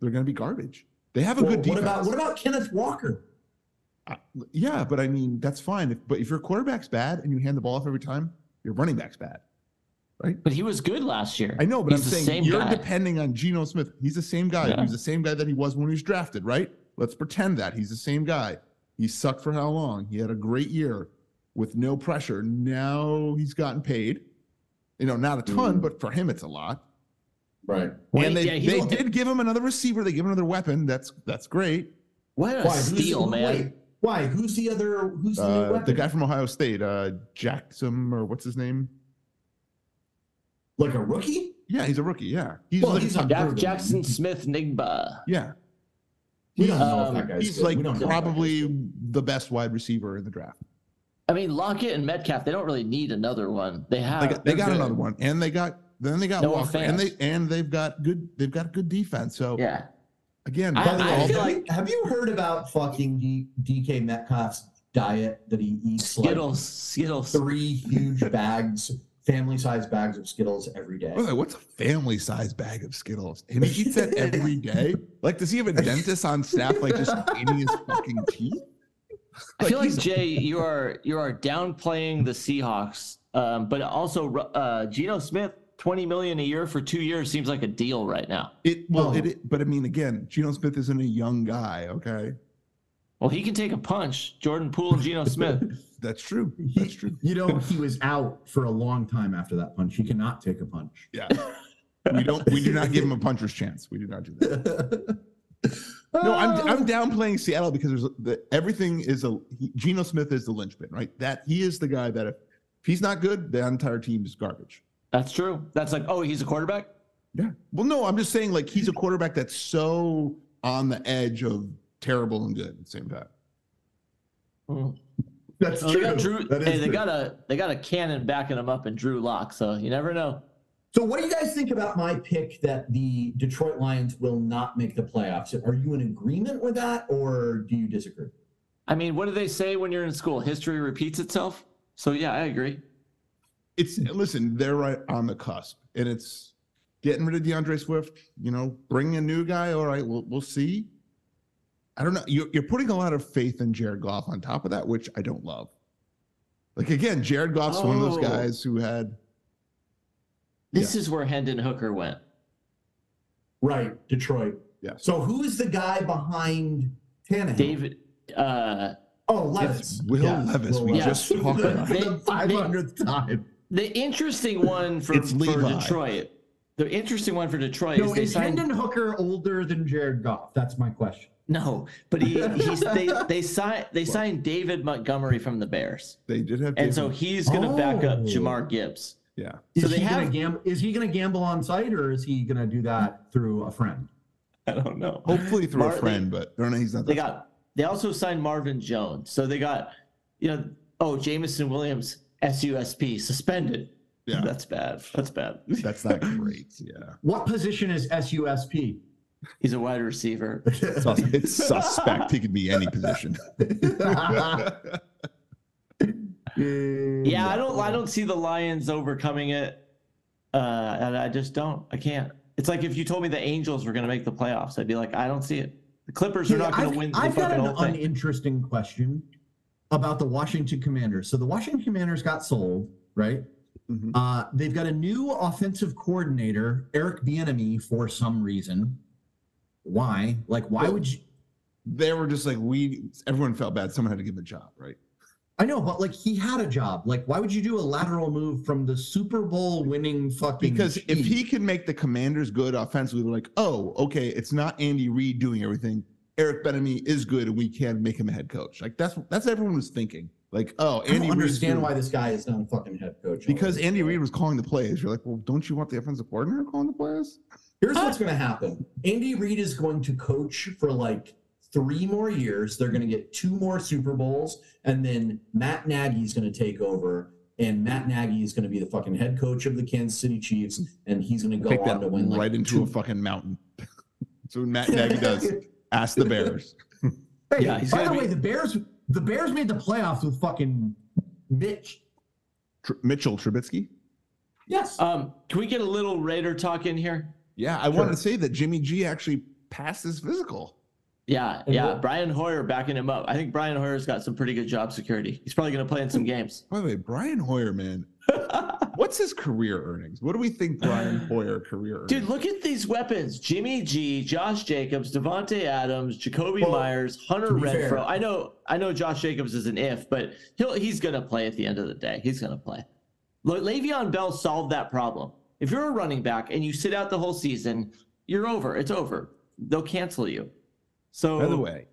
Speaker 2: they're going to be garbage. They have a
Speaker 3: Well,
Speaker 2: good
Speaker 3: what
Speaker 2: defense.
Speaker 3: about what about Kenneth Walker?
Speaker 2: I- yeah, but I mean that's fine. If, but if your quarterback's bad and you hand the ball off every time, your running back's bad.
Speaker 4: But he was good last year.
Speaker 2: I know, but
Speaker 4: He's
Speaker 2: I'm
Speaker 4: the
Speaker 2: saying
Speaker 4: same
Speaker 2: you're
Speaker 4: guy.
Speaker 2: depending on Geno Smith. He's the same guy.
Speaker 4: Yeah.
Speaker 2: He was the same guy that he was when he was drafted, right? Let's pretend that he's the same guy. He sucked for how long? He had a great year with no pressure. Now he's gotten paid. You know, not a ton, but for him it's a lot.
Speaker 3: Right.
Speaker 4: Wait,
Speaker 2: and they,
Speaker 4: Mm-hmm. yeah, he
Speaker 2: they
Speaker 4: don't-
Speaker 2: did give him another receiver. They give him another weapon. That's that's great.
Speaker 4: What a
Speaker 3: Who's-
Speaker 4: steal,
Speaker 3: who-
Speaker 4: man.
Speaker 3: wait, why? Who's the other? Who's the new
Speaker 2: Uh,
Speaker 3: weapon?
Speaker 2: the guy from Ohio State, uh, Jackson or what's his name?
Speaker 3: like a rookie?
Speaker 2: Yeah, he's a rookie. Yeah, he's
Speaker 3: Well,
Speaker 2: like,
Speaker 3: he's on
Speaker 4: Jack- Jackson Smith Nigba.
Speaker 2: yeah,
Speaker 3: We don't know
Speaker 4: Um,
Speaker 3: if that guy's
Speaker 2: he's
Speaker 3: good.
Speaker 2: like
Speaker 3: We don't know if that
Speaker 2: probably
Speaker 3: guy's good.
Speaker 2: the best wide receiver in the draft.
Speaker 4: I mean, Lockett and Metcalf, they don't really need another one. They have.
Speaker 2: they got, they
Speaker 4: Uh, they're
Speaker 2: got
Speaker 4: good.
Speaker 2: another one, and they got then they got
Speaker 4: No
Speaker 2: Walker, and they
Speaker 4: offense.
Speaker 2: and they've got good they've got a good defense. So
Speaker 4: Yeah.
Speaker 2: again,
Speaker 4: I-
Speaker 3: By the
Speaker 4: I
Speaker 3: way,
Speaker 4: feel
Speaker 3: have,
Speaker 4: like-
Speaker 3: you, have you heard about fucking D- DK Metcalf's diet that he eats
Speaker 4: Skittles. Skittles.
Speaker 3: like three huge bags, family size bags of Skittles every day?
Speaker 2: by the way, what's a family size bag of Skittles? And he eats that every day. Like, does he have a dentist on staff like just cleaning his fucking teeth?
Speaker 4: I feel like
Speaker 2: he's-
Speaker 4: Jay, you are you are downplaying the Seahawks, um, but also uh, Geno Smith, twenty million a year for two years seems like a deal right now.
Speaker 2: it. Well,
Speaker 3: Oh.
Speaker 2: it, it. But I mean, again, Geno Smith isn't a young guy. Okay,
Speaker 4: Well, he can take a punch. Jordan Poole and Geno Smith.
Speaker 2: that's true.
Speaker 9: He-
Speaker 2: That's true.
Speaker 9: you know, he was out for a long time after that punch. He cannot take a punch.
Speaker 2: Yeah. We don't. We do not give him a puncher's chance. We do not do that. No, I'm I'm downplaying Seattle because there's the, everything is a he, Geno Smith is the linchpin, right? That he is the guy that if, if he's not good, the entire team is garbage.
Speaker 4: That's true. That's like, oh, he's a quarterback.
Speaker 2: Yeah. Well, no, I'm just saying like he's a quarterback that's so on the edge of terrible and good at the same time.
Speaker 6: That's
Speaker 4: So
Speaker 3: Oh,
Speaker 6: true.
Speaker 4: they got Drew.
Speaker 6: That is
Speaker 4: Hey, they
Speaker 6: true.
Speaker 4: got a they got a cannon backing them up and Drew Lock. So you never know.
Speaker 3: So, what do you guys think about my pick that the Detroit Lions will not make the playoffs? Are you in agreement with that, or do you disagree?
Speaker 4: I mean, what do they say when you're in school? History repeats itself. So yeah, I agree.
Speaker 2: It's listen, they're right on the cusp, and it's getting rid of DeAndre Swift. You know, bringing a new guy. All right, we'll we'll see. I don't know. You're you're putting a lot of faith in Jared Goff on top of that, which I don't love. Like again, Jared Goff's one of those
Speaker 4: Oh.
Speaker 2: guys who had
Speaker 4: This is where Hendon Hooker went.
Speaker 3: Right, Detroit.
Speaker 2: Yeah.
Speaker 3: So, who is the guy behind
Speaker 6: Mm-hmm.
Speaker 3: Tannehill?
Speaker 4: David. Uh,
Speaker 3: Oh, Levis.
Speaker 2: Will Levis. We
Speaker 4: Levis.
Speaker 2: just talked about.
Speaker 4: They-
Speaker 9: For the 500th time.
Speaker 4: the interesting one for,
Speaker 2: It's
Speaker 4: for
Speaker 2: Levi.
Speaker 4: Detroit. The interesting one for Detroit
Speaker 9: No,
Speaker 4: is they
Speaker 9: is
Speaker 4: signed
Speaker 9: Hendon Hooker older than Jared Goff? That's my question.
Speaker 4: no, but he he's they they signed they signed David Montgomery from the Bears,
Speaker 2: They did have
Speaker 4: and
Speaker 2: David- Oh.
Speaker 4: so he's going to back up Jamar Gibbs.
Speaker 2: yeah.
Speaker 9: Is
Speaker 4: So they
Speaker 9: he gonna
Speaker 4: have-
Speaker 9: gam- is he going to gamble on site or is he going to do that through a friend?
Speaker 4: I don't know.
Speaker 2: Hopefully through
Speaker 4: Mar-
Speaker 2: a friend, but no, no, he's not.
Speaker 4: They
Speaker 2: that-
Speaker 4: got they also signed Marvin Jones, so they got you know oh Jamison Williams SUSP suspended.
Speaker 2: Yeah.
Speaker 4: that's bad. That's bad.
Speaker 2: That's not great. Yeah,
Speaker 9: What position is SUSP?
Speaker 4: He's a wide receiver.
Speaker 2: Sus- it's suspect. He could be any position.
Speaker 4: Yeah, I don't. I don't see the Lions overcoming it, uh, and I just don't. I can't. It's like if you told me the Angels were going to make the playoffs, I'd be like, I don't see it. The Clippers are not going
Speaker 9: I've-
Speaker 4: to win the
Speaker 9: I've got
Speaker 4: fucking
Speaker 9: an
Speaker 4: whole thing.
Speaker 9: uninteresting question about the Washington Commanders. So the Washington Commanders got sold, right?
Speaker 2: Mhm.
Speaker 4: Mm-hmm.
Speaker 9: Uh, they've got a new offensive coordinator, Eric Bieniemy, for some reason. Why? Like, why would you?
Speaker 2: They were just like we. Everyone felt bad. Someone had to give him a job, right?
Speaker 9: I know, but like he had a job. Like, why would you do a lateral move from the Super Bowl winning fucking?
Speaker 2: Because if
Speaker 9: Chiefs?
Speaker 2: he can make the Commanders good offensively, we're like, oh, okay, it's not Andy Reid doing everything. Eric Benemy is good, and we can make him a head coach. Like that's that's everyone was thinking. Like, oh,
Speaker 3: I
Speaker 2: Andy
Speaker 3: don't
Speaker 2: Reid's
Speaker 3: understand
Speaker 2: good.
Speaker 3: why this guy is not a fucking head coach.
Speaker 2: Because Andy Reid was calling the plays. You're like, well, don't you want the offensive coordinator calling the plays?
Speaker 3: Here's what's going to happen Andy Reid is going to coach for like three more years. They're going to get two more Super Bowls, and then Matt Nagy is going to take over. And Matt Nagy is going to be the fucking head coach of the Kansas City Chiefs, and he's going to go
Speaker 2: Take that
Speaker 3: on to win like
Speaker 2: right into
Speaker 3: two-
Speaker 2: a fucking mountain. so Matt Nagy does. Ask the Bears.
Speaker 9: Hey,
Speaker 4: Yeah, he's
Speaker 9: by
Speaker 4: gotta
Speaker 9: the
Speaker 4: be-
Speaker 9: way, the Bears, the Bears made the playoffs with fucking Mitch.
Speaker 2: Tr- Mitchell Trubisky.
Speaker 3: yes.
Speaker 4: Um, can we get a little Raider talk in here?
Speaker 2: Yeah, I wanted to say that Jimmy G actually passed his physical.
Speaker 4: Yeah, yeah. Brian Hoyer backing him up. I think Brian Hoyer's got some pretty good job security. He's probably going to play in some games.
Speaker 2: By the way, Brian Hoyer, man, what's his career earnings? What do we think Brian Hoyer career earnings?
Speaker 4: Dude, look at these weapons: Jimmy G, Josh Jacobs, Devonte Adams, Jacoby
Speaker 3: Well,
Speaker 4: Myers, Hunter
Speaker 3: to be fair-
Speaker 4: Renfro. I know, I know, Josh Jacobs is an if, but he'll he's gonna play at the end of the day. He's gonna play. Le- Le'Veon Bell solved that problem. If you're a running back and you sit out the whole season, you're over. It's over. They'll cancel you. So
Speaker 2: By the way,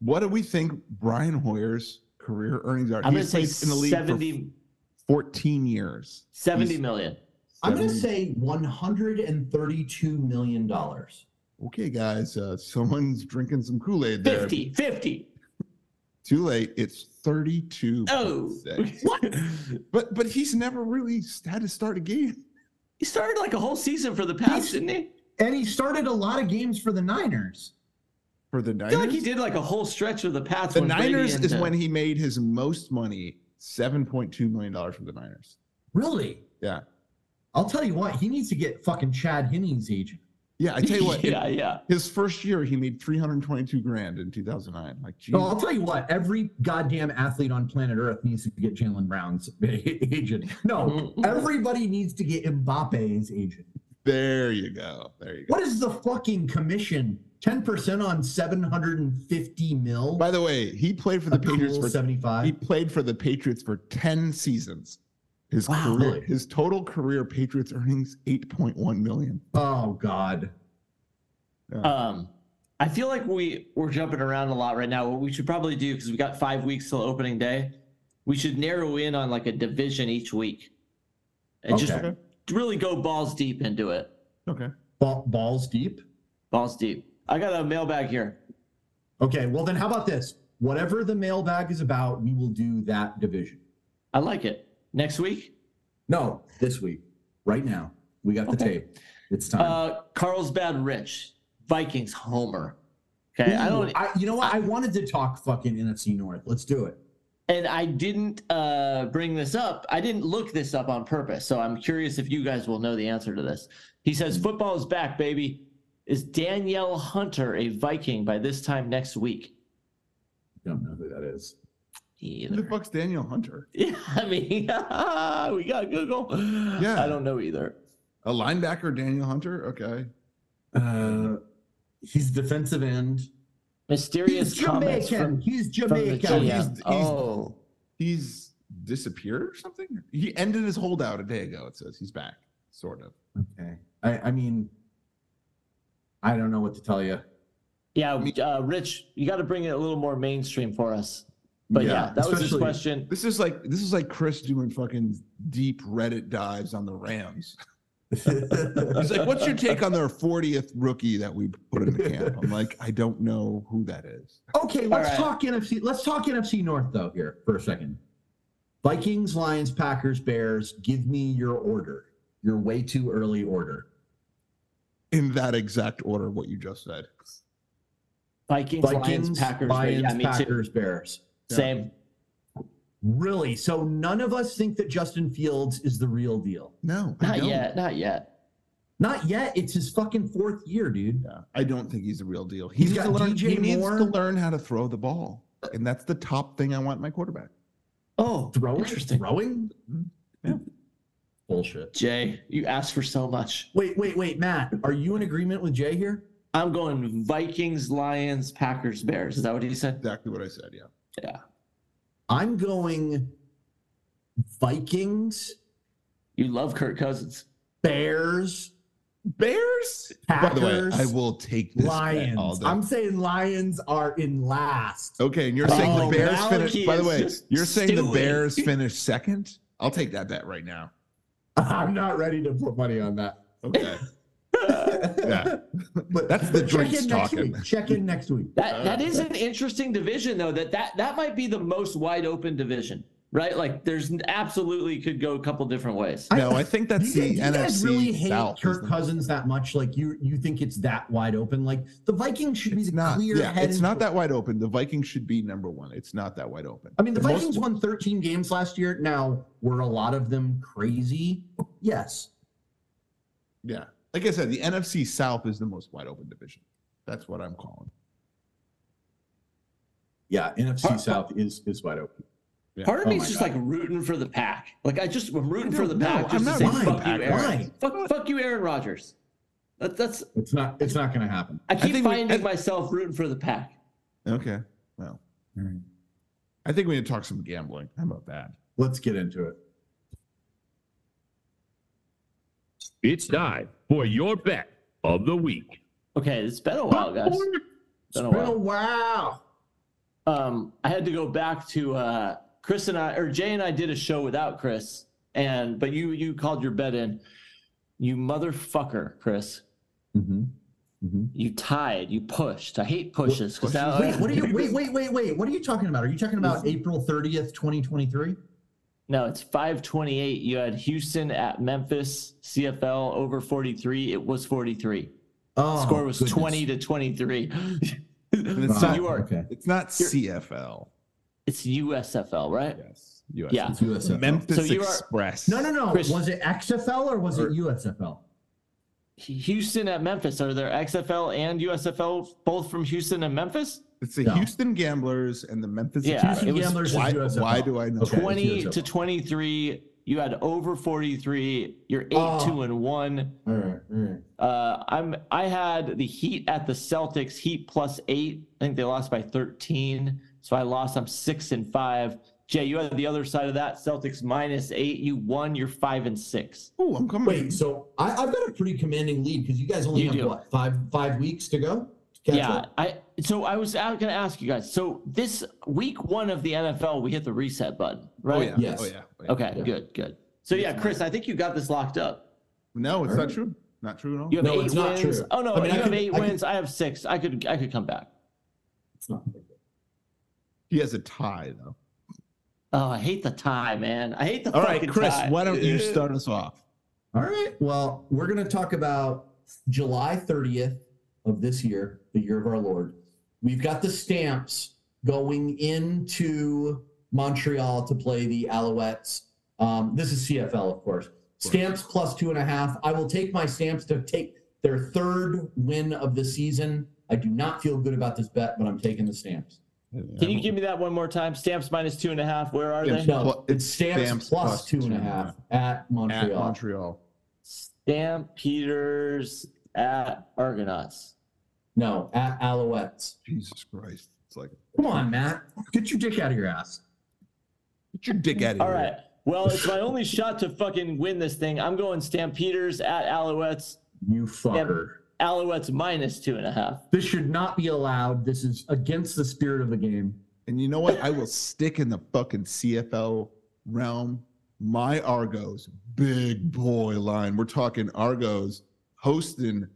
Speaker 2: what do we think Brian Hoyer's career earnings are?
Speaker 4: I'm gonna
Speaker 2: He's played
Speaker 4: say
Speaker 2: in the league
Speaker 4: 70,
Speaker 2: for 14 years.
Speaker 4: 70
Speaker 2: He's-
Speaker 4: million.
Speaker 3: I'm going to
Speaker 2: 70
Speaker 3: say 132 million dollars.
Speaker 2: Okay, guys, uh, someone's drinking some Kool Aid there.
Speaker 4: 50, 50.
Speaker 2: Too late. It's 32.
Speaker 4: Oh,
Speaker 2: But but he's never really had to start a game.
Speaker 4: he started like a whole season for the Pats, didn't he?
Speaker 9: And he started a lot of games for the Niners.
Speaker 2: For the
Speaker 4: I
Speaker 2: Niners,
Speaker 4: feel like he did like a whole stretch with the Pats.
Speaker 2: the
Speaker 4: when Brady
Speaker 2: Niners
Speaker 4: and,
Speaker 2: is
Speaker 4: uh,
Speaker 2: when he made his most money, seven point two million dollars for the Niners.
Speaker 9: Really?
Speaker 2: Yeah,
Speaker 9: I'll tell you what, he needs to get fucking Chad Henney's agent.
Speaker 2: yeah. I tell you what,
Speaker 4: yeah, yeah.
Speaker 2: his first year he made three hundred twenty-two grand in two thousand nine. Like, geez,
Speaker 9: No, Oh,
Speaker 4: Oh.
Speaker 9: I'll tell you what, every goddamn athlete on planet Earth needs to get Jalen Brown's agent. No, everybody needs to get Mbappe's agent.
Speaker 2: there you go, there you go.
Speaker 9: What is the fucking commission? 10% on 750 mil?
Speaker 2: By the way, he played for the
Speaker 9: A cool
Speaker 2: Patriots for
Speaker 9: 75.
Speaker 2: he played for the Patriots for ten seasons. His
Speaker 4: Wow.
Speaker 2: career, his total career
Speaker 3: Oh,
Speaker 2: Patriots earnings eight point one million.
Speaker 9: Oh God.
Speaker 4: Um, I feel like we we're jumping around a lot right now. What we should probably do because we got five weeks till opening day, we should narrow in on like a division each week, and
Speaker 3: Okay.
Speaker 4: just really go balls deep into it.
Speaker 2: Okay.
Speaker 3: Ball, balls deep.
Speaker 4: Balls deep. I got a mailbag here.
Speaker 3: Okay, well then, how about this? Whatever the mailbag is about, we will do that division.
Speaker 4: I like it. Next week,
Speaker 3: No, this week, right now, we got the tape. It's time.
Speaker 4: uh, Carlsbad Rich Vikings Homer. Okay, I
Speaker 3: Ooh,
Speaker 4: don't.
Speaker 3: you know what? I wanted to talk fucking NFC North. Let's do it.
Speaker 4: and I didn't uh, bring this up. I didn't look this up on purpose. So I'm curious if you guys will know the answer to this. He says, Football is back, baby. Is Danielle Hunter a Viking by this time next week?
Speaker 3: Don't know who that is.
Speaker 2: Who the
Speaker 4: Either.
Speaker 2: fuck's Daniel Hunter?
Speaker 4: Yeah, I mean, we got Google.
Speaker 2: Yeah.
Speaker 4: I don't know either.
Speaker 2: A linebacker, Daniel Hunter? Okay.
Speaker 3: Uh, he's defensive end.
Speaker 4: Mysterious comments from,
Speaker 3: he's
Speaker 4: from the
Speaker 3: Jamaican.
Speaker 4: GM.
Speaker 2: he's- he's-
Speaker 4: oh,
Speaker 2: He's disappeared or something? He ended his holdout a day ago, it says. He's back, sort of.
Speaker 3: okay. I, I mean, I don't know what to tell you.
Speaker 4: yeah. Uh, Rich, you got to bring it a little more mainstream for us. But yeah,
Speaker 2: Yeah,
Speaker 4: that was his
Speaker 3: especially-
Speaker 4: question.
Speaker 2: This is like this is like Chris doing fucking deep Reddit dives on the Rams. He's like, "What's your take on their 40th rookie that we put in the camp?" I'm like, "I don't know who that is."
Speaker 3: Okay, let's
Speaker 4: right.
Speaker 3: talk NFC. Let's talk NFC North though here for a second. Vikings, Lions, Packers, Bears. Give me your order. Your way too early order.
Speaker 2: In that exact order, what you just said.
Speaker 4: Vikings, Lions, Packers.
Speaker 3: Lions,
Speaker 4: yeah, me too.
Speaker 3: Packers, Bears.
Speaker 4: Same.
Speaker 3: Really? So none of us think that Justin Fields is the real deal.
Speaker 2: No, I
Speaker 4: Not
Speaker 2: don't.
Speaker 4: yet. Not yet.
Speaker 3: Not yet. It's his fucking fourth year, dude.
Speaker 2: Yeah, I don't think he's the real deal. He
Speaker 3: He's
Speaker 2: needs
Speaker 3: got
Speaker 2: to learn,
Speaker 3: DJ
Speaker 2: he needs
Speaker 3: Moore.
Speaker 2: to learn how to throw the ball, and that's the top thing I want in my quarterback.
Speaker 4: Oh,
Speaker 3: Throwing?
Speaker 4: Interesting.
Speaker 3: Throwing?
Speaker 2: Yeah.
Speaker 3: Bullshit.
Speaker 4: Jay, you asked for so much.
Speaker 3: Wait, wait, wait, Matt. Are you in agreement with Jay here?
Speaker 4: I'm going Vikings, Lions, Packers, Bears. Is that what he said?
Speaker 2: Exactly what I said. Yeah.
Speaker 3: I'm going Vikings,
Speaker 4: You love Kirk Cousins.
Speaker 3: Bears,
Speaker 2: Bears. By
Speaker 3: Packers,
Speaker 2: the way, I will take this bet all
Speaker 3: Lions.
Speaker 2: day.
Speaker 3: I'm saying Lions are in last.
Speaker 2: Okay, and you're saying
Speaker 4: Oh,
Speaker 2: the Bears
Speaker 4: Malachi
Speaker 2: finish. By the
Speaker 4: is
Speaker 2: way,
Speaker 4: just
Speaker 2: you're saying the
Speaker 4: stewing.
Speaker 2: Bears finish second. I'll take that bet right now.
Speaker 3: I'm not ready to put money on that.
Speaker 2: Okay. yeah.
Speaker 3: But
Speaker 2: That's the
Speaker 3: but
Speaker 2: drinks
Speaker 3: check in next
Speaker 2: talking.
Speaker 3: week. Check in next week.
Speaker 4: That that is an interesting division though. That that that might be the most wide open division, right? Like there's absolutely could go a couple different ways.
Speaker 2: No, I think that's
Speaker 3: you
Speaker 2: the
Speaker 3: guys, you guys
Speaker 2: NFC
Speaker 3: really hate
Speaker 2: South.
Speaker 3: Kirk
Speaker 2: isn't it?
Speaker 3: Cousins that much? Like you, you think it's that wide open? Like the Vikings should be
Speaker 2: It's
Speaker 3: the
Speaker 2: not.
Speaker 3: clear
Speaker 2: Yeah,
Speaker 3: head.
Speaker 2: it's
Speaker 3: and-
Speaker 2: not that wide open. The Vikings should be number one. It's not that wide open.
Speaker 3: I mean, the
Speaker 2: And most-
Speaker 3: Vikings won 13 games last year. Now were a lot of them crazy? Yes.
Speaker 2: Yeah. Like I said, the NFC South is the most wide open division. That's what I'm calling.
Speaker 3: Yeah, NFC South is is wide open.
Speaker 2: Yeah.
Speaker 4: Part of
Speaker 3: Oh
Speaker 4: me is
Speaker 3: my
Speaker 4: just
Speaker 3: God.
Speaker 4: like rooting for the pack. Like I just I'm rooting
Speaker 2: No,
Speaker 4: for the
Speaker 2: no,
Speaker 4: pack.
Speaker 2: I'm
Speaker 4: just
Speaker 2: not
Speaker 4: to
Speaker 2: rooting
Speaker 4: say,
Speaker 2: for
Speaker 4: fuck
Speaker 2: the
Speaker 4: you,
Speaker 2: pack.
Speaker 4: Aaron.
Speaker 3: Why?
Speaker 4: Fuck, fuck you, Aaron Rodgers. That, that's
Speaker 3: It's not. It's not going to happen.
Speaker 4: I keep
Speaker 2: think we-
Speaker 4: finding
Speaker 2: I-
Speaker 4: myself rooting for the pack.
Speaker 2: Okay. Well, I think we need to talk some gambling. How about that?
Speaker 3: Let's get into it.
Speaker 15: It's time for your bet of the week.
Speaker 4: Okay, it's been a while, guys. It's been a while.
Speaker 3: wow.
Speaker 4: um, I had to go back to uh, Chris and I, or Jay and I did a show without Chris, and but you you called your bet in. You motherfucker, Chris.
Speaker 3: Mm-hmm. Mm-hmm.
Speaker 4: You tied. You pushed. I hate pushes because
Speaker 3: Wait, what are you? Wait, wait, wait, wait. What are you talking about? Are you talking about April 30th, 2023?
Speaker 4: no, it's five twenty eight. You had Houston at Memphis, CFL over forty three. It was forty three.
Speaker 3: Oh,
Speaker 4: Score was
Speaker 3: goodness.
Speaker 4: twenty to twenty three.
Speaker 2: And it's
Speaker 3: Wow,
Speaker 2: not.
Speaker 4: you are-
Speaker 3: okay.
Speaker 2: It's not
Speaker 4: You're-
Speaker 2: CFL.
Speaker 4: it's USFL, right?
Speaker 2: Yes. US.
Speaker 4: Yeah.
Speaker 3: It's USFL.
Speaker 2: Memphis
Speaker 4: So you are-
Speaker 2: Express.
Speaker 3: No, no, no.
Speaker 4: Chris-
Speaker 3: Was it XFL or was it USFL?
Speaker 4: Houston at Memphis. Are there XFL and USFL both from Houston and Memphis?
Speaker 2: It's the
Speaker 3: No.
Speaker 2: Houston Gamblers and the Memphis.
Speaker 4: Yeah,
Speaker 2: Express.
Speaker 4: it was-
Speaker 3: Gamblers is
Speaker 2: Why,
Speaker 3: USFL.
Speaker 2: why do I know?
Speaker 3: Okay.
Speaker 2: that?
Speaker 4: 20
Speaker 3: USFL.
Speaker 4: to 23 you had over 43 you're 8
Speaker 3: Oh.
Speaker 4: 2 and 1
Speaker 3: All right, all right.
Speaker 4: uh i'm i had the heat at the celtics heat plus 8 i think they lost by 13 so i lost i'm 6 and 5 jay you had the other side of that celtics minus 8 you won you're 5 and 6
Speaker 2: Oh, I'm coming.
Speaker 16: Wait, so I, I've got a pretty commanding lead because you guys only
Speaker 4: You
Speaker 16: have
Speaker 4: do.
Speaker 16: what five five weeks to go.
Speaker 3: Catch
Speaker 4: yeah,
Speaker 3: up.
Speaker 4: I so I was out going to ask you guys. So this week one of the NFL, we hit the reset button, right?
Speaker 2: Oh yeah.
Speaker 3: Yes.
Speaker 2: Oh yeah. Oh, yeah.
Speaker 4: Okay, good, good. So yeah, Chris, I think you got this locked up.
Speaker 2: No, it's not true. Not true at all.
Speaker 4: You have
Speaker 3: No,
Speaker 4: eight
Speaker 3: it's not
Speaker 4: wins.
Speaker 3: true.
Speaker 4: Oh no,
Speaker 3: I mean,
Speaker 4: you
Speaker 3: I
Speaker 4: have
Speaker 3: could-
Speaker 4: eight
Speaker 3: I could-
Speaker 4: wins. I have six. I could I could come back.
Speaker 3: It's not
Speaker 2: He has a tie though.
Speaker 4: Oh, I hate the tie, man. I hate the
Speaker 2: All
Speaker 4: fucking
Speaker 2: right, Chris,
Speaker 4: tie.
Speaker 2: why don't you start us off?
Speaker 9: All right.
Speaker 3: Well, we're going to talk about July 30th of this year, the year of our Lord. We've got the Stamps going into Montreal to play the Alouettes. Um, this is CFL, of course. Stamps plus two and a half. I will take my Stamps to take their third win of the season. I do not feel good about this bet, but I'm taking the Stamps.
Speaker 4: Can you give me that one more time? Stamps minus two and a half. Where are
Speaker 2: Stamps.
Speaker 4: they?
Speaker 2: Well,
Speaker 3: No, it's
Speaker 2: it's
Speaker 3: Stamps,
Speaker 2: Stamps
Speaker 3: plus,
Speaker 2: plus
Speaker 3: two and a half at
Speaker 2: At
Speaker 3: Montreal.
Speaker 2: Montreal.
Speaker 4: Stamp Peters at Argonauts.
Speaker 3: No, at Alouettes.
Speaker 2: Jesus Christ. It's like
Speaker 9: Come on, Matt. Get your dick out of your ass.
Speaker 2: get your dick out of
Speaker 4: All
Speaker 2: here.
Speaker 4: right. Well, it's my only shot to fucking win this thing. I'm going Stampeders at Alouettes.
Speaker 9: You fucker.
Speaker 4: Alouettes minus two and a half.
Speaker 9: This should not be allowed. This is against the spirit of the game.
Speaker 2: And you know what? I will stick in the fucking CFL realm. My Argos, big boy line. We're talking Argos hosting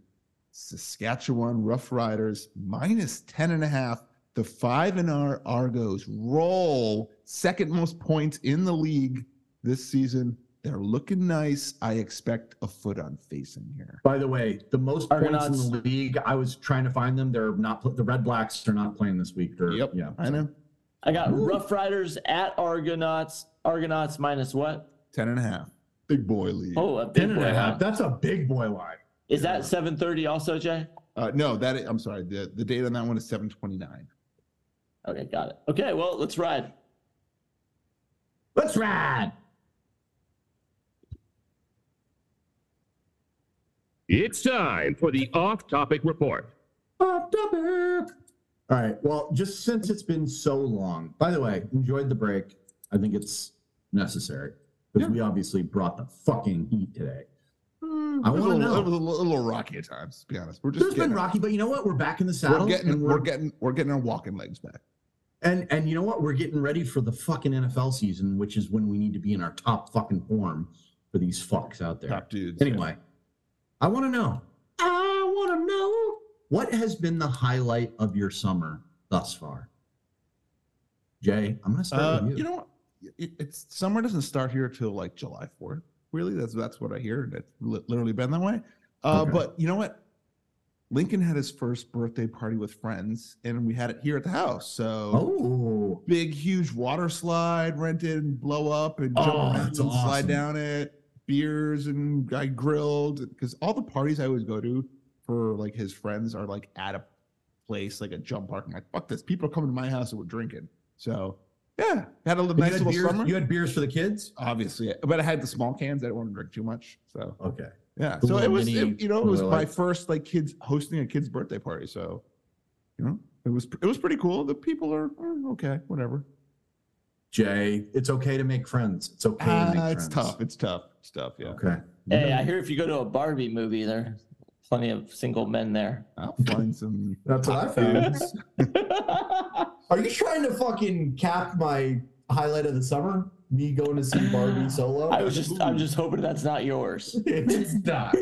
Speaker 2: Saskatchewan Rough Riders minus 10 and a half. The five and our Argos roll second most points in the league this season. They're looking nice. I expect a foot on face in here.
Speaker 9: By the way, the most points
Speaker 4: Argonauts.
Speaker 9: in the league. I was trying to find them. They're not. pl- The Red Blacks are not playing this week. They're,
Speaker 2: Yep.
Speaker 9: Yeah.
Speaker 2: I know.
Speaker 4: I got Rough Riders at Argonauts. Argonauts minus what?
Speaker 2: 10 and a half. Big boy league.
Speaker 4: Oh, a big
Speaker 9: Ten and
Speaker 4: boy.
Speaker 9: a half.
Speaker 4: line.
Speaker 9: That's a big boy line.
Speaker 4: Is that 7:30 also, Jay?
Speaker 2: Uh, no, that I'm sorry. The, the date on that one is 729.
Speaker 4: Okay, got it. Okay, well, let's ride.
Speaker 9: Let's ride.
Speaker 5: It's time for the off topic report.
Speaker 9: Off topic. All right. Well, just since it's been so long. By the way, enjoyed the break. I think it's necessary because we obviously brought the fucking heat today.
Speaker 2: Mm,
Speaker 9: I
Speaker 2: it was a
Speaker 9: wanna
Speaker 2: little-
Speaker 9: know.
Speaker 2: It was a little, little rocky at times, to be honest. We're just
Speaker 9: There's
Speaker 2: getting
Speaker 9: been
Speaker 2: our-
Speaker 9: rocky, but you know what? We're back in the saddle.
Speaker 2: We're getting,
Speaker 9: and
Speaker 2: we're getting, we're getting our walking legs back.
Speaker 9: And and you know what? We're getting ready for the fucking NFL season, which is when we need to be in our top fucking form for these fucks out there.
Speaker 2: Top dudes.
Speaker 9: Anyway, I want to know. I want to know what has been the highlight of your summer thus far. Jay, I'm gonna start
Speaker 2: Uh,
Speaker 9: with
Speaker 2: you
Speaker 9: you.
Speaker 2: know, what? It- it's summer doesn't start here till like July 4th. Really, that's that's what I hear. and It's li- literally been that way. Uh,
Speaker 9: Okay.
Speaker 2: But you know what? Lincoln had his first birthday party with friends, and we had it here at the house. So
Speaker 9: oh,
Speaker 2: big, huge water slide rented and blow up and jump
Speaker 9: Oh,
Speaker 2: around
Speaker 9: that's
Speaker 2: and slide
Speaker 9: awesome.
Speaker 2: down it. Beers and I grilled because all the parties I always go to for like his friends are like at a place like a jump park. I'm like, fuck this. People are coming to my house and we're drinking. So yeah, had a little,
Speaker 9: you
Speaker 2: nice
Speaker 9: had,
Speaker 2: little
Speaker 9: beers,
Speaker 2: summer.
Speaker 9: you had beers for the kids.
Speaker 2: Obviously, but I had the small cans. I didn't want to drink too much. So
Speaker 9: Okay,
Speaker 2: yeah,
Speaker 9: The
Speaker 2: so it
Speaker 9: little
Speaker 2: was
Speaker 9: mini-
Speaker 2: it, you know it was
Speaker 9: little,
Speaker 2: my
Speaker 9: like-
Speaker 2: first like kids hosting a kid's birthday party. So you know it was it was pretty cool. The people are eh, okay, whatever.
Speaker 9: Jay, it's okay to make friends. It's okay. to make
Speaker 2: Uh, it's
Speaker 9: friends.
Speaker 2: tough. It's tough. It's tough. Yeah.
Speaker 9: Okay.
Speaker 4: Hey, I hear if you go to a Barbie movie, there's plenty of single men there.
Speaker 2: I'll find some.
Speaker 9: That's what I found.
Speaker 3: Are you trying to fucking cap my highlight of the summer? Me going to see Barbie solo?
Speaker 4: I was just, I'm just hoping that's not yours.
Speaker 3: it's not.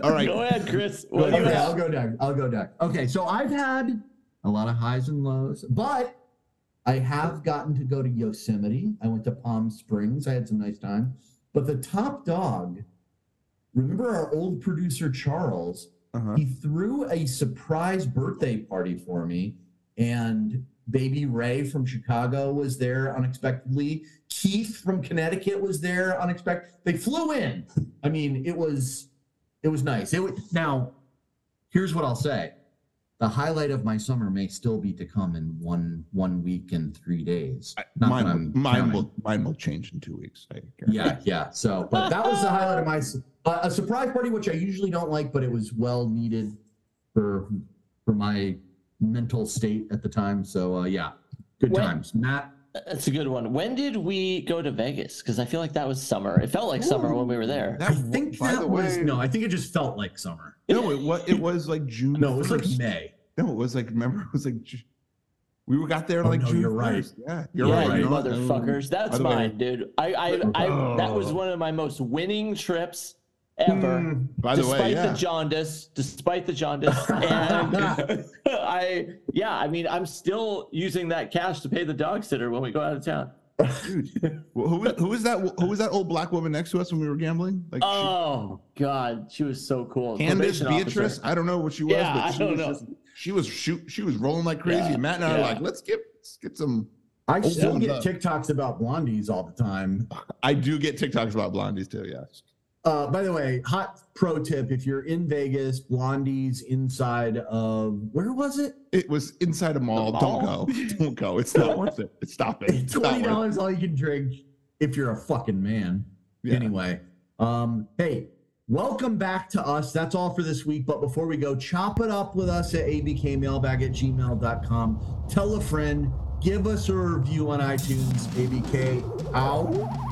Speaker 2: All right.
Speaker 4: Go ahead, Chris. What do you
Speaker 3: Okay,
Speaker 4: have?
Speaker 3: I'll go down. I'll go down.
Speaker 9: Okay, so I've had a lot of highs and lows, but
Speaker 3: I have gotten to go to Yosemite. I went to Palm Springs. I had some nice time. But the top dog, remember our old producer Charles?
Speaker 2: Uh-huh.
Speaker 3: He threw a surprise birthday party for me, and baby Ray from Chicago was there unexpectedly. Keith from Connecticut was there unexpected. They flew in. I mean, it was it was nice. It was
Speaker 9: now here's what I'll say. The highlight of my summer may still be to come in one one week and three days. Not that
Speaker 2: Mine,
Speaker 9: I'm
Speaker 2: will, mine
Speaker 9: counting.
Speaker 2: will mine will change in two weeks. I don't care.
Speaker 9: Yeah, yeah. So,
Speaker 3: but
Speaker 9: but
Speaker 3: that was the highlight of my su- a a surprise party, which I usually don't like, but it was well needed.
Speaker 9: for for my mental state at the time. So, uh, yeah, good
Speaker 4: When-
Speaker 9: times. Matt,
Speaker 4: That's a good one. When did we go to Vegas? Because I feel like that was summer. It felt like summer when we were there.
Speaker 2: That
Speaker 3: I
Speaker 2: wa-
Speaker 3: think
Speaker 2: by
Speaker 3: that
Speaker 2: the
Speaker 3: was
Speaker 2: way,
Speaker 3: no. I think it just felt like summer.
Speaker 2: no, it was it was like June.
Speaker 3: No, it was like
Speaker 2: 1st.
Speaker 3: May.
Speaker 2: no, it was like remember it was like Ju- we were got there
Speaker 3: Oh,
Speaker 2: like
Speaker 3: no,
Speaker 2: June.
Speaker 3: you're right.
Speaker 2: 1st. Yeah, you're
Speaker 4: yeah,
Speaker 2: right.
Speaker 4: you
Speaker 2: You're right.
Speaker 4: motherfuckers.
Speaker 2: By
Speaker 4: That's
Speaker 2: the way- Oh.
Speaker 4: mine, dude. I, I, I, that was one of my most winning trips ever.
Speaker 3: Hmm.
Speaker 2: By the
Speaker 4: despite
Speaker 2: way, yeah.
Speaker 4: the jaundice, despite the jaundice, and I, yeah, I mean, I'm still using that cash to pay the dog sitter when we go out of town.
Speaker 2: Dude, who who was- who was that? Who was that old black woman next to us when we were gambling? Like
Speaker 4: Oh God, she was so cool.
Speaker 2: she, Candace
Speaker 4: Probation officer.
Speaker 2: Beatrice. I don't know what she was,
Speaker 4: Yeah, I
Speaker 2: but she
Speaker 4: don't
Speaker 2: was
Speaker 4: know.
Speaker 2: just- she was shoot. She was rolling like crazy.
Speaker 4: Yeah,
Speaker 2: and Matt and I
Speaker 4: yeah.
Speaker 2: are like, let's get let's get some.
Speaker 3: I still
Speaker 2: yeah.
Speaker 3: get TikToks about blondies all the time.
Speaker 2: I do get TikToks about blondies too. Yes.
Speaker 3: Uh, by the way, hot pro tip: if you're in Vegas, blondies inside of where was it?
Speaker 2: It was inside a mall.
Speaker 4: mall?
Speaker 2: Don't go. Don't go. It's not worth it. Stop it. It's not
Speaker 3: Twenty
Speaker 2: worth it.
Speaker 3: dollars all you can drink if you're a fucking man.
Speaker 2: Yeah.
Speaker 3: Anyway, um, hey, welcome back to us. That's all for this week. But before we go, chop it up with us at abkmailbag at gmail.com. Tell a friend, give us a review on iTunes, abk out.